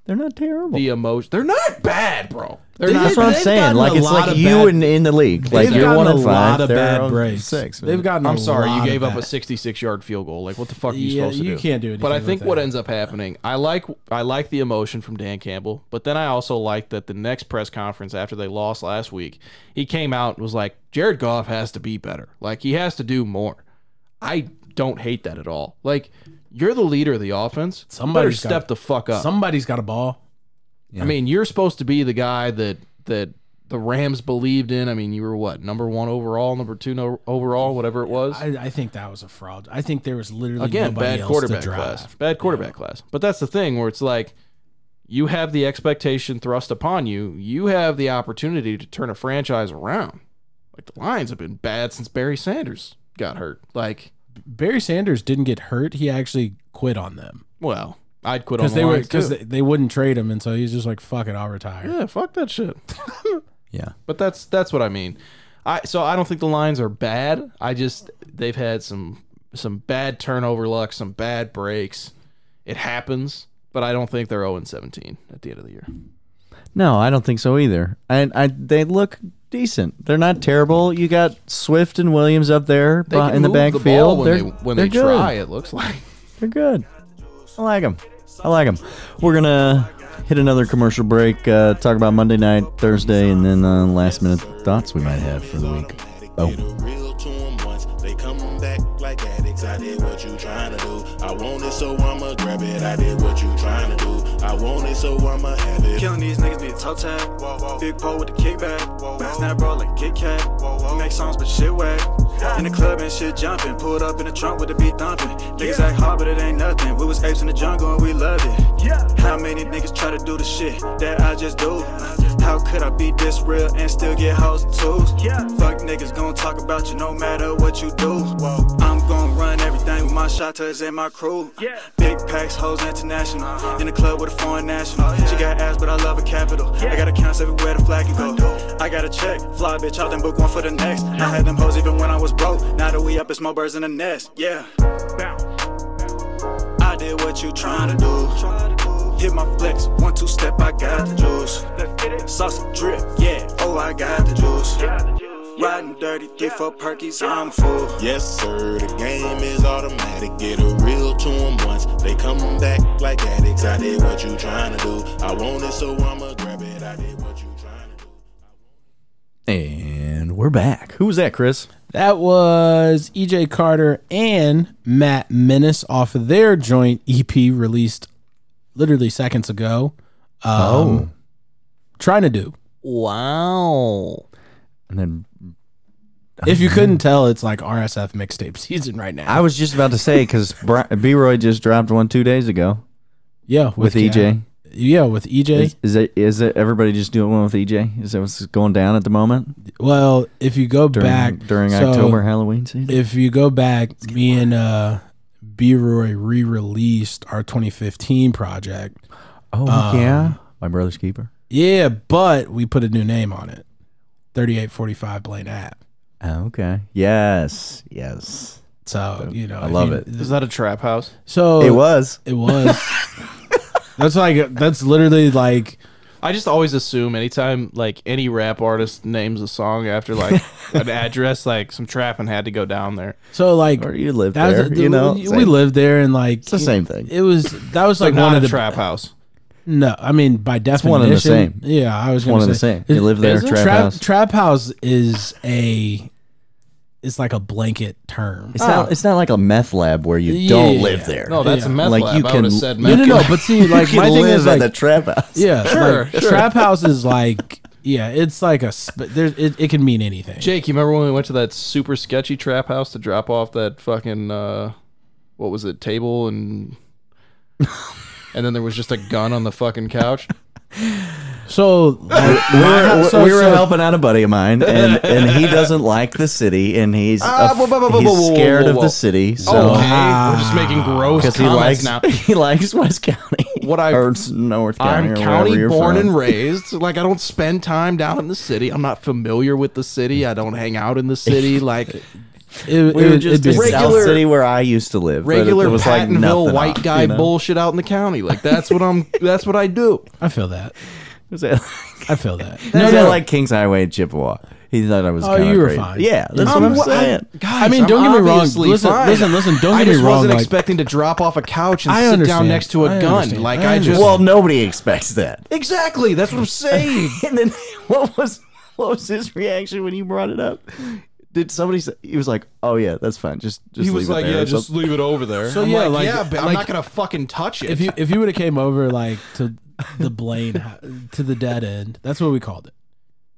[SPEAKER 3] They're not terrible.
[SPEAKER 4] the emotion. They're not bad, bro. They're not
[SPEAKER 3] That's what I'm
[SPEAKER 5] they've
[SPEAKER 3] saying.
[SPEAKER 5] gotten
[SPEAKER 3] Like
[SPEAKER 5] a
[SPEAKER 3] it's
[SPEAKER 5] lot
[SPEAKER 3] like
[SPEAKER 5] of
[SPEAKER 3] you
[SPEAKER 5] bad-
[SPEAKER 3] in, in the league. Like
[SPEAKER 5] They've
[SPEAKER 3] you're
[SPEAKER 5] gotten
[SPEAKER 3] one
[SPEAKER 5] a
[SPEAKER 3] of five.
[SPEAKER 5] lot of
[SPEAKER 3] they're
[SPEAKER 5] bad
[SPEAKER 3] on
[SPEAKER 5] breaks.
[SPEAKER 3] Six.
[SPEAKER 5] They've gotten. i
[SPEAKER 4] I'm sorry, you gave up a 66 yard field goal. Like, what the fuck are you
[SPEAKER 5] Yeah,
[SPEAKER 4] supposed to do?
[SPEAKER 5] you can't do
[SPEAKER 4] But I
[SPEAKER 5] anything
[SPEAKER 4] think
[SPEAKER 5] with
[SPEAKER 4] what
[SPEAKER 5] that.
[SPEAKER 4] ends up happening, I like, I like the emotion from Dan Campbell, but then I also like that the next press conference after they lost last week, he came out and was like, Jared Goff has to be better. Like, he has to do more. I don't hate that at all. Like, you're the leader of the offense. Somebody
[SPEAKER 5] Somebody's got-
[SPEAKER 4] step the fuck up.
[SPEAKER 5] Somebody's got a ball.
[SPEAKER 4] I mean, you're supposed to be the guy that that the Rams believed in. I mean, you were what number one overall, number two no, overall, whatever it was.
[SPEAKER 5] I, I think that was a fraud. I think there was literally
[SPEAKER 4] Again,
[SPEAKER 5] nobody
[SPEAKER 4] bad
[SPEAKER 5] else
[SPEAKER 4] quarterback
[SPEAKER 5] to draft.
[SPEAKER 4] class. Bad quarterback class. But that's the thing where it's like you have the expectation thrust upon you. You have the opportunity to turn a franchise around. Like the Lions have been bad since Barry Sanders got hurt. Like,
[SPEAKER 5] Barry Sanders didn't get hurt. He actually quit on them
[SPEAKER 4] well, I'd quit on
[SPEAKER 5] because
[SPEAKER 4] the
[SPEAKER 5] they were
[SPEAKER 4] Lions
[SPEAKER 5] because
[SPEAKER 4] too.
[SPEAKER 5] they, they wouldn't trade him, and so he's just like, "Fuck it, I'll retire."
[SPEAKER 4] yeah, fuck that shit.
[SPEAKER 3] Yeah.
[SPEAKER 4] But that's that's what I mean. I so I don't think the Lions are bad. I just they've had some some bad turnover luck, some bad breaks. It happens, but I don't oh think they're 0 17 at the end of the year.
[SPEAKER 3] No, I don't think so either. And I they look decent. They're not terrible. You got Swift and Williams up there
[SPEAKER 4] They
[SPEAKER 3] bu-
[SPEAKER 4] can
[SPEAKER 3] in the
[SPEAKER 4] move the ball
[SPEAKER 3] backfield.
[SPEAKER 4] when
[SPEAKER 3] they're
[SPEAKER 4] they when
[SPEAKER 3] they're
[SPEAKER 4] they
[SPEAKER 3] good.
[SPEAKER 4] try. It looks like
[SPEAKER 3] They're good. I like them. I like them. We're gonna hit another commercial break. Uh, talk about Monday night, Thursday, and then uh, last minute thoughts we might have for the week. Oh.
[SPEAKER 8] Get a real to 'em once. They come back like addicts. I did what you trying to do. I want it, so I'ma grab it. I did what you trying to do. I want it, so I'ma have it.
[SPEAKER 9] Killing these niggas be a toe tag. Big pole with the kickback. Fast snap bro like Kit Kat. Make songs but shit whack. In the club and shit jumping. Pulled up in the trunk with the beat thumping. Niggas act hard but it ain't nothing. We was apes in the jungle and we loved it. How many niggas try to do the shit that I just do? How could I be this real and still get hoes and twos? Fuck niggas gon' talk about you no matter what you do. I'm gon' run everything with my shotters and my crew. Big packs, hoes international. In the club with a foreign national. She got ass, but I love her capital. I got accounts everywhere the flag can go. I got a check, fly bitch out then book one for the next. I had them hoes even when I was broke. Now that we up, it's more birds in the nest. Yeah. I did what you trying to do. Hit my flex, one two step, I got the juice. Sauce drip, yeah, oh I got the juice. Riding dirty, three four perkies, I'm full.
[SPEAKER 8] Yes, sir, the game is automatic. Get a real to 'em once. They come back like addicts. I did what you trying to do. I want it, so I'ma grab it. I did what you trying to do.
[SPEAKER 3] And we're back. Who was that, Chris?
[SPEAKER 5] That was EJ Carter and Matt Menace off of their joint EP released literally seconds ago. Um, oh. Trying to do.
[SPEAKER 4] wow.
[SPEAKER 3] And then
[SPEAKER 5] If you couldn't tell, it's like RSF mixtape season right now.
[SPEAKER 3] I was just about to say because B Roy just dropped one two days ago
[SPEAKER 5] yeah,
[SPEAKER 3] with
[SPEAKER 4] E
[SPEAKER 5] E
[SPEAKER 3] EJ.
[SPEAKER 5] Yeah, with E EJ.
[SPEAKER 3] Is, is it is it everybody just doing one with EJ? Is that what's going down at the moment
[SPEAKER 5] well, if you go
[SPEAKER 3] during
[SPEAKER 5] back
[SPEAKER 3] during
[SPEAKER 5] so
[SPEAKER 3] October Halloween season?
[SPEAKER 5] if you go back, me and uh, B Roy re released our 2015 project.
[SPEAKER 3] oh yeah,
[SPEAKER 5] um,
[SPEAKER 3] my brother's keeper.
[SPEAKER 5] Yeah, but we put a new name on it 3845 Blaine App.
[SPEAKER 3] Oh, okay. Yes. Yes.
[SPEAKER 5] So, you know,
[SPEAKER 3] I love it.
[SPEAKER 4] Is that a trap house?
[SPEAKER 5] So
[SPEAKER 3] It was.
[SPEAKER 5] It was. that's like, that's literally like,
[SPEAKER 4] I just always assume anytime like any rap artist names a song after like an address, like some trapping had to go down there.
[SPEAKER 5] so like,
[SPEAKER 3] Or you lived
[SPEAKER 5] that
[SPEAKER 3] there.
[SPEAKER 5] was,
[SPEAKER 3] you know,
[SPEAKER 5] we
[SPEAKER 3] same-
[SPEAKER 5] lived there and like,
[SPEAKER 3] It's the same thing.
[SPEAKER 5] It was, that was like
[SPEAKER 4] Not
[SPEAKER 5] one
[SPEAKER 4] a
[SPEAKER 5] of the,
[SPEAKER 4] trap house.
[SPEAKER 5] No, I mean by definition,
[SPEAKER 3] one and the same.
[SPEAKER 5] Yeah, I was
[SPEAKER 3] one
[SPEAKER 5] gonna
[SPEAKER 3] and the
[SPEAKER 5] say,
[SPEAKER 3] same. You
[SPEAKER 5] it-
[SPEAKER 3] live there,
[SPEAKER 5] it's a
[SPEAKER 3] trap house.
[SPEAKER 5] Trap house is a, it's like a blanket term.
[SPEAKER 3] It's not. It's not like a meth lab where you don't
[SPEAKER 5] uh, Yeah.
[SPEAKER 3] live there.
[SPEAKER 4] No, that's a meth
[SPEAKER 3] Like,
[SPEAKER 4] lab.
[SPEAKER 3] you
[SPEAKER 4] I
[SPEAKER 3] can-
[SPEAKER 4] would have said
[SPEAKER 5] no,
[SPEAKER 4] meth.
[SPEAKER 5] no, no. But see, like
[SPEAKER 3] you
[SPEAKER 5] my thing
[SPEAKER 3] live
[SPEAKER 5] is
[SPEAKER 3] at
[SPEAKER 5] like,
[SPEAKER 3] the trap house.
[SPEAKER 5] yeah,
[SPEAKER 4] Sure,
[SPEAKER 5] like, trap house is like, yeah, it's like a, sp- there's, it, it can mean anything.
[SPEAKER 4] Jake, you remember when we went to that super sketchy trap house to drop off that fucking uh, what was it table and and then there was just a gun on the fucking couch.
[SPEAKER 5] So, like,
[SPEAKER 3] We were,
[SPEAKER 5] so-
[SPEAKER 3] we were
[SPEAKER 5] so-
[SPEAKER 3] helping out a buddy of mine, and, and he doesn't like the city, and he's,
[SPEAKER 4] Ah,
[SPEAKER 3] af-
[SPEAKER 4] whoa, whoa, whoa,
[SPEAKER 3] he's
[SPEAKER 4] whoa, whoa,
[SPEAKER 3] scared
[SPEAKER 4] whoa,
[SPEAKER 3] of
[SPEAKER 4] whoa. Oh,
[SPEAKER 3] the city. So
[SPEAKER 4] okay, we're just making gross
[SPEAKER 3] because
[SPEAKER 4] comments
[SPEAKER 3] Oh, he likes
[SPEAKER 4] now.
[SPEAKER 3] he likes West County.
[SPEAKER 4] What I-
[SPEAKER 3] or s- North County.
[SPEAKER 4] I'm
[SPEAKER 3] or wherever
[SPEAKER 4] county
[SPEAKER 3] you're
[SPEAKER 4] born
[SPEAKER 3] from.
[SPEAKER 4] and raised. Like I don't spend time down in the city. I'm not familiar with the city. I don't hang out in the city. Like
[SPEAKER 5] it,
[SPEAKER 3] We
[SPEAKER 5] it-
[SPEAKER 3] were
[SPEAKER 5] it'd
[SPEAKER 3] just
[SPEAKER 5] be
[SPEAKER 3] in
[SPEAKER 5] a
[SPEAKER 3] South
[SPEAKER 4] regular-
[SPEAKER 3] City where I used to live. but it-
[SPEAKER 4] regular
[SPEAKER 3] it was like
[SPEAKER 4] Pattonville
[SPEAKER 3] nothing
[SPEAKER 4] white
[SPEAKER 3] up,
[SPEAKER 4] guy
[SPEAKER 3] you know?
[SPEAKER 4] bullshit out in the county. Like that's what I'm. that's what I do.
[SPEAKER 5] I feel that.
[SPEAKER 3] Was that,
[SPEAKER 5] I feel that.
[SPEAKER 3] no, no, like Kings Highway in Chippewa. He thought I was.
[SPEAKER 5] Oh,
[SPEAKER 3] kinda
[SPEAKER 5] you were
[SPEAKER 3] crazy.
[SPEAKER 5] fine.
[SPEAKER 3] Yeah, that's
[SPEAKER 4] Um,
[SPEAKER 5] I'm-
[SPEAKER 3] what I'm
[SPEAKER 5] I-
[SPEAKER 3] saying.
[SPEAKER 4] Guys,
[SPEAKER 5] I mean,
[SPEAKER 4] I'm
[SPEAKER 5] don't get me wrong.
[SPEAKER 4] obviously
[SPEAKER 5] Listen-
[SPEAKER 4] fine.
[SPEAKER 5] listen, listen, don't
[SPEAKER 4] I
[SPEAKER 5] get me
[SPEAKER 4] just
[SPEAKER 5] wrong,
[SPEAKER 4] wasn't
[SPEAKER 5] like-
[SPEAKER 4] expecting to drop off a couch and
[SPEAKER 5] I
[SPEAKER 4] sit down
[SPEAKER 5] understand.
[SPEAKER 4] next to a
[SPEAKER 5] I
[SPEAKER 4] gun.
[SPEAKER 5] understand.
[SPEAKER 4] Like
[SPEAKER 5] I
[SPEAKER 4] I, just
[SPEAKER 3] Well, nobody expects that.
[SPEAKER 4] exactly. That's what I'm saying.
[SPEAKER 3] And then what was what was his reaction when you brought it up? Did somebody say he was like, "Oh yeah, that's fine. Just just
[SPEAKER 4] he
[SPEAKER 3] leave
[SPEAKER 4] was
[SPEAKER 3] it
[SPEAKER 4] like,
[SPEAKER 3] there."
[SPEAKER 4] "Yeah,
[SPEAKER 3] or
[SPEAKER 4] just
[SPEAKER 3] something.
[SPEAKER 4] leave it over there."
[SPEAKER 5] So,
[SPEAKER 4] I'm
[SPEAKER 5] yeah,
[SPEAKER 4] like,
[SPEAKER 5] like-
[SPEAKER 4] yeah, but I'm
[SPEAKER 5] like-
[SPEAKER 4] not gonna fucking touch it.
[SPEAKER 5] if you if you would have came over like to the Blaine hou- to the dead end, that's what we called it,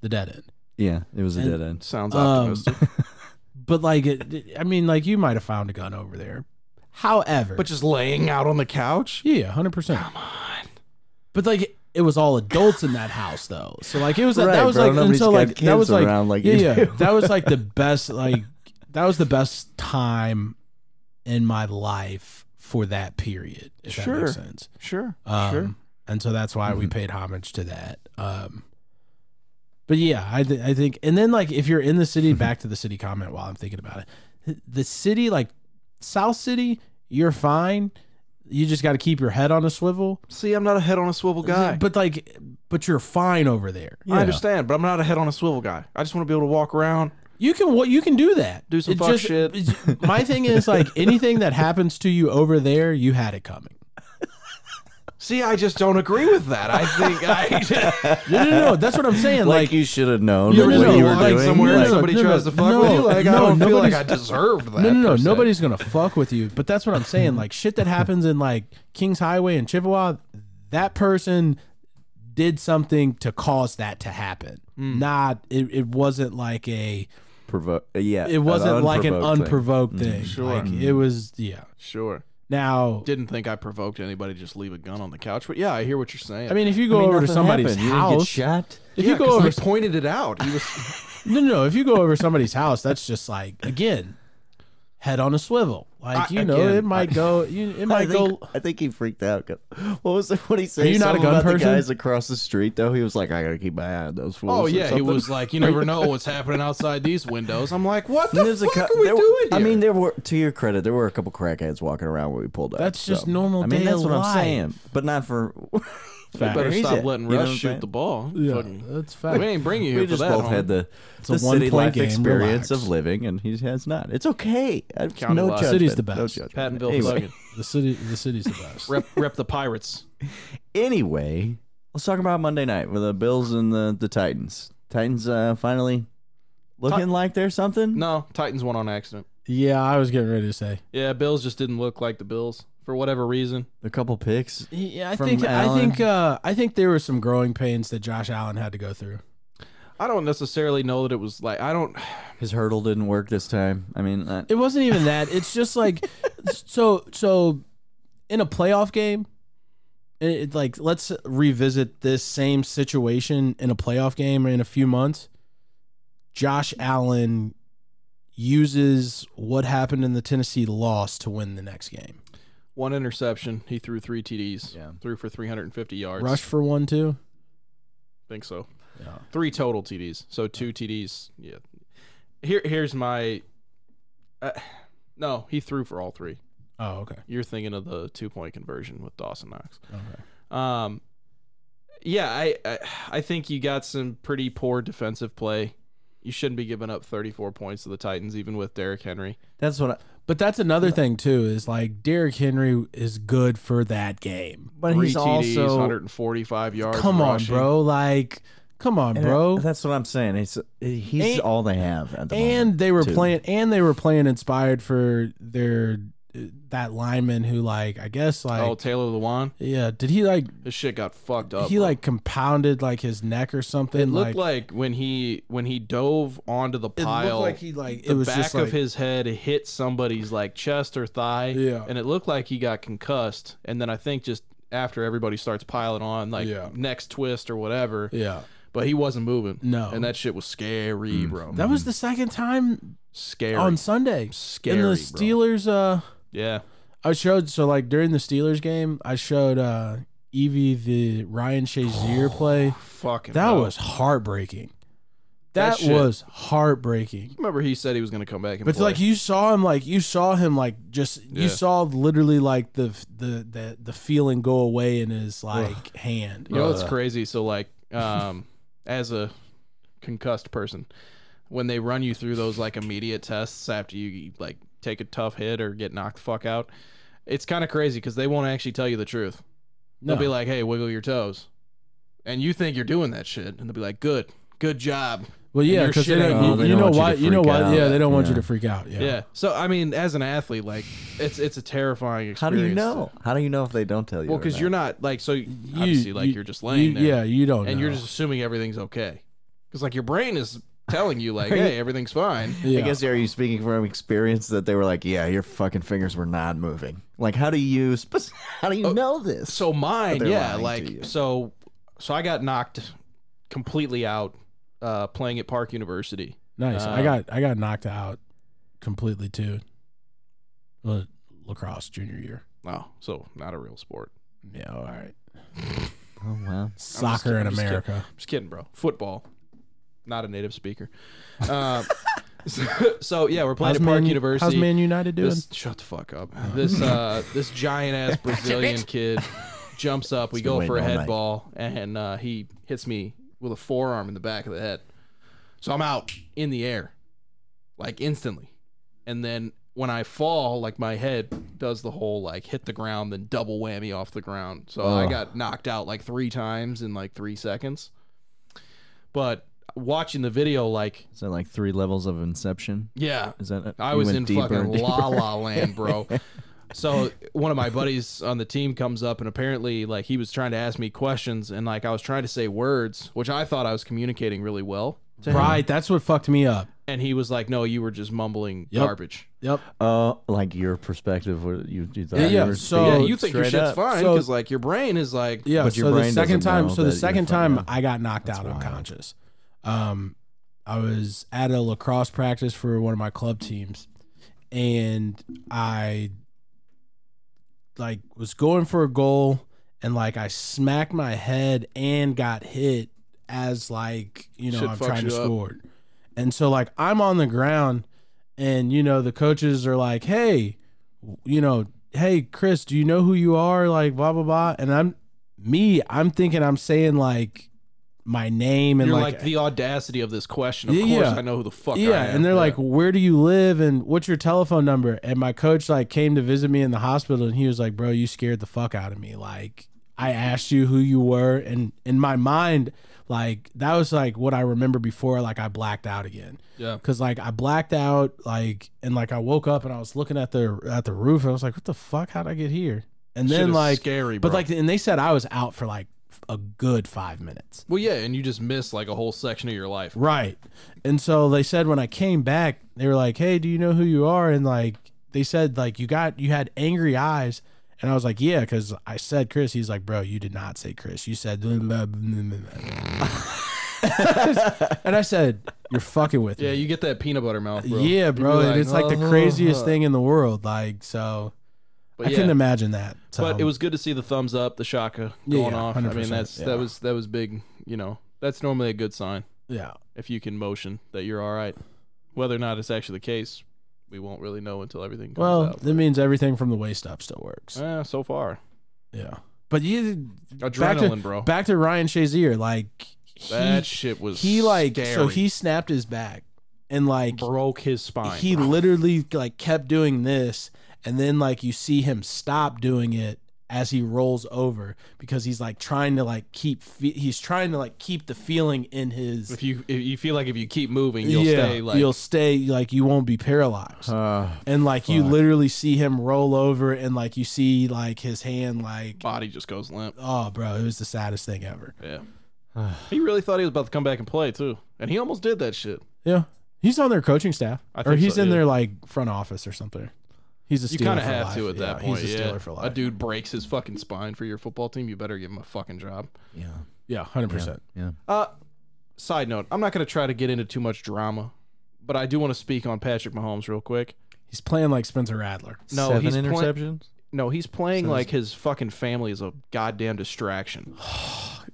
[SPEAKER 5] the dead end.
[SPEAKER 3] yeah." It was a dead end.
[SPEAKER 4] sounds
[SPEAKER 5] Um,
[SPEAKER 4] optimistic,
[SPEAKER 5] But like, it, it- I mean, like you might have found a gun over there. However,
[SPEAKER 4] but just laying out on the couch.
[SPEAKER 5] yeah, hundred percent. Come on. But like, it was all adults in that house though, so like it was like,
[SPEAKER 3] Right,
[SPEAKER 5] that was
[SPEAKER 3] bro,
[SPEAKER 5] like
[SPEAKER 3] nobody's
[SPEAKER 5] until
[SPEAKER 3] got
[SPEAKER 5] like that
[SPEAKER 3] kids
[SPEAKER 5] was like,
[SPEAKER 3] around like
[SPEAKER 5] yeah
[SPEAKER 3] you
[SPEAKER 5] yeah
[SPEAKER 3] do.
[SPEAKER 5] that was like the best like that was the best time in my life for that period. If that
[SPEAKER 4] Sure.
[SPEAKER 5] makes sense.
[SPEAKER 4] Sure,
[SPEAKER 5] Um,
[SPEAKER 4] sure.
[SPEAKER 5] And so that's why we paid homage to that. Um, but yeah, I, th- I think, and then like if you're in the city, back to the city comment while I'm thinking about it. The city, like South City, you're fine You just got to keep your head on a swivel.
[SPEAKER 4] See, I'm not a head on a swivel guy.
[SPEAKER 5] But like, but you're fine over there.
[SPEAKER 4] I understand, but I'm not a head on a swivel guy. I just want to be able to walk around.
[SPEAKER 5] You can what you can do that.
[SPEAKER 4] Do some
[SPEAKER 5] It
[SPEAKER 4] fuck shit.
[SPEAKER 5] it's- My thing is like anything that happens to you over there, you had it coming.
[SPEAKER 4] See, I just don't agree with that. I think I
[SPEAKER 5] No, no, no. That's what I'm saying.
[SPEAKER 3] Like,
[SPEAKER 5] like
[SPEAKER 3] you should have known
[SPEAKER 5] You
[SPEAKER 3] what
[SPEAKER 5] really
[SPEAKER 3] you were
[SPEAKER 5] like
[SPEAKER 3] doing.
[SPEAKER 4] somewhere
[SPEAKER 5] no,
[SPEAKER 4] and somebody
[SPEAKER 5] no,
[SPEAKER 4] tries to fuck
[SPEAKER 5] no,
[SPEAKER 4] with you. Like I
[SPEAKER 5] no,
[SPEAKER 4] don't feel like
[SPEAKER 5] nobody's-
[SPEAKER 4] I deserved that.
[SPEAKER 5] no, no, no.
[SPEAKER 4] per se.
[SPEAKER 5] Nobody's gonna fuck with you. But that's what I'm saying. Like shit that happens in like Kings Highway and Chippewa, that person did something to cause that to happen. Not it, it wasn't like a
[SPEAKER 3] Provo- yeah,
[SPEAKER 5] it wasn't like an
[SPEAKER 3] unprovoked
[SPEAKER 5] unprovoked thing. Like it was yeah.
[SPEAKER 4] Sure.
[SPEAKER 5] Now
[SPEAKER 4] Didn't think I provoked anybody. to Just leave a gun on the couch. But yeah, I hear what you're saying.
[SPEAKER 5] I mean if you go over to somebody's house
[SPEAKER 3] shot.
[SPEAKER 5] if
[SPEAKER 4] yeah,
[SPEAKER 5] you go
[SPEAKER 4] 'cause
[SPEAKER 5] over
[SPEAKER 4] I pointed it out. He was
[SPEAKER 5] No, no, no. If you go over somebody's house, that's just like again, head on a swivel. Like
[SPEAKER 4] I-
[SPEAKER 5] you know,
[SPEAKER 4] again,
[SPEAKER 5] it might go. You, it
[SPEAKER 3] I
[SPEAKER 5] might
[SPEAKER 3] think,
[SPEAKER 5] go.
[SPEAKER 3] I think he freaked out. 'cause- What was it? What he said?
[SPEAKER 5] oh. you not a
[SPEAKER 3] Something
[SPEAKER 5] gun
[SPEAKER 3] about
[SPEAKER 5] person?
[SPEAKER 3] The guys across the street, though, he was like, "I gotta keep my eye on those fools."
[SPEAKER 4] Oh
[SPEAKER 3] or
[SPEAKER 4] yeah, he
[SPEAKER 3] something.
[SPEAKER 4] was like, you never know what's happening outside these windows. I'm like, what the
[SPEAKER 3] There's a
[SPEAKER 4] fuck
[SPEAKER 3] cou-
[SPEAKER 4] are we
[SPEAKER 3] there were-
[SPEAKER 4] doing? Here?
[SPEAKER 3] I mean, there were to your credit, there were a couple crackheads walking around when we pulled up.
[SPEAKER 5] That's just
[SPEAKER 3] so-
[SPEAKER 5] normal
[SPEAKER 3] I mean,
[SPEAKER 5] day
[SPEAKER 3] that's what
[SPEAKER 5] life.
[SPEAKER 3] I'm saying, but not for.
[SPEAKER 5] Fact.
[SPEAKER 4] better
[SPEAKER 3] He's
[SPEAKER 4] stop
[SPEAKER 3] at-
[SPEAKER 4] letting
[SPEAKER 3] you know
[SPEAKER 4] Russ
[SPEAKER 3] what I'm
[SPEAKER 4] shoot
[SPEAKER 3] saying?
[SPEAKER 4] the ball. Fucking-
[SPEAKER 5] That's
[SPEAKER 4] we ain't bring you here
[SPEAKER 3] we
[SPEAKER 4] for
[SPEAKER 3] just
[SPEAKER 4] that.
[SPEAKER 3] both
[SPEAKER 4] homie.
[SPEAKER 3] had the,
[SPEAKER 5] a
[SPEAKER 3] the city
[SPEAKER 5] one-point
[SPEAKER 3] life
[SPEAKER 5] game,
[SPEAKER 3] experience
[SPEAKER 5] relax.
[SPEAKER 3] of living, and he has not. It's okay. I-
[SPEAKER 4] County
[SPEAKER 3] no
[SPEAKER 4] life.
[SPEAKER 3] judgment.
[SPEAKER 5] City's the
[SPEAKER 3] No
[SPEAKER 5] best.
[SPEAKER 3] judgment.
[SPEAKER 4] Pattonville
[SPEAKER 3] Anyway.
[SPEAKER 4] Fucking.
[SPEAKER 5] The city, the city's the best.
[SPEAKER 4] rep, rep the Pirates.
[SPEAKER 3] anyway, let's talk about Monday night with the Bills and the, the Titans. Titans uh, finally looking like they're something.
[SPEAKER 4] No, Titans won on accident.
[SPEAKER 5] yeah, I was getting ready to say.
[SPEAKER 4] Yeah, Bills just didn't look like the Bills for whatever reason.
[SPEAKER 3] A couple picks.
[SPEAKER 5] Yeah, I
[SPEAKER 3] From
[SPEAKER 5] think I
[SPEAKER 3] Allen.
[SPEAKER 5] think uh, I think there were some growing pains that Josh Allen had to go through.
[SPEAKER 4] I don't necessarily know that it was like I don't.
[SPEAKER 3] His hurdle didn't work this time. I mean, uh,
[SPEAKER 5] It wasn't even that. It's just like so so in a playoff game. It, it, like let's revisit this same situation in a playoff game in a few months. Josh Allen uses what happened in the Tennessee loss to win the next game.
[SPEAKER 4] One interception. He threw three TDs.
[SPEAKER 3] Yeah.
[SPEAKER 4] Threw for 350 yards.
[SPEAKER 5] Rush for one too.
[SPEAKER 4] think so.
[SPEAKER 5] Yeah.
[SPEAKER 4] Three total TDs. So two TDs. Yeah. Here, here's my. Uh, no, he threw for all three.
[SPEAKER 5] Oh, okay.
[SPEAKER 4] You're thinking of the two point conversion with Dawson Knox.
[SPEAKER 5] Okay.
[SPEAKER 4] Um, yeah, I, I I think you got some pretty poor defensive play. You shouldn't be giving up 34 points to the Titans, even with Derrick Henry.
[SPEAKER 3] that's what. I,
[SPEAKER 5] But that's another thing too is like Derrick Henry is good for that game.
[SPEAKER 3] but
[SPEAKER 4] Three
[SPEAKER 3] he's
[SPEAKER 4] TDs,
[SPEAKER 3] also
[SPEAKER 4] 145 yards.
[SPEAKER 5] Come on,
[SPEAKER 4] rushing.
[SPEAKER 5] bro. Like come on,
[SPEAKER 3] and
[SPEAKER 5] bro.
[SPEAKER 3] that- that's what I'm saying. He's he's
[SPEAKER 5] And-
[SPEAKER 3] all they have at the
[SPEAKER 5] and
[SPEAKER 3] moment,
[SPEAKER 5] they were
[SPEAKER 3] too.
[SPEAKER 5] playing and they were playing inspired for their uh, that lineman who like I guess like
[SPEAKER 4] Oh, Taylor Lewan,
[SPEAKER 5] yeah did he like
[SPEAKER 4] his shit got fucked up.
[SPEAKER 5] he
[SPEAKER 4] bro.
[SPEAKER 5] like compounded like his neck or something
[SPEAKER 4] It looked like, when he when he dove onto the
[SPEAKER 5] it
[SPEAKER 4] pile,
[SPEAKER 5] looked like he like
[SPEAKER 4] the
[SPEAKER 5] it was
[SPEAKER 4] back
[SPEAKER 5] just
[SPEAKER 4] of
[SPEAKER 5] like
[SPEAKER 4] his head hit somebody's like chest or thigh.
[SPEAKER 5] Yeah.
[SPEAKER 4] And it looked like he got concussed. And then I think just after everybody starts piling on, like
[SPEAKER 5] Yeah.
[SPEAKER 4] next twist or whatever.
[SPEAKER 5] yeah
[SPEAKER 4] But he wasn't moving.
[SPEAKER 5] No. Mm.
[SPEAKER 4] And that shit was scary, bro.
[SPEAKER 5] that
[SPEAKER 3] Mm.
[SPEAKER 5] was the second time
[SPEAKER 4] scary.
[SPEAKER 5] on Sunday
[SPEAKER 4] Scary,
[SPEAKER 5] in
[SPEAKER 4] bro.
[SPEAKER 5] the Steelers uh
[SPEAKER 4] yeah.
[SPEAKER 5] I showed so like during the Steelers game I showed uh Evie the Ryan
[SPEAKER 4] Oh,
[SPEAKER 5] Shazier play
[SPEAKER 4] Fucking.
[SPEAKER 5] that
[SPEAKER 4] hell.
[SPEAKER 5] was heartbreaking
[SPEAKER 4] That
[SPEAKER 5] that,
[SPEAKER 4] shit-
[SPEAKER 5] was heartbreaking
[SPEAKER 4] Remember he said he was gonna come back and.
[SPEAKER 5] But
[SPEAKER 4] play.
[SPEAKER 5] like you saw him, like you saw him, like just
[SPEAKER 4] Yeah.
[SPEAKER 5] you saw literally like the the the the feeling go away in his like hand.
[SPEAKER 4] You know what's crazy? So like, um, as a concussed person, when they run you through those like immediate tests after you like take a tough hit or get knocked the fuck out, it's kind of crazy because they won't actually tell you the truth.
[SPEAKER 5] No.
[SPEAKER 4] They'll be like, "Hey, wiggle your toes," and you think you're doing that shit, and they'll be like, "Good, good job."
[SPEAKER 5] Well,
[SPEAKER 4] And
[SPEAKER 5] yeah,
[SPEAKER 4] your
[SPEAKER 5] because
[SPEAKER 4] shit
[SPEAKER 5] you,
[SPEAKER 4] ain't
[SPEAKER 3] over. They
[SPEAKER 5] you
[SPEAKER 3] don't
[SPEAKER 5] know
[SPEAKER 3] want you
[SPEAKER 5] why
[SPEAKER 3] to
[SPEAKER 5] you know
[SPEAKER 3] freak
[SPEAKER 5] why
[SPEAKER 3] out.
[SPEAKER 5] yeah they don't want you
[SPEAKER 3] Yeah.
[SPEAKER 5] to freak out. Yeah.
[SPEAKER 4] Yeah. So I mean, as an athlete, like it's it's a terrifying
[SPEAKER 3] How
[SPEAKER 4] experience.
[SPEAKER 3] do you know? How do you know if they don't tell you? or
[SPEAKER 4] Well, because you're not like so obviously like you're just laying
[SPEAKER 5] you-
[SPEAKER 4] there.
[SPEAKER 5] Yeah, you
[SPEAKER 3] Oh,
[SPEAKER 5] don't.
[SPEAKER 4] and
[SPEAKER 5] know.
[SPEAKER 4] you're just assuming everything's okay because like your brain is telling you like hey everything's fine
[SPEAKER 5] Yeah.
[SPEAKER 3] I guess are you speaking from experience that they were like, yeah, your fucking fingers were not moving. Like, how do you? spec- How do you know this?
[SPEAKER 4] Oh, so mine
[SPEAKER 3] They're
[SPEAKER 4] yeah
[SPEAKER 3] lying to
[SPEAKER 4] like
[SPEAKER 3] you.
[SPEAKER 4] so so i got knocked completely out uh playing at park university
[SPEAKER 5] nice. I
[SPEAKER 4] uh,
[SPEAKER 5] got I got knocked out completely too. La- lacrosse junior year.
[SPEAKER 4] oh so not a real sport
[SPEAKER 5] Yeah. All right.
[SPEAKER 3] oh wow.
[SPEAKER 5] Soccer in
[SPEAKER 4] I'm just kid-
[SPEAKER 5] America.
[SPEAKER 4] just kidding bro football not a native speaker uh, so yeah, we're playing
[SPEAKER 5] How's
[SPEAKER 4] at Park
[SPEAKER 5] Man-
[SPEAKER 4] University.
[SPEAKER 5] How's Man United doing?
[SPEAKER 4] This, shut the fuck up. This uh, this giant ass Brazilian kid jumps up. We
[SPEAKER 3] been
[SPEAKER 4] go
[SPEAKER 3] waiting
[SPEAKER 4] for a
[SPEAKER 3] all
[SPEAKER 4] head
[SPEAKER 3] night.
[SPEAKER 4] ball, and uh, he hits me with a forearm in the back of the head. So I'm out in the air, like instantly. And then when I fall, like my head does the whole like hit the ground, then double whammy off the ground. So I got knocked out like three times in like three seconds. But watching the video, like
[SPEAKER 3] Is that like three levels of Inception?
[SPEAKER 4] yeah,
[SPEAKER 3] Is that?
[SPEAKER 4] I
[SPEAKER 3] you
[SPEAKER 4] was
[SPEAKER 3] went
[SPEAKER 4] in
[SPEAKER 3] deeper
[SPEAKER 4] fucking
[SPEAKER 3] and deeper?
[SPEAKER 4] la la land, bro. so one of my buddies on the team comes up and apparently like he was trying to ask me questions and like I was trying to say words, which I thought I was communicating really well. to him.
[SPEAKER 5] Right, that's what fucked me up.
[SPEAKER 4] And he was like, No, you were just mumbling
[SPEAKER 5] Yep.
[SPEAKER 4] garbage.
[SPEAKER 5] Yep.
[SPEAKER 3] Oh, like your perspective, what you, you thought.
[SPEAKER 5] Yeah,
[SPEAKER 3] you
[SPEAKER 5] yeah,
[SPEAKER 3] were
[SPEAKER 5] so-
[SPEAKER 4] Yeah,
[SPEAKER 3] speaking
[SPEAKER 4] Oh, you think your
[SPEAKER 3] straight
[SPEAKER 4] shit's
[SPEAKER 3] up.
[SPEAKER 4] fine
[SPEAKER 5] So-
[SPEAKER 4] because like your brain is like
[SPEAKER 5] Yeah.
[SPEAKER 3] But your
[SPEAKER 5] so the
[SPEAKER 3] brain
[SPEAKER 5] second
[SPEAKER 3] doesn't
[SPEAKER 5] time,
[SPEAKER 3] know
[SPEAKER 5] so the
[SPEAKER 3] that you're
[SPEAKER 5] second
[SPEAKER 3] fucking-
[SPEAKER 5] time I got knocked out
[SPEAKER 3] wild.
[SPEAKER 5] unconscious. Um, I was at a lacrosse practice for one of my club teams, and I like was going for a goal, and like I smacked my head and got hit as like you know
[SPEAKER 4] Shit
[SPEAKER 5] I'm
[SPEAKER 4] fucks
[SPEAKER 5] trying to
[SPEAKER 4] you up.
[SPEAKER 5] score, and so like I'm on the ground, and you know the coaches are like, hey, you know, hey Chris, do you know who you are? Like blah blah blah. And I'm me, I'm thinking I'm saying like my name and
[SPEAKER 4] you're
[SPEAKER 5] like,
[SPEAKER 4] like, the audacity of this question. Of
[SPEAKER 5] Yeah,
[SPEAKER 4] course
[SPEAKER 5] yeah.
[SPEAKER 4] I know who the fuck I
[SPEAKER 5] yeah.
[SPEAKER 4] am.
[SPEAKER 5] And they're like, where do you live and what's your telephone number? And my coach like came to visit me in the hospital and he was like, bro, you scared the fuck out of me. Like I asked you who you were, and in my mind, like that was like what I remember before. Like I blacked out again.
[SPEAKER 4] Yeah.
[SPEAKER 5] Cause like I blacked out, like and like I woke up and I was looking at the at the roof. And I was like, what the fuck? How'd I get here? And
[SPEAKER 4] Shit
[SPEAKER 5] then
[SPEAKER 4] is
[SPEAKER 5] like
[SPEAKER 4] scary,
[SPEAKER 5] but
[SPEAKER 4] bro.
[SPEAKER 5] like and they said I was out for like a good five minutes.
[SPEAKER 4] Well yeah, and you just miss like a whole section of your life.
[SPEAKER 5] Right. And so they said when I came back, they were like, "Hey, do you know who you are?" And like they said like you got you had angry eyes, and I was like, "Yeah," because I said Chris. He's like, "Bro, you did not say Chris. You said." blah, blah, blah, blah, blah." and I said, "You're fucking with
[SPEAKER 4] Yeah,
[SPEAKER 5] me."
[SPEAKER 4] you get that peanut butter mouth, bro.
[SPEAKER 5] Yeah, bro.
[SPEAKER 4] You're
[SPEAKER 5] and it's like the
[SPEAKER 4] "Uh-huh."
[SPEAKER 5] craziest thing in the world. Like so,
[SPEAKER 4] But
[SPEAKER 5] I
[SPEAKER 4] yeah.
[SPEAKER 5] couldn't imagine that. So.
[SPEAKER 4] But it was good to see the thumbs up, the shaka
[SPEAKER 5] Yeah,
[SPEAKER 4] going
[SPEAKER 5] yeah,
[SPEAKER 4] off. I mean,
[SPEAKER 5] 100%,
[SPEAKER 4] that's
[SPEAKER 5] yeah.
[SPEAKER 4] that was that was big. You know, that's normally a good sign
[SPEAKER 5] yeah.
[SPEAKER 4] if you can motion that you're all right. Whether or not it's actually the case, we won't really know until everything comes
[SPEAKER 5] Well,
[SPEAKER 4] out.
[SPEAKER 5] that means everything from the waist up still works.
[SPEAKER 4] Eh, so far,
[SPEAKER 5] Yeah. But you back to-
[SPEAKER 4] adrenaline, bro.
[SPEAKER 5] Back to Ryan Shazier, like he,
[SPEAKER 4] that shit was
[SPEAKER 5] he like
[SPEAKER 4] scary.
[SPEAKER 5] so he snapped his back and like
[SPEAKER 4] broke his spine.
[SPEAKER 5] he
[SPEAKER 4] bro.
[SPEAKER 5] literally like kept doing this and then like you see him stop doing it as he rolls over because he's like trying to like keep fe- he's trying to like keep the feeling in his
[SPEAKER 4] if you if you feel like if you keep moving, you'll stay like
[SPEAKER 5] you'll stay like you won't be paralyzed
[SPEAKER 3] Uh,
[SPEAKER 5] and like you literally see him roll over and like you see like his hand like
[SPEAKER 4] body just goes limp.
[SPEAKER 5] oh bro it was the saddest thing ever
[SPEAKER 4] Yeah. he really thought he was about to come back and play too, and he almost did that shit.
[SPEAKER 5] Yeah. He's on their coaching staff.
[SPEAKER 4] I
[SPEAKER 5] or
[SPEAKER 4] think
[SPEAKER 5] he's
[SPEAKER 4] so,
[SPEAKER 5] in
[SPEAKER 4] yeah.
[SPEAKER 5] their like front office or something. He's a
[SPEAKER 4] You
[SPEAKER 5] Steeler
[SPEAKER 4] kind of
[SPEAKER 5] for
[SPEAKER 4] have
[SPEAKER 5] life.
[SPEAKER 4] to at that
[SPEAKER 5] Yeah,
[SPEAKER 4] point.
[SPEAKER 5] He's a
[SPEAKER 4] yeah.
[SPEAKER 5] Steeler for life.
[SPEAKER 4] A dude breaks his fucking spine for your football team. You better give him a fucking job.
[SPEAKER 3] yeah,
[SPEAKER 5] Yeah, 100%.
[SPEAKER 3] yeah.
[SPEAKER 4] Uh, side note, I'm not going to try to get into too much drama, but I do want to speak on Patrick Mahomes real quick.
[SPEAKER 5] He's playing like Spencer Radler.
[SPEAKER 4] No,
[SPEAKER 3] Seven
[SPEAKER 4] he's playing-
[SPEAKER 3] interceptions.
[SPEAKER 4] No, he's playing like his fucking family is a goddamn distraction.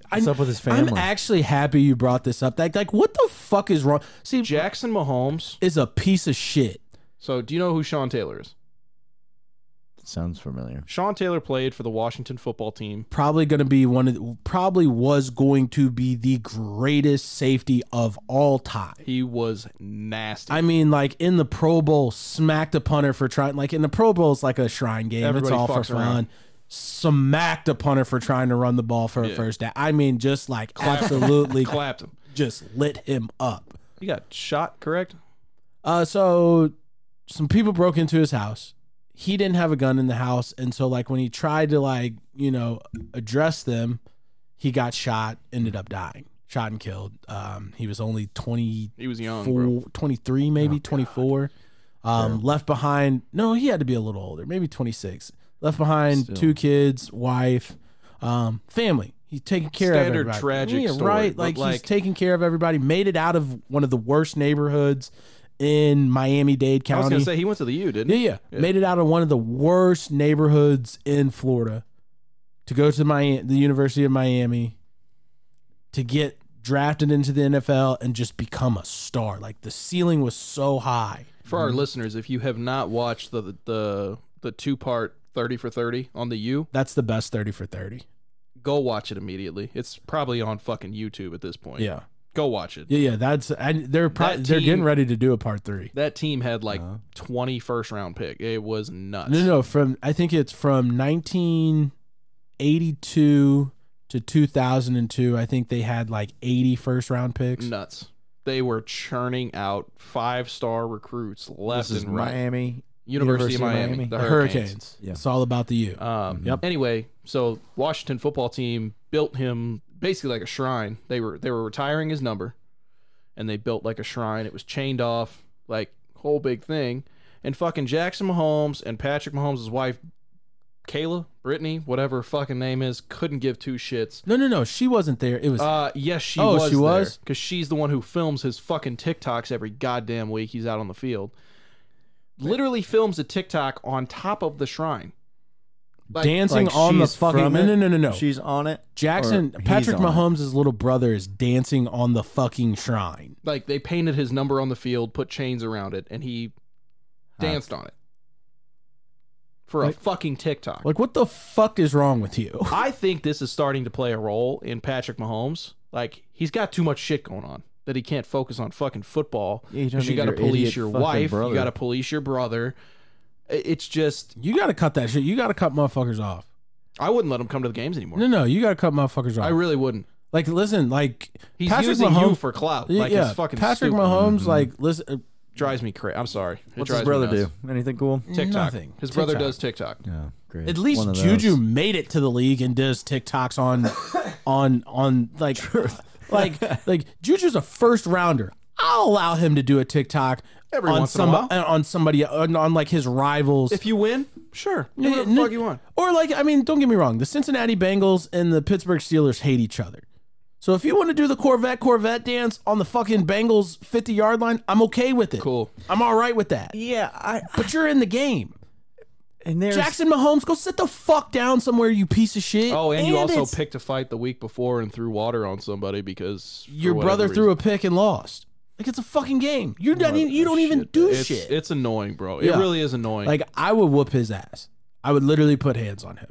[SPEAKER 3] What's up with his family?
[SPEAKER 5] I'm actually happy you brought this up. Like, like what the fuck is wrong? See,
[SPEAKER 4] Jackson Mahomes.
[SPEAKER 5] is a piece of shit.
[SPEAKER 4] So, do you know who Sean Taylor is?
[SPEAKER 3] Sounds familiar.
[SPEAKER 4] Sean Taylor played for the Washington football team.
[SPEAKER 5] Probably going to be one of the, probably was going to be the greatest safety of all time.
[SPEAKER 4] He was nasty.
[SPEAKER 5] I mean, like in the Pro Bowl, smacked a punter for trying. Like in the Pro Bowl, it's like a shrine game.
[SPEAKER 4] Everybody
[SPEAKER 5] it's all for
[SPEAKER 4] fucks
[SPEAKER 5] fun.
[SPEAKER 4] around.
[SPEAKER 5] Smacked a punter for trying to run the ball for a first down. I mean, just like absolutely
[SPEAKER 4] clapped him.
[SPEAKER 5] just lit him up.
[SPEAKER 4] He got shot, correct?
[SPEAKER 5] Uh, so some people broke into his house. He didn't have a gun in the house, and so like when he tried to like you know address them, he got shot. Ended up dying, shot and killed. Um, he was only twenty
[SPEAKER 4] He was young,
[SPEAKER 5] four-
[SPEAKER 4] bro. Oh,
[SPEAKER 5] 23 maybe 24 um, left behind no he had to be a little older maybe 26 left behind two kids wife um, family he's taking care of
[SPEAKER 4] Standard
[SPEAKER 5] everybody
[SPEAKER 4] tragic story,
[SPEAKER 5] right
[SPEAKER 4] but
[SPEAKER 5] like, he's
[SPEAKER 4] like-
[SPEAKER 5] taking care of everybody made it out of one of the worst neighborhoods in miami-dade
[SPEAKER 4] I
[SPEAKER 5] county
[SPEAKER 4] was going to say he went to the U, didn't
[SPEAKER 5] yeah,
[SPEAKER 4] he?
[SPEAKER 5] yeah made it out of one of the worst neighborhoods in florida to go to Miami, the university of miami to get drafted into the NFL, and just become a star. Like the ceiling was so high.
[SPEAKER 4] For our listeners, if you have not watched the the the, the two part thirty for thirty on the U,
[SPEAKER 5] That's the best thirty for thirty.
[SPEAKER 4] go watch it immediately. It's probably on fucking YouTube at this point.
[SPEAKER 5] Yeah.
[SPEAKER 4] go watch it.
[SPEAKER 5] Yeah, yeah. That's and they're pro-
[SPEAKER 4] That
[SPEAKER 5] they're
[SPEAKER 4] team-
[SPEAKER 5] getting ready to do a part three.
[SPEAKER 4] That team had like twenty first round pick. It was nuts.
[SPEAKER 5] No, no, from I think it's from 1982 to 2002. I think they had like 80 first round picks.
[SPEAKER 4] nuts. They were churning out five star recruits left
[SPEAKER 3] This is
[SPEAKER 4] and right.
[SPEAKER 3] Miami.
[SPEAKER 4] University, of Miami, the
[SPEAKER 5] The
[SPEAKER 4] Hurricanes.
[SPEAKER 5] Hurricanes.
[SPEAKER 3] Yeah.
[SPEAKER 5] It's all about the U.
[SPEAKER 4] Um,
[SPEAKER 5] Yep.
[SPEAKER 4] Anyway, so Washington football team built him basically like a shrine. They were they were retiring his number, and they built like a shrine. It was chained off, like whole big thing. And fucking Jackson Mahomes and Patrick Mahomes' wife, Kayla, Brittany, whatever her fucking name is, couldn't give two shits.
[SPEAKER 5] no, no, no. She wasn't there. It was
[SPEAKER 4] Uh, yes, she
[SPEAKER 5] Oh,
[SPEAKER 4] was.
[SPEAKER 5] she was?
[SPEAKER 4] because she's the one who films his fucking TikToks every goddamn week. He's out on the field, literally films a TikTok on top of the shrine. like-
[SPEAKER 5] dancing on the
[SPEAKER 3] she's
[SPEAKER 5] fucking.
[SPEAKER 3] from
[SPEAKER 5] No,
[SPEAKER 3] it?
[SPEAKER 5] no, no, no, no.
[SPEAKER 3] She's on it.
[SPEAKER 5] Jackson
[SPEAKER 3] Or he's
[SPEAKER 5] Patrick
[SPEAKER 3] on it?
[SPEAKER 5] Mahomes' little brother is dancing on the fucking shrine.
[SPEAKER 4] like they painted his number on the field, put chains around it, and he danced on it for a fucking TikTok.
[SPEAKER 5] Like, what the fuck is wrong with you?
[SPEAKER 4] I think this is starting to play a role in Patrick Mahomes. Like he's got too much shit going on that he can't focus on fucking football.
[SPEAKER 3] Yeah, you don't
[SPEAKER 4] 'Cause you
[SPEAKER 3] need
[SPEAKER 4] gotta
[SPEAKER 3] your
[SPEAKER 4] police
[SPEAKER 3] idiot
[SPEAKER 4] your
[SPEAKER 3] fucking
[SPEAKER 4] wife. You
[SPEAKER 3] brother.
[SPEAKER 4] got to police your brother. I- It's just
[SPEAKER 5] You got to cut that shit. You got to cut motherfuckers off.
[SPEAKER 4] I wouldn't let him come to the games anymore.
[SPEAKER 5] No, no, you got to cut motherfuckers off.
[SPEAKER 4] I really wouldn't.
[SPEAKER 5] like, listen, like
[SPEAKER 4] He's
[SPEAKER 5] Patrick
[SPEAKER 4] using you
[SPEAKER 5] Mahomes
[SPEAKER 4] for clout.
[SPEAKER 5] Yeah,
[SPEAKER 4] Like
[SPEAKER 5] yeah.
[SPEAKER 4] it's fucking
[SPEAKER 5] Patrick
[SPEAKER 4] stupid. Mm-hmm.
[SPEAKER 5] Mahomes, like listen, uh,
[SPEAKER 4] drives me crazy. I'm sorry. It
[SPEAKER 3] What's
[SPEAKER 4] drives
[SPEAKER 3] his
[SPEAKER 4] me
[SPEAKER 3] brother
[SPEAKER 4] nuts.
[SPEAKER 3] do? Anything cool?
[SPEAKER 4] TikTok.
[SPEAKER 5] Nothing.
[SPEAKER 4] His brother
[SPEAKER 5] TikTok.
[SPEAKER 4] does TikTok.
[SPEAKER 3] Yeah, great.
[SPEAKER 5] at least
[SPEAKER 3] One of those.
[SPEAKER 5] Juju made it to the league and does TikToks on, on, on like, like, like Juju's a first rounder. I'll allow him to do a TikTok
[SPEAKER 4] Every
[SPEAKER 5] on
[SPEAKER 4] once in a
[SPEAKER 5] some
[SPEAKER 4] while.
[SPEAKER 5] on somebody on, on like his rivals.
[SPEAKER 4] If you win, sure. Do whatever the
[SPEAKER 5] N-
[SPEAKER 4] fuck you want.
[SPEAKER 5] Or like, I mean, don't get me wrong. The Cincinnati Bengals and the Pittsburgh Steelers hate each other. So if you want to do the Corvette Corvette dance on the fucking Bengals 50 yard line, I'm okay with it.
[SPEAKER 4] Cool.
[SPEAKER 5] I'm all right with that.
[SPEAKER 3] Yeah, I
[SPEAKER 5] But you're in the game.
[SPEAKER 3] and there's
[SPEAKER 5] Jackson Mahomes, go sit the fuck down somewhere, you piece of shit.
[SPEAKER 4] Oh, and, you also
[SPEAKER 5] it's-
[SPEAKER 4] picked a fight the week before and threw water on somebody because for
[SPEAKER 5] your
[SPEAKER 4] whatever
[SPEAKER 5] brother threw
[SPEAKER 4] reason.
[SPEAKER 5] a pick and lost. Like it's a fucking game. You're not even, you don't even do
[SPEAKER 4] it's,
[SPEAKER 5] shit.
[SPEAKER 4] It's annoying, bro.
[SPEAKER 5] Yeah.
[SPEAKER 4] It really is annoying.
[SPEAKER 5] like I would whoop his ass. I would literally put hands on him.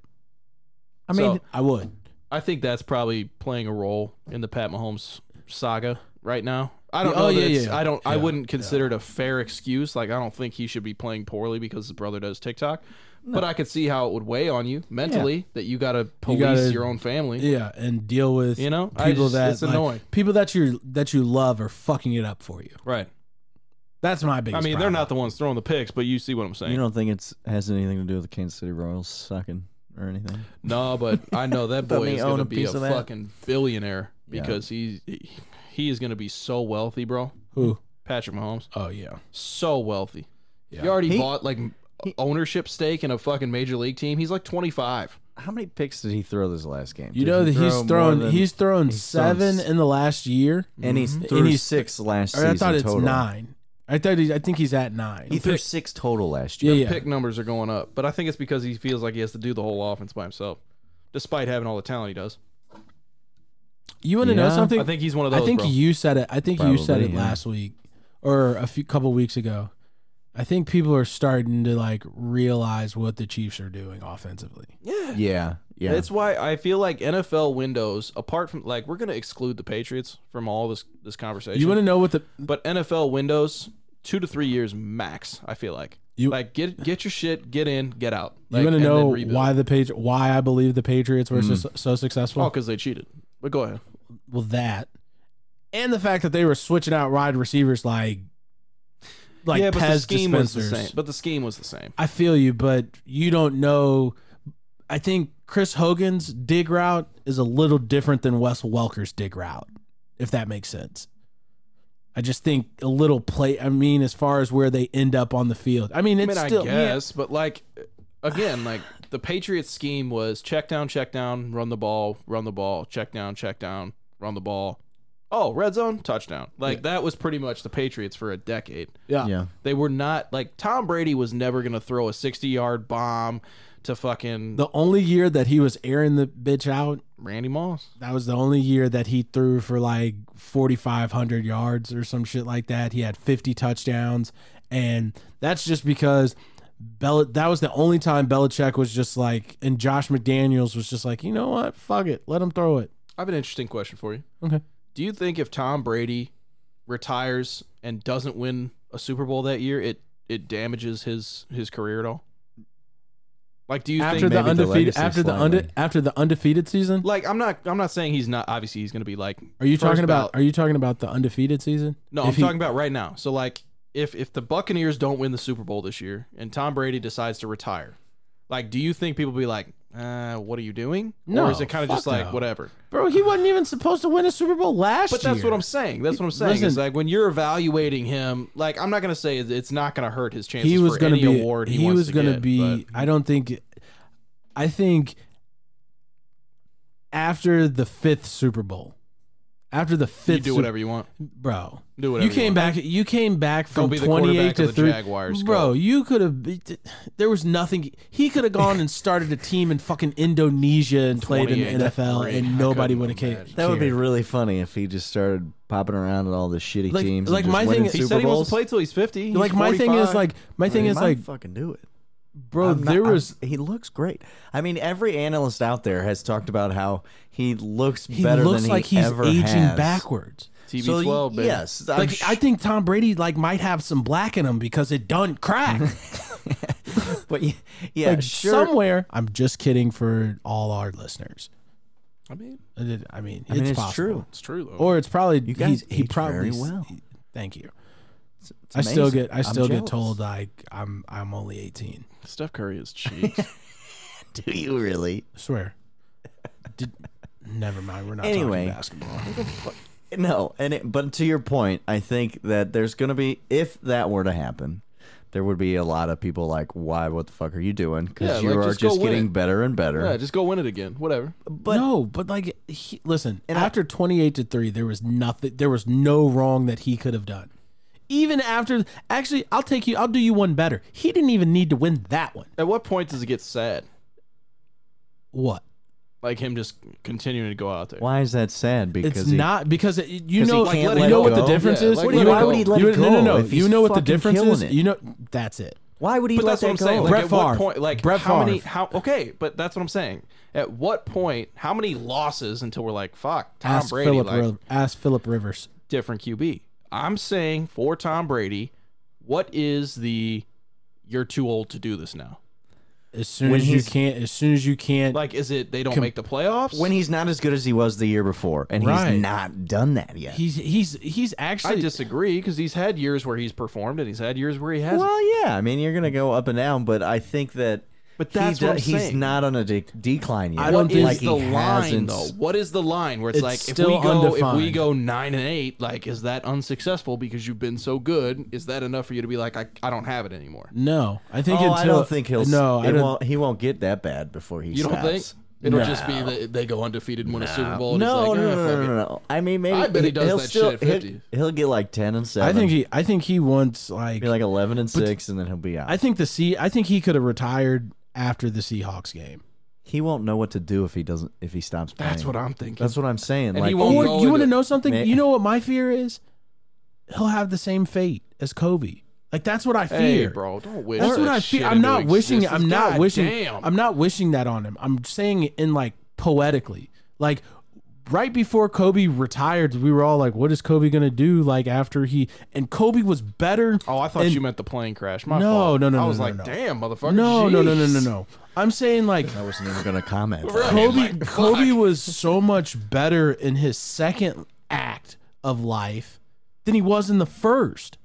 [SPEAKER 5] I mean,
[SPEAKER 4] So-
[SPEAKER 5] I would.
[SPEAKER 4] I think that's probably playing a role in the Pat Mahomes saga right now. I don't
[SPEAKER 5] Oh,
[SPEAKER 4] know.
[SPEAKER 5] yeah,
[SPEAKER 4] that
[SPEAKER 5] yeah,
[SPEAKER 4] it's-
[SPEAKER 5] yeah.
[SPEAKER 4] I don't. I
[SPEAKER 5] Yeah,
[SPEAKER 4] wouldn't consider it a fair excuse. Like I don't think he should be playing poorly because his brother does TikTok. But I could see how it would weigh on you mentally that you got to police
[SPEAKER 5] gotta-
[SPEAKER 4] your own family.
[SPEAKER 5] Yeah, and deal with
[SPEAKER 4] You know? I
[SPEAKER 5] people
[SPEAKER 4] just-
[SPEAKER 5] that
[SPEAKER 4] it's annoying.
[SPEAKER 5] people that you that you love are fucking it up for you.
[SPEAKER 4] Right.
[SPEAKER 5] That's my
[SPEAKER 4] I
[SPEAKER 5] biggest.
[SPEAKER 4] mean, they're
[SPEAKER 5] problem.
[SPEAKER 4] not the ones throwing the picks, but you see what I'm saying.
[SPEAKER 3] You don't think it's has anything to do with the Kansas City Royals sucking or anything?
[SPEAKER 4] No, but I know that
[SPEAKER 3] Let
[SPEAKER 4] boy
[SPEAKER 3] me
[SPEAKER 4] is
[SPEAKER 3] own
[SPEAKER 4] going to
[SPEAKER 3] a
[SPEAKER 4] be a
[SPEAKER 3] piece of that.
[SPEAKER 4] fucking billionaire because he's he, he is going to be so wealthy, bro.
[SPEAKER 5] Who?
[SPEAKER 4] Patrick Mahomes,
[SPEAKER 5] Oh yeah,
[SPEAKER 4] so wealthy. He already bought like ownership stake in a fucking major league team. He's like 25.
[SPEAKER 3] How many picks did he throw this last game?
[SPEAKER 5] you
[SPEAKER 3] Did
[SPEAKER 5] know
[SPEAKER 3] he
[SPEAKER 5] that he's
[SPEAKER 3] throw more
[SPEAKER 5] thrown
[SPEAKER 3] than-
[SPEAKER 5] he's thrown
[SPEAKER 3] he's thrown
[SPEAKER 5] seven
[SPEAKER 3] s-
[SPEAKER 5] in the last year.
[SPEAKER 3] and he's
[SPEAKER 5] Mhm.
[SPEAKER 3] threw
[SPEAKER 5] And he's-
[SPEAKER 3] six last
[SPEAKER 5] Or
[SPEAKER 3] season.
[SPEAKER 5] I thought it's
[SPEAKER 3] total.
[SPEAKER 5] nine. I thought he, I think he's at nine.
[SPEAKER 3] He threw six total last
[SPEAKER 5] yeah,
[SPEAKER 3] year.
[SPEAKER 5] yeah.
[SPEAKER 4] Pick numbers are going up, but I think it's because he feels like he has to do the whole offense by himself, despite having all the talent he does.
[SPEAKER 5] You want to know
[SPEAKER 3] Yeah.
[SPEAKER 5] something?
[SPEAKER 4] I think he's one of
[SPEAKER 5] I
[SPEAKER 4] those.
[SPEAKER 5] think
[SPEAKER 4] bro.
[SPEAKER 5] you said it. I think you said
[SPEAKER 3] Probably,
[SPEAKER 5] it
[SPEAKER 3] yeah.
[SPEAKER 5] last week or a few couple weeks ago. I think people are starting to like realize what the Chiefs are doing offensively.
[SPEAKER 3] Yeah, yeah.
[SPEAKER 4] That's why I feel like NFL windows, apart from like we're gonna exclude the Patriots from all this this conversation.
[SPEAKER 5] You want to know what the
[SPEAKER 4] But NFL windows, two to three years max. I feel like
[SPEAKER 5] You-
[SPEAKER 4] like get get your shit, get in, get out.
[SPEAKER 5] You
[SPEAKER 4] Like,
[SPEAKER 5] want to
[SPEAKER 4] and then
[SPEAKER 5] know
[SPEAKER 4] rebuild.
[SPEAKER 5] why the page why I believe the Patriots were so, so successful?
[SPEAKER 4] Oh, because they cheated. But go ahead.
[SPEAKER 5] Well, that and the fact that they were switching out wide receivers like like
[SPEAKER 4] yeah,
[SPEAKER 5] yeah,
[SPEAKER 4] but
[SPEAKER 5] Pez
[SPEAKER 4] the scheme
[SPEAKER 5] dispensers.
[SPEAKER 4] was the same. But the scheme was the same.
[SPEAKER 5] I feel you, but you don't know. I think Chris Hogan's dig route is a little different than Wes Welker's dig route, if that makes sense. I just think a little play. I mean, as far as where they end up on the field, I mean,
[SPEAKER 4] I
[SPEAKER 5] it's
[SPEAKER 4] mean,
[SPEAKER 5] still
[SPEAKER 4] I guess, but like again, like the Patriots scheme was check down, check down, run the ball, run the ball, check down, check down, run the ball, oh, red zone, touchdown. Like that was pretty much the Patriots for a decade.
[SPEAKER 5] Yeah.
[SPEAKER 3] Yeah.
[SPEAKER 4] They were not like Tom Brady was never gonna throw a sixty yard bomb to fucking
[SPEAKER 5] The only year that he was airing the bitch out,
[SPEAKER 4] Randy Moss.
[SPEAKER 5] that was the only year that he threw for like 4,500 yards or some shit like that. He had 50 touchdowns. And that's just because Bel- that was the only time Belichick was just like, and Josh McDaniels was just like, you know what? Fuck it. Let him throw it.
[SPEAKER 4] I have an interesting question for you.
[SPEAKER 5] Okay.
[SPEAKER 4] Do you think if Tom Brady retires and doesn't win a Super Bowl that year, it it damages his his career at all? Like, do you
[SPEAKER 5] After
[SPEAKER 4] think
[SPEAKER 5] the
[SPEAKER 3] maybe the
[SPEAKER 5] undefeated,
[SPEAKER 3] legacy
[SPEAKER 5] after the
[SPEAKER 3] slightly.
[SPEAKER 5] unde, after the undefeated season,
[SPEAKER 4] like I'm not I'm not saying he's not obviously he's going to be like
[SPEAKER 5] are you
[SPEAKER 4] first
[SPEAKER 5] talking about?
[SPEAKER 4] ballot.
[SPEAKER 5] Are you talking about the undefeated season?
[SPEAKER 4] No,
[SPEAKER 5] If
[SPEAKER 4] I'm
[SPEAKER 5] he-
[SPEAKER 4] talking about right now. So like if if the Buccaneers don't win the Super Bowl this year and Tom Brady decides to retire, like do you think people be like, uh, what are you doing?
[SPEAKER 5] No,
[SPEAKER 4] or is it kind of
[SPEAKER 5] fuck
[SPEAKER 4] just like
[SPEAKER 5] no.
[SPEAKER 4] whatever?
[SPEAKER 5] Bro, he wasn't even supposed to win a Super Bowl last
[SPEAKER 4] But
[SPEAKER 5] year.
[SPEAKER 4] that's what I'm saying. That's what I'm saying. Is
[SPEAKER 5] Listen-
[SPEAKER 4] like when you're evaluating him, like I'm not gonna say it- it's not gonna hurt his chances
[SPEAKER 5] he was
[SPEAKER 4] for
[SPEAKER 5] going to
[SPEAKER 4] any
[SPEAKER 5] be
[SPEAKER 4] award he,
[SPEAKER 5] he,
[SPEAKER 4] wants
[SPEAKER 5] was
[SPEAKER 4] to
[SPEAKER 5] going to
[SPEAKER 4] get,
[SPEAKER 5] be
[SPEAKER 4] but-
[SPEAKER 5] i don't think i think after the fifth super bowl after the fifth
[SPEAKER 4] you do
[SPEAKER 5] Sup-
[SPEAKER 4] whatever you want.
[SPEAKER 5] bro
[SPEAKER 4] do whatever
[SPEAKER 5] you came
[SPEAKER 4] you
[SPEAKER 5] back
[SPEAKER 4] want.
[SPEAKER 5] you came back from
[SPEAKER 4] be the
[SPEAKER 5] 28
[SPEAKER 4] quarterback
[SPEAKER 5] to
[SPEAKER 4] of the
[SPEAKER 5] 3
[SPEAKER 4] Jaguars,
[SPEAKER 5] bro
[SPEAKER 4] go.
[SPEAKER 5] you could have there was nothing he could have gone and started a team in fucking indonesia and played in
[SPEAKER 4] 28
[SPEAKER 5] the
[SPEAKER 4] to
[SPEAKER 5] nfl
[SPEAKER 4] three.
[SPEAKER 5] and
[SPEAKER 4] I
[SPEAKER 5] nobody
[SPEAKER 4] couldn't
[SPEAKER 5] would have cared
[SPEAKER 4] imagine.
[SPEAKER 3] That would be really funny if he just started popping around at all the shitty
[SPEAKER 5] Like-
[SPEAKER 3] teams.
[SPEAKER 5] like
[SPEAKER 3] and just
[SPEAKER 5] my
[SPEAKER 3] winning
[SPEAKER 5] thing-
[SPEAKER 4] He
[SPEAKER 3] Super
[SPEAKER 4] said he
[SPEAKER 3] Bowls.
[SPEAKER 4] wants to play till he's fifty. He's
[SPEAKER 5] like my thing is
[SPEAKER 4] 45.
[SPEAKER 5] like my thing
[SPEAKER 3] He
[SPEAKER 5] is
[SPEAKER 3] might
[SPEAKER 5] like
[SPEAKER 3] fucking do it.
[SPEAKER 5] bro
[SPEAKER 3] I'm not-
[SPEAKER 5] there
[SPEAKER 3] I'm-
[SPEAKER 5] was
[SPEAKER 3] he looks great. I mean, every analyst out there has talked about how he looks
[SPEAKER 5] he
[SPEAKER 3] better
[SPEAKER 5] looks
[SPEAKER 3] than
[SPEAKER 5] like
[SPEAKER 3] he
[SPEAKER 5] he's
[SPEAKER 3] ever
[SPEAKER 5] aging
[SPEAKER 3] has.
[SPEAKER 5] backwards
[SPEAKER 3] So,
[SPEAKER 4] TB12, baby.
[SPEAKER 3] yes, I'm
[SPEAKER 5] like
[SPEAKER 3] sh-
[SPEAKER 5] I think Tom Brady like might have some black in him because it done crack
[SPEAKER 3] but y- yeah,
[SPEAKER 5] like
[SPEAKER 3] sure.
[SPEAKER 5] somewhere. I'm just kidding for all our listeners.
[SPEAKER 4] I mean,
[SPEAKER 5] I did- I mean,
[SPEAKER 3] I mean,
[SPEAKER 5] it's,
[SPEAKER 3] it's,
[SPEAKER 5] possible.
[SPEAKER 3] true.
[SPEAKER 4] it's true though.
[SPEAKER 5] or it's probably
[SPEAKER 3] You guys
[SPEAKER 5] he's, he
[SPEAKER 3] age
[SPEAKER 5] probably
[SPEAKER 3] very well.
[SPEAKER 5] Thank you.
[SPEAKER 3] It's
[SPEAKER 5] I still
[SPEAKER 3] amazing.
[SPEAKER 5] get I
[SPEAKER 3] I'm
[SPEAKER 5] still get
[SPEAKER 3] jealous.
[SPEAKER 5] told like I'm I'm only 18.
[SPEAKER 4] Steph Curry is cheap.
[SPEAKER 3] Do you really?
[SPEAKER 5] I swear. Did, never mind. We're not
[SPEAKER 3] Anyway.
[SPEAKER 5] talking basketball.
[SPEAKER 3] No, and it, but to your point, I think that there's going to be if that were to happen, there would be a lot of people like, "Why? What the fuck are you doing?"
[SPEAKER 4] Yeah,
[SPEAKER 3] Because you
[SPEAKER 4] like,
[SPEAKER 3] are
[SPEAKER 4] just go
[SPEAKER 3] just
[SPEAKER 4] win
[SPEAKER 3] getting
[SPEAKER 4] it.
[SPEAKER 3] better and better.
[SPEAKER 4] yeah, just go win it again. Whatever.
[SPEAKER 3] but
[SPEAKER 5] no, but like he, listen,
[SPEAKER 3] And I-
[SPEAKER 5] after 28 to 3, there was nothing there was no wrong that he could have done. Even after actually, I'll take you I'll do you one better. He didn't even need to win that one.
[SPEAKER 4] At what point does it get sad?
[SPEAKER 5] What?
[SPEAKER 4] Like him just continuing to go out there.
[SPEAKER 3] why is that sad? Because
[SPEAKER 5] It's
[SPEAKER 3] he-
[SPEAKER 5] not because it, you
[SPEAKER 3] 'Cause he
[SPEAKER 5] know
[SPEAKER 3] can't
[SPEAKER 5] you
[SPEAKER 3] let it
[SPEAKER 5] know what the
[SPEAKER 3] go.
[SPEAKER 5] difference
[SPEAKER 4] Yeah,
[SPEAKER 5] is.
[SPEAKER 4] like,
[SPEAKER 5] You
[SPEAKER 4] let
[SPEAKER 5] know
[SPEAKER 4] it go.
[SPEAKER 5] what-
[SPEAKER 4] Why would he
[SPEAKER 3] let
[SPEAKER 5] you
[SPEAKER 3] it
[SPEAKER 5] No, no,
[SPEAKER 3] go
[SPEAKER 5] no.
[SPEAKER 3] if
[SPEAKER 5] If you
[SPEAKER 3] he's
[SPEAKER 5] know what the
[SPEAKER 3] fucking
[SPEAKER 5] difference
[SPEAKER 3] killing
[SPEAKER 5] is,
[SPEAKER 3] it?
[SPEAKER 5] you know that's it.
[SPEAKER 3] Why would he
[SPEAKER 4] But
[SPEAKER 3] let
[SPEAKER 4] that's what I'm
[SPEAKER 3] that
[SPEAKER 4] saying.
[SPEAKER 3] go?
[SPEAKER 4] Like
[SPEAKER 5] Brett
[SPEAKER 4] at what
[SPEAKER 5] Favre.
[SPEAKER 4] point? Like
[SPEAKER 5] Brett
[SPEAKER 4] how many?
[SPEAKER 5] Favre.
[SPEAKER 4] How okay? But that's what I'm saying. At what point? How many losses until we're like, fuck, Tom
[SPEAKER 5] Ask
[SPEAKER 4] Brady,
[SPEAKER 5] Philip
[SPEAKER 4] like
[SPEAKER 5] Riv- ask Philip Rivers.
[SPEAKER 4] different QB. I'm saying for Tom Brady, what is the? You're too old to do this now.
[SPEAKER 5] As soon
[SPEAKER 3] When
[SPEAKER 5] as you
[SPEAKER 3] he's-
[SPEAKER 5] can't as soon as you can't
[SPEAKER 4] Like, is it they don't
[SPEAKER 5] Com-
[SPEAKER 4] make the playoffs?
[SPEAKER 3] when he's not as good as he was the year before, and
[SPEAKER 5] Right.
[SPEAKER 3] he's not done that yet.
[SPEAKER 5] he's he's he's
[SPEAKER 4] I
[SPEAKER 5] actually
[SPEAKER 4] disagree because he's had years where he's performed and he's had years where he hasn't.
[SPEAKER 3] well, yeah, I mean, you're gonna go up and down, but I think that.
[SPEAKER 4] But that's
[SPEAKER 3] he do-
[SPEAKER 4] what I'm
[SPEAKER 3] he's
[SPEAKER 4] saying.
[SPEAKER 3] not on a de- decline yet.
[SPEAKER 5] I don't
[SPEAKER 4] What
[SPEAKER 5] think-
[SPEAKER 3] like
[SPEAKER 4] is the
[SPEAKER 3] he
[SPEAKER 4] line
[SPEAKER 3] hasn't-
[SPEAKER 4] though? What is the line where it's,
[SPEAKER 5] It's
[SPEAKER 4] like if we
[SPEAKER 5] still
[SPEAKER 4] go if we
[SPEAKER 5] undefined.
[SPEAKER 4] go nine and eight, like is that unsuccessful because you've been so good? Is that enough for you to be like I, I don't have it anymore?
[SPEAKER 5] no. I think
[SPEAKER 3] oh,
[SPEAKER 5] until
[SPEAKER 3] I don't think he'll.
[SPEAKER 5] no. I
[SPEAKER 3] it
[SPEAKER 5] don't,
[SPEAKER 3] won't, he won't get that bad before he
[SPEAKER 4] You don't
[SPEAKER 3] stops.
[SPEAKER 4] think it'll just be that they go undefeated and win a Super Bowl? And it's
[SPEAKER 3] No,
[SPEAKER 4] like,
[SPEAKER 3] no,
[SPEAKER 4] "Ah,
[SPEAKER 3] no,
[SPEAKER 4] fuck
[SPEAKER 3] no,
[SPEAKER 4] it."
[SPEAKER 3] no, no. I mean, maybe
[SPEAKER 4] I bet he does
[SPEAKER 3] will
[SPEAKER 4] that
[SPEAKER 3] still,
[SPEAKER 4] shit at
[SPEAKER 3] he'll-
[SPEAKER 4] 50.
[SPEAKER 3] He'll, get like ten and
[SPEAKER 5] I
[SPEAKER 3] seven.
[SPEAKER 5] think he I think he wants like
[SPEAKER 3] be like eleven and six, and then he'll be out.
[SPEAKER 5] I think the C I think he could have retired after the Seahawks game.
[SPEAKER 3] he won't know what to do if he doesn't. If he stops playing,
[SPEAKER 4] That's what I'm thinking.
[SPEAKER 3] That's what I'm saying.
[SPEAKER 4] And
[SPEAKER 3] like, oh,
[SPEAKER 4] he won't-
[SPEAKER 5] Or
[SPEAKER 4] go
[SPEAKER 5] you want to
[SPEAKER 4] into-
[SPEAKER 5] know something?
[SPEAKER 3] May-
[SPEAKER 5] you know what my fear is? He'll have the same fate as Kobe. Like that's what I fear,
[SPEAKER 4] hey, bro, don't wish.
[SPEAKER 5] That's
[SPEAKER 4] that
[SPEAKER 5] what I
[SPEAKER 4] shit
[SPEAKER 5] feel. I'm
[SPEAKER 4] into
[SPEAKER 5] not wishing.
[SPEAKER 4] existence.
[SPEAKER 5] I'm not
[SPEAKER 4] God
[SPEAKER 5] wishing.
[SPEAKER 4] Damn.
[SPEAKER 5] I'm not wishing that on him. I'm saying it in like poetically. Like right before Kobe retired, we were all like, "What is Kobe gonna do?" Like after he and Kobe was better.
[SPEAKER 4] oh, I thought
[SPEAKER 5] and-
[SPEAKER 4] you meant the plane crash. My
[SPEAKER 5] No,
[SPEAKER 4] fault.
[SPEAKER 5] no, no,
[SPEAKER 4] I
[SPEAKER 5] no,
[SPEAKER 4] was
[SPEAKER 5] no,
[SPEAKER 4] like,
[SPEAKER 5] no.
[SPEAKER 4] damn, motherfucker.
[SPEAKER 5] No, no, no, no, no,
[SPEAKER 4] jeez."
[SPEAKER 5] no. I'm saying like
[SPEAKER 3] I wasn't even gonna comment.
[SPEAKER 5] Kobe.
[SPEAKER 4] Like, fuck.
[SPEAKER 5] Kobe was so much better in his second act of life than he was in the first.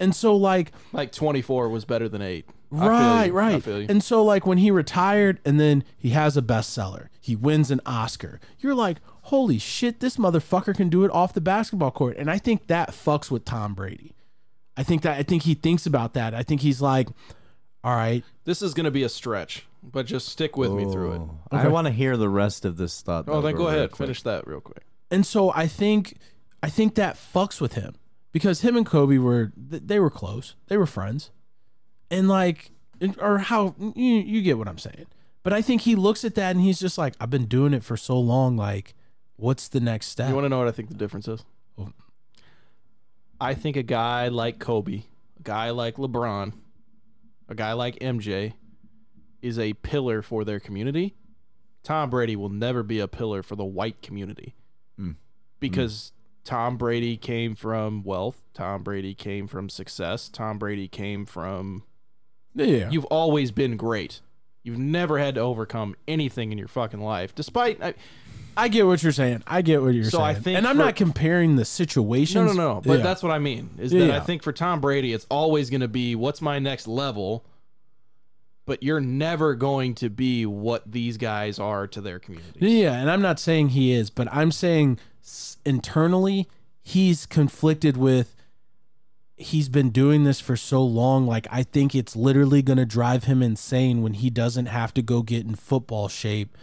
[SPEAKER 5] And so like
[SPEAKER 4] Like 24 was better than eight. I feel
[SPEAKER 5] Right,
[SPEAKER 4] you.
[SPEAKER 5] right.
[SPEAKER 4] I feel you.
[SPEAKER 5] And so, like, when he retired and then he has a bestseller, he wins an Oscar, you're like, holy shit, this motherfucker can do it off the basketball court. And I think that fucks with Tom Brady. I think that, I think he thinks about that. I think he's like, all right,
[SPEAKER 4] this is gonna be a stretch, but just stick with me through it.
[SPEAKER 3] Oh, I want to hear the rest of this thought.
[SPEAKER 4] Oh,
[SPEAKER 3] though,
[SPEAKER 4] then
[SPEAKER 3] real
[SPEAKER 4] go ahead.
[SPEAKER 3] quick.
[SPEAKER 4] Finish that real quick.
[SPEAKER 5] And so I think I think that fucks with him because him and Kobe were th- they were close, they were friends, and like and- or how you, you get what I'm saying. But I think he looks at that and he's just like, I've been doing it for so long. Like, what's the next step?
[SPEAKER 4] You want to know what I think the difference is? I think a guy like Kobe, a guy like LeBron, a guy like MJ is a pillar for their community. Tom Brady will never be a pillar for the white community because Tom Brady came from wealth. Tom Brady came from success. Tom Brady came from
[SPEAKER 5] yeah,
[SPEAKER 4] you've always been great. You've never had to overcome anything in your fucking life, despite. I,
[SPEAKER 5] I get what you're saying. I get what you're
[SPEAKER 4] So
[SPEAKER 5] saying.
[SPEAKER 4] I think
[SPEAKER 5] and I'm
[SPEAKER 4] for-
[SPEAKER 5] not comparing the situations.
[SPEAKER 4] No, no, no. But
[SPEAKER 5] Yeah.
[SPEAKER 4] that's what I mean. Is
[SPEAKER 5] Yeah,
[SPEAKER 4] that
[SPEAKER 5] yeah.
[SPEAKER 4] I think for Tom Brady, it's always going to be what's my next level. But you're never going to be what these guys are to their community.
[SPEAKER 5] Yeah, and I'm not saying he is, but I'm saying s- internally he's conflicted with he's been doing this for so long like I think it's literally going to drive him insane when he doesn't have to go get in football shape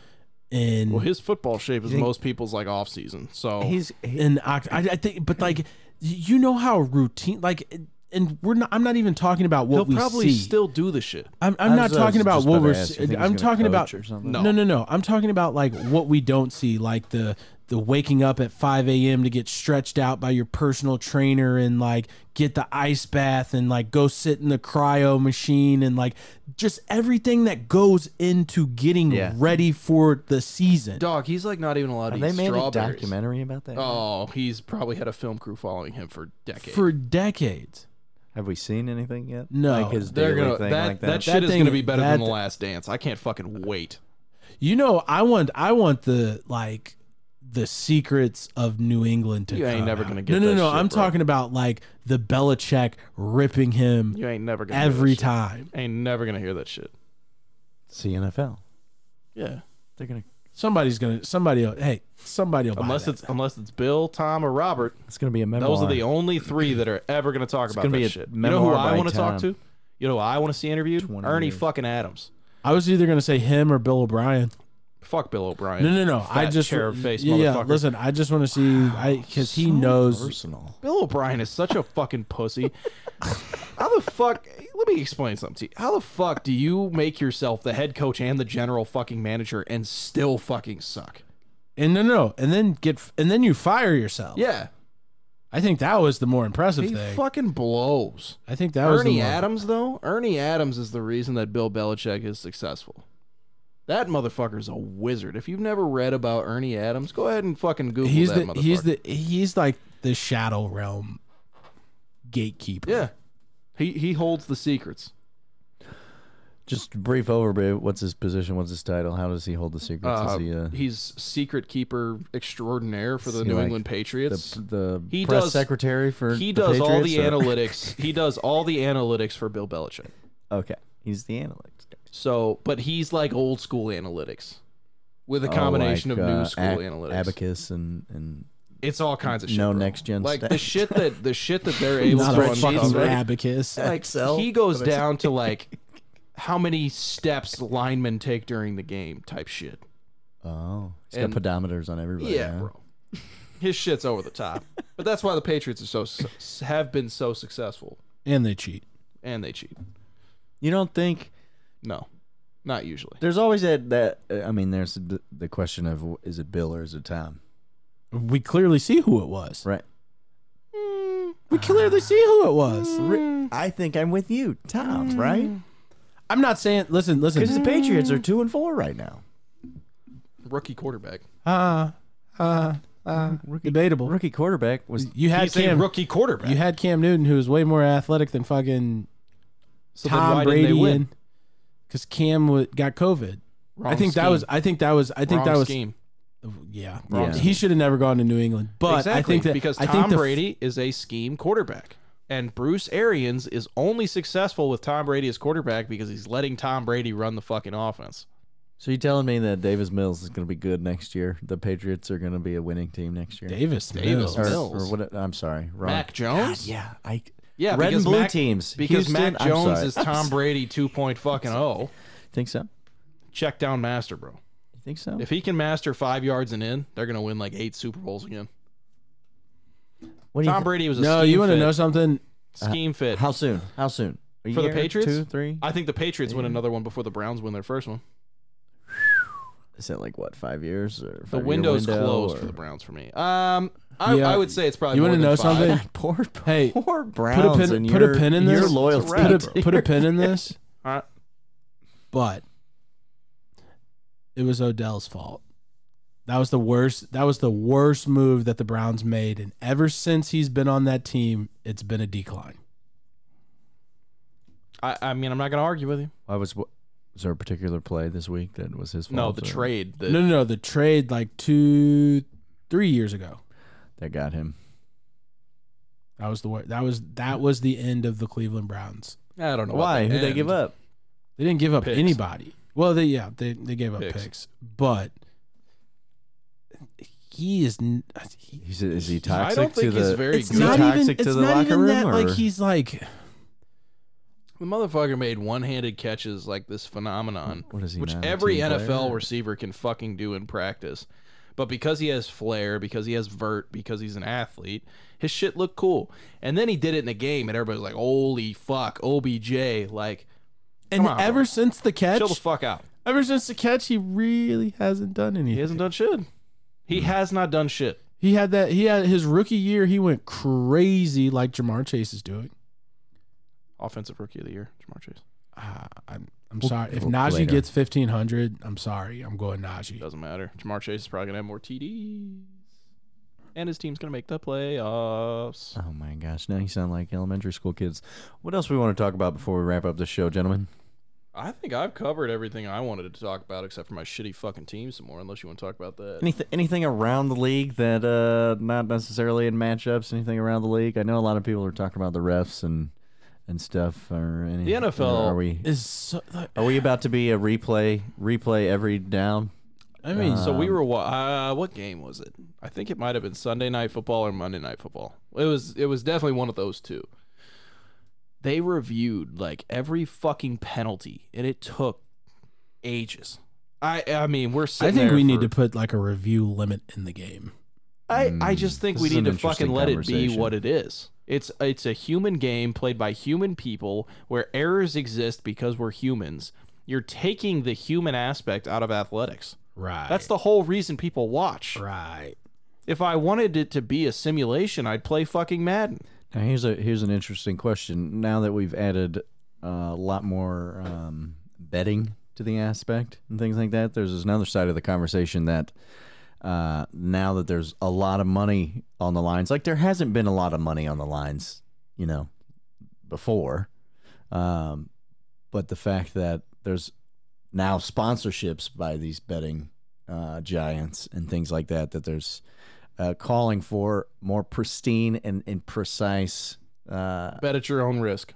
[SPEAKER 5] and
[SPEAKER 4] Well, his football shape is most people's like off season. So
[SPEAKER 10] He's he-
[SPEAKER 5] and I, I I think but like y- you know how routine like and we're not I'm not even talking about what
[SPEAKER 4] he'll
[SPEAKER 5] we
[SPEAKER 4] probably
[SPEAKER 5] see.
[SPEAKER 4] still do the shit.
[SPEAKER 5] I'm, I'm not
[SPEAKER 3] was- I was
[SPEAKER 5] talking about
[SPEAKER 3] just
[SPEAKER 5] what
[SPEAKER 3] about to
[SPEAKER 5] we're.
[SPEAKER 3] ask, you
[SPEAKER 5] se-
[SPEAKER 3] think he's
[SPEAKER 5] I'm
[SPEAKER 3] gonna
[SPEAKER 5] talking
[SPEAKER 3] coach
[SPEAKER 5] about
[SPEAKER 3] or something?
[SPEAKER 5] no, no, no, no. I'm talking about like what we don't see, like the the waking up at 5 a.m. to get stretched out by your personal trainer and like get the ice bath and like go sit in the cryo machine and like just everything that goes into getting
[SPEAKER 10] Yeah.
[SPEAKER 5] ready for the season.
[SPEAKER 4] Dog, he's like not even allowed to
[SPEAKER 10] they
[SPEAKER 4] eat
[SPEAKER 10] made a
[SPEAKER 4] strawberries.
[SPEAKER 10] documentary about that.
[SPEAKER 4] Oh, he's probably had a film crew following him for decades.
[SPEAKER 5] For decades,
[SPEAKER 10] Have we seen anything yet?
[SPEAKER 5] No.
[SPEAKER 10] like his
[SPEAKER 4] They're
[SPEAKER 10] daily
[SPEAKER 4] gonna
[SPEAKER 10] thing
[SPEAKER 4] that,
[SPEAKER 10] like
[SPEAKER 4] that
[SPEAKER 10] that.
[SPEAKER 4] shit is
[SPEAKER 5] thing-
[SPEAKER 4] gonna be better than
[SPEAKER 5] that-
[SPEAKER 4] the Last Dance. I can't fucking wait.
[SPEAKER 5] you know, I want, I want the like the secrets of New England to.
[SPEAKER 4] You ain't
[SPEAKER 5] come
[SPEAKER 4] never
[SPEAKER 5] out.
[SPEAKER 4] gonna get
[SPEAKER 5] No, no,
[SPEAKER 4] that
[SPEAKER 5] no.
[SPEAKER 4] shit,
[SPEAKER 5] I'm
[SPEAKER 4] bro.
[SPEAKER 5] talking about like the Belichick ripping him.
[SPEAKER 4] You ain't never gonna hear
[SPEAKER 5] every
[SPEAKER 4] that shit.
[SPEAKER 5] time.
[SPEAKER 4] Ain't never gonna hear that shit.
[SPEAKER 10] CNFL.
[SPEAKER 4] Yeah.
[SPEAKER 10] They're gonna.
[SPEAKER 5] Somebody's gonna somebody. will- Hey, somebody. Will buy
[SPEAKER 4] Unless
[SPEAKER 5] that.
[SPEAKER 4] it's unless it's Bill, Tom, or Robert.
[SPEAKER 10] It's gonna be a memoir.
[SPEAKER 4] Those are the only three that are ever going to talk about
[SPEAKER 10] gonna
[SPEAKER 4] that
[SPEAKER 10] be a
[SPEAKER 4] shit. You know who
[SPEAKER 10] memoir
[SPEAKER 4] I
[SPEAKER 10] by
[SPEAKER 4] want to talk
[SPEAKER 10] Tom.
[SPEAKER 4] to? You know who I want to see interviewed?
[SPEAKER 10] 20
[SPEAKER 4] Ernie
[SPEAKER 10] years.
[SPEAKER 4] fucking Adams.
[SPEAKER 5] I was either gonna say him or Bill O'Brien.
[SPEAKER 4] Fuck Bill O'Brien.
[SPEAKER 5] No, no, no.
[SPEAKER 4] Fat
[SPEAKER 5] I just
[SPEAKER 4] chair face
[SPEAKER 5] yeah, yeah.
[SPEAKER 4] motherfucker.
[SPEAKER 5] Listen, I just want to see. I because he knows.
[SPEAKER 10] personal.
[SPEAKER 4] Bill O'Brien is such a fucking pussy. How the fuck? Let me explain something to you. How the fuck do you make yourself the head coach and the general fucking manager and still fucking suck?
[SPEAKER 5] And no, no, and then get and then you fire yourself.
[SPEAKER 4] Yeah,
[SPEAKER 5] I think that was the more impressive
[SPEAKER 4] he
[SPEAKER 5] thing.
[SPEAKER 4] fucking blows.
[SPEAKER 5] I think that was the
[SPEAKER 4] Ernie
[SPEAKER 5] more-
[SPEAKER 4] Adams, though, Ernie Adams is the reason that Bill Belichick is successful. That motherfucker's a wizard. If you've never read about Ernie Adams, go ahead and fucking Google
[SPEAKER 5] He's
[SPEAKER 4] that
[SPEAKER 5] the
[SPEAKER 4] motherfucker.
[SPEAKER 5] he's the he's like the shadow realm gatekeeper.
[SPEAKER 4] yeah. He he holds the secrets.
[SPEAKER 10] Just brief overview. What's his position? What's his title? How does he hold the secrets?
[SPEAKER 4] Uh,
[SPEAKER 10] is he uh,
[SPEAKER 4] he's secret keeper extraordinaire for the
[SPEAKER 10] he
[SPEAKER 4] New
[SPEAKER 10] like
[SPEAKER 4] England Patriots.
[SPEAKER 10] the, the
[SPEAKER 4] he
[SPEAKER 10] press
[SPEAKER 4] does-
[SPEAKER 10] secretary for?
[SPEAKER 4] he
[SPEAKER 10] the
[SPEAKER 4] does all the
[SPEAKER 10] Patriots, or-
[SPEAKER 4] analytics. he does all the analytics for Bill Belichick.
[SPEAKER 10] Okay, he's the analytics.
[SPEAKER 4] So, but he's like old school analytics with a
[SPEAKER 10] Oh,
[SPEAKER 4] combination
[SPEAKER 10] like,
[SPEAKER 4] of new
[SPEAKER 10] uh,
[SPEAKER 4] school
[SPEAKER 10] Ac-
[SPEAKER 4] analytics.
[SPEAKER 10] Abacus, and and
[SPEAKER 4] It's all kinds of shit.
[SPEAKER 10] No
[SPEAKER 4] bro.
[SPEAKER 10] next gen
[SPEAKER 4] Like the
[SPEAKER 10] stats.
[SPEAKER 4] shit that the shit that they're able
[SPEAKER 5] Not
[SPEAKER 4] to
[SPEAKER 5] a
[SPEAKER 4] uncover.
[SPEAKER 5] fucking abacus.
[SPEAKER 4] Like
[SPEAKER 10] Excel.
[SPEAKER 4] he goes down to like how many steps linemen take during the game type shit.
[SPEAKER 10] oh, he's
[SPEAKER 4] And-
[SPEAKER 10] got pedometers on everybody.
[SPEAKER 4] yeah,
[SPEAKER 10] huh?
[SPEAKER 4] bro. His shit's over the top. but that's why the Patriots are so su- have been so successful
[SPEAKER 5] and they cheat.
[SPEAKER 4] and they cheat.
[SPEAKER 10] You don't think
[SPEAKER 4] No. Not usually.
[SPEAKER 10] there's always that that uh, I mean, there's the, the question of w- is it Bill or is it Tom?
[SPEAKER 5] We clearly see who it was.
[SPEAKER 10] Right.
[SPEAKER 5] We clearly see who it was.
[SPEAKER 4] Mm.
[SPEAKER 10] I think I'm with you, Tom. Right?
[SPEAKER 5] I'm not saying. Listen,
[SPEAKER 10] Because the
[SPEAKER 5] listen.
[SPEAKER 10] Patriots are two and four right now.
[SPEAKER 4] Rookie quarterback.
[SPEAKER 5] Ah, ah, ah. Debatable.
[SPEAKER 10] Rookie quarterback was
[SPEAKER 5] You had
[SPEAKER 4] He's a
[SPEAKER 5] Cam.
[SPEAKER 4] rookie quarterback.
[SPEAKER 5] You had Cam Newton, who was way more athletic than fucking
[SPEAKER 4] so then
[SPEAKER 5] Tom
[SPEAKER 4] why
[SPEAKER 5] Brady.
[SPEAKER 4] didn't they win?
[SPEAKER 5] Because Cam w- got COVID.
[SPEAKER 4] Wrong
[SPEAKER 5] I think that
[SPEAKER 4] scheme.
[SPEAKER 5] was. I think that was. I think
[SPEAKER 4] Wrong
[SPEAKER 5] that was.
[SPEAKER 4] scheme.
[SPEAKER 5] Yeah.
[SPEAKER 10] Wrong
[SPEAKER 5] He should have never gone to New England. But
[SPEAKER 4] exactly,
[SPEAKER 5] I think that
[SPEAKER 4] because
[SPEAKER 5] I
[SPEAKER 4] Tom
[SPEAKER 5] think the f-
[SPEAKER 4] Brady is a scheme quarterback, and Bruce Arians is only successful with Tom Brady as quarterback because he's letting Tom Brady run the fucking offense.
[SPEAKER 10] So you telling me that Davis Mills is going to be good next year? The Patriots are going to be a winning team next year.
[SPEAKER 5] Davis.
[SPEAKER 4] Davis
[SPEAKER 5] Mills.
[SPEAKER 10] or,
[SPEAKER 4] Mills.
[SPEAKER 10] or what? I'm sorry, wrong.
[SPEAKER 4] Mac Jones,
[SPEAKER 10] yeah, I
[SPEAKER 4] yeah,
[SPEAKER 10] red
[SPEAKER 4] because
[SPEAKER 10] and blue
[SPEAKER 4] Mac-
[SPEAKER 10] teams.
[SPEAKER 4] because
[SPEAKER 10] Houston,
[SPEAKER 4] Mac
[SPEAKER 10] I'm
[SPEAKER 4] Jones
[SPEAKER 10] sorry.
[SPEAKER 4] is Tom Brady two point fucking oh
[SPEAKER 10] Think so?
[SPEAKER 4] check down master, bro.
[SPEAKER 10] You think so?
[SPEAKER 4] If he can master five yards and in, they're gonna win like eight Super Bowls again.
[SPEAKER 10] What do you
[SPEAKER 4] Tom
[SPEAKER 10] thi-
[SPEAKER 4] Brady was a
[SPEAKER 5] No,
[SPEAKER 4] scheme
[SPEAKER 5] you want to
[SPEAKER 4] fit.
[SPEAKER 5] know something? Uh,
[SPEAKER 4] scheme fit
[SPEAKER 10] How soon? How soon? A
[SPEAKER 4] for the
[SPEAKER 10] year,
[SPEAKER 4] Patriots.
[SPEAKER 10] Two, three?
[SPEAKER 4] I think the Patriots win another one before the Browns win their first one.
[SPEAKER 10] Is it like what? Five years or
[SPEAKER 4] The
[SPEAKER 10] five-year
[SPEAKER 4] window's
[SPEAKER 10] window
[SPEAKER 4] closed
[SPEAKER 10] or-
[SPEAKER 4] for the Browns for me. Um, I,
[SPEAKER 5] Yeah.
[SPEAKER 4] I would say it's probably.
[SPEAKER 5] You
[SPEAKER 4] want to
[SPEAKER 5] know something?
[SPEAKER 10] Poor, poor,
[SPEAKER 5] Hey,
[SPEAKER 10] poor
[SPEAKER 5] Put a
[SPEAKER 10] Browns.
[SPEAKER 5] pin.
[SPEAKER 10] and
[SPEAKER 5] Put
[SPEAKER 10] your,
[SPEAKER 5] a pin in this.
[SPEAKER 10] Your loyalty.
[SPEAKER 5] Put a,
[SPEAKER 10] to
[SPEAKER 5] put a
[SPEAKER 10] your-
[SPEAKER 5] pin in this.
[SPEAKER 4] All right.
[SPEAKER 5] But it was Odell's fault. That was the worst. That was the worst move that the Browns made, and ever since he's been on that team, it's been a decline.
[SPEAKER 4] I, I mean, I'm not going to argue with you.
[SPEAKER 3] I was. Was there a particular play this week that was his fault?
[SPEAKER 4] No, the
[SPEAKER 3] or-
[SPEAKER 4] trade. The,
[SPEAKER 5] No, no, no. The trade like two, three years ago.
[SPEAKER 3] that got him.
[SPEAKER 5] That was the wor- that was that was the end of the Cleveland Browns.
[SPEAKER 4] I don't know
[SPEAKER 10] Why? Who they give up?
[SPEAKER 5] They didn't give up
[SPEAKER 4] Picks.
[SPEAKER 5] anybody. Well, they yeah, they they gave up picks,
[SPEAKER 4] Picks.
[SPEAKER 5] but he is. n- He,
[SPEAKER 3] He said, "Is he
[SPEAKER 4] I
[SPEAKER 3] toxic
[SPEAKER 4] don't think
[SPEAKER 3] to the?"
[SPEAKER 4] he's very
[SPEAKER 5] it's
[SPEAKER 4] good.
[SPEAKER 5] not even.
[SPEAKER 10] toxic
[SPEAKER 5] It's
[SPEAKER 10] to the
[SPEAKER 5] not
[SPEAKER 10] locker
[SPEAKER 5] even
[SPEAKER 10] room,
[SPEAKER 5] that. Like
[SPEAKER 10] or-
[SPEAKER 5] he's like.
[SPEAKER 4] The motherfucker made one-handed catches like this phenomenon,
[SPEAKER 3] What is he
[SPEAKER 4] which
[SPEAKER 3] now, a
[SPEAKER 4] every
[SPEAKER 3] team
[SPEAKER 4] NFL
[SPEAKER 3] player?
[SPEAKER 4] receiver can fucking do in practice. But because he has flair, because he has vert, because he's an athlete, his shit looked cool. And then he did it in the game, and everybody's like, "Holy fuck, OBJ!" Like,
[SPEAKER 5] And
[SPEAKER 4] on,
[SPEAKER 5] ever
[SPEAKER 4] bro.
[SPEAKER 5] since the catch,
[SPEAKER 4] chill the fuck out.
[SPEAKER 5] ever since the catch, he really hasn't done anything.
[SPEAKER 4] He hasn't done shit. He
[SPEAKER 3] Mm-hmm.
[SPEAKER 4] has not done shit.
[SPEAKER 5] He had that. He had his rookie year. He went crazy like Jamar Chase is doing.
[SPEAKER 4] Offensive Rookie of the Year, Jamar Chase.
[SPEAKER 5] Uh, I'm I'm sorry. If
[SPEAKER 3] we'll-
[SPEAKER 5] Najee
[SPEAKER 3] later.
[SPEAKER 5] gets 1500, I'm sorry. I'm going Najee.
[SPEAKER 4] Doesn't matter. Jamar Chase is probably gonna have more TDs, and his team's gonna make the playoffs.
[SPEAKER 3] Oh my gosh! Now you sound like elementary school kids. What else we want to talk about before we wrap up the show, gentlemen?
[SPEAKER 4] I think I've covered everything I wanted to talk about except for my shitty fucking team some more, unless you want to talk about that.
[SPEAKER 3] Anything, anything around the league that uh, not necessarily in matchups? Anything around the league? I know a lot of people are talking about the refs and and stuff. Or any,
[SPEAKER 4] The NFL
[SPEAKER 3] or Are we
[SPEAKER 5] Is so, like,
[SPEAKER 3] are we about to be a replay replay every down?
[SPEAKER 10] Uh,
[SPEAKER 5] I mean,
[SPEAKER 4] So we were wa- uh, what game was it? I think it might have been Sunday night football or Monday night football. It was it was definitely one of those two. They reviewed like every fucking penalty, and it took ages. I I mean we're
[SPEAKER 5] I
[SPEAKER 4] sitting
[SPEAKER 5] think
[SPEAKER 4] there
[SPEAKER 5] we need
[SPEAKER 4] for-
[SPEAKER 5] to put like a review limit in the game.
[SPEAKER 4] I, I just think
[SPEAKER 3] Mm, this
[SPEAKER 4] we
[SPEAKER 3] is
[SPEAKER 4] need
[SPEAKER 3] an
[SPEAKER 4] to fucking
[SPEAKER 3] interesting
[SPEAKER 4] let it be
[SPEAKER 3] conversation.
[SPEAKER 4] what it is. It's it's a human game played by human people where errors exist because we're humans. You're taking the human aspect out of athletics.
[SPEAKER 5] Right.
[SPEAKER 4] That's the whole reason people watch.
[SPEAKER 5] right.
[SPEAKER 4] If I wanted it to be a simulation, I'd play fucking Madden.
[SPEAKER 3] Now here's a here's an interesting question. Now that we've added uh, a lot more um, betting to the aspect and things like that, there's another side of the conversation that uh, now that there's a lot of money on the lines, like there hasn't been a lot of money on the lines, you know, before, um, but the fact that there's now sponsorships by these betting uh, giants and things like that that there's uh, calling for more pristine and, and precise. Uh,
[SPEAKER 4] Bet at your own risk.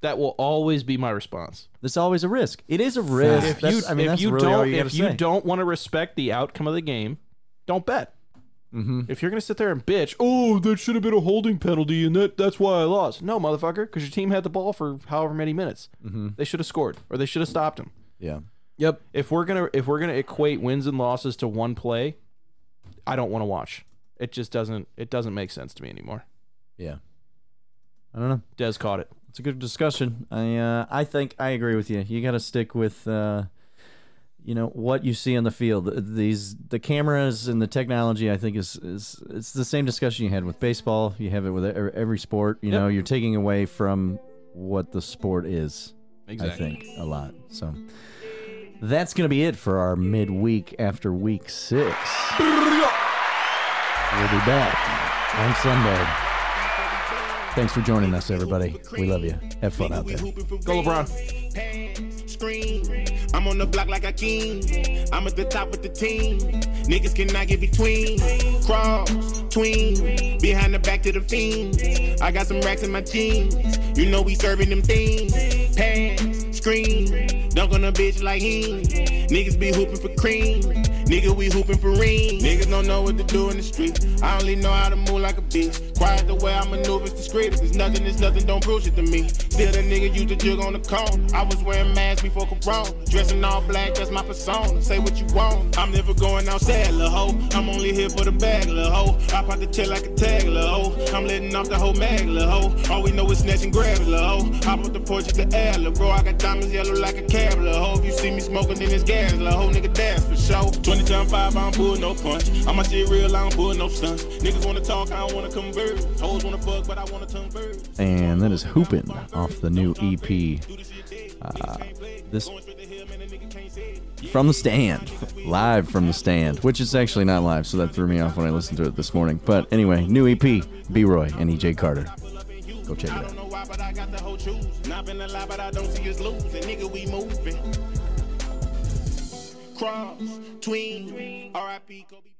[SPEAKER 4] That will always be my response.
[SPEAKER 3] there's always a risk. It is a risk.
[SPEAKER 4] If you
[SPEAKER 3] That's- I mean,
[SPEAKER 4] if
[SPEAKER 3] that's
[SPEAKER 4] you
[SPEAKER 3] really all
[SPEAKER 4] don't
[SPEAKER 3] you
[SPEAKER 4] if you don't want to respect the outcome of the game, don't bet.
[SPEAKER 3] hmm
[SPEAKER 4] If you're gonna sit there and bitch, oh, that should have been a holding penalty, and that that's why I lost. No, motherfucker, because your team had the ball for however many minutes. Mm-hmm. They should have scored, or they should have stopped him.
[SPEAKER 3] Yeah.
[SPEAKER 4] Yep. If we're gonna if we're gonna equate wins and losses to one play, I don't want to watch. It just doesn't it doesn't make sense to me anymore.
[SPEAKER 3] Yeah. I don't know.
[SPEAKER 4] Des caught it.
[SPEAKER 3] It's a good discussion. I uh, I think I agree with you. You got to stick with uh, you know what you see on the field. These the cameras and the technology. I think is is it's the same discussion you had with baseball. You have it with e- every sport. You
[SPEAKER 4] Yep.
[SPEAKER 3] know, you're taking away from what the sport is. I
[SPEAKER 4] Exactly.
[SPEAKER 3] think a lot. So that's gonna be it for our midweek after week six. We'll be back on Sunday. Thanks for joining us, everybody. We love you. Have fun out there.
[SPEAKER 4] Go LeBron.
[SPEAKER 8] Scream. I'm on the block like a king. I'm at the top with the team. Niggas cannot get between. Cross, tween, behind the back to the fiends. I got some racks in my jeans. You know we serving them things. Pass, scream. Dunk on a bitch like him. Niggas be hooping for cream. Nigga, we hooping for rings. Niggas don't know what to do in the street. I only know how to move like a bitch. Quiet the way I maneuver is discreet. If it's nothing, it's nothing, don't prove shit to me. Still, that nigga used to jig on the cone. I was wearing masks before Corona. Dressing all black, that's my persona. Say what you want. I'm never going outside, lil' hoe. I'm only here for the bag, lil' hoe. I pop the tail like a tag, lil' hoe. I'm letting off the whole mag, lil' hoe. All we know is snatch and grab, lil' hoe. Hop up the porch at the air, lil' bro. I got diamonds yellow like a cab, lil' hoe. If you see me smoking, then it's gas, lil' hoe. Nigga, that's for sure. 20 times 5, I don't pull no punch. I'ma shit real, I don't pull no stunts. Niggas wanna talk, I don't wanna convert. Hoes wanna fuck, but I wanna convert.
[SPEAKER 3] And that is Hoopin' off the new E EP. Uh, this from the stand, live from the stand, which is actually not live, so that threw me off when I listened to it this morning. But anyway, new EP, B Roy and EJ Carter. Go check it
[SPEAKER 8] I
[SPEAKER 3] out.
[SPEAKER 8] don't know why, but I got the whole truth. Not been a lie, but I don't see us losing. Nigga, we moving. Cross, tween, RIP, Kobe.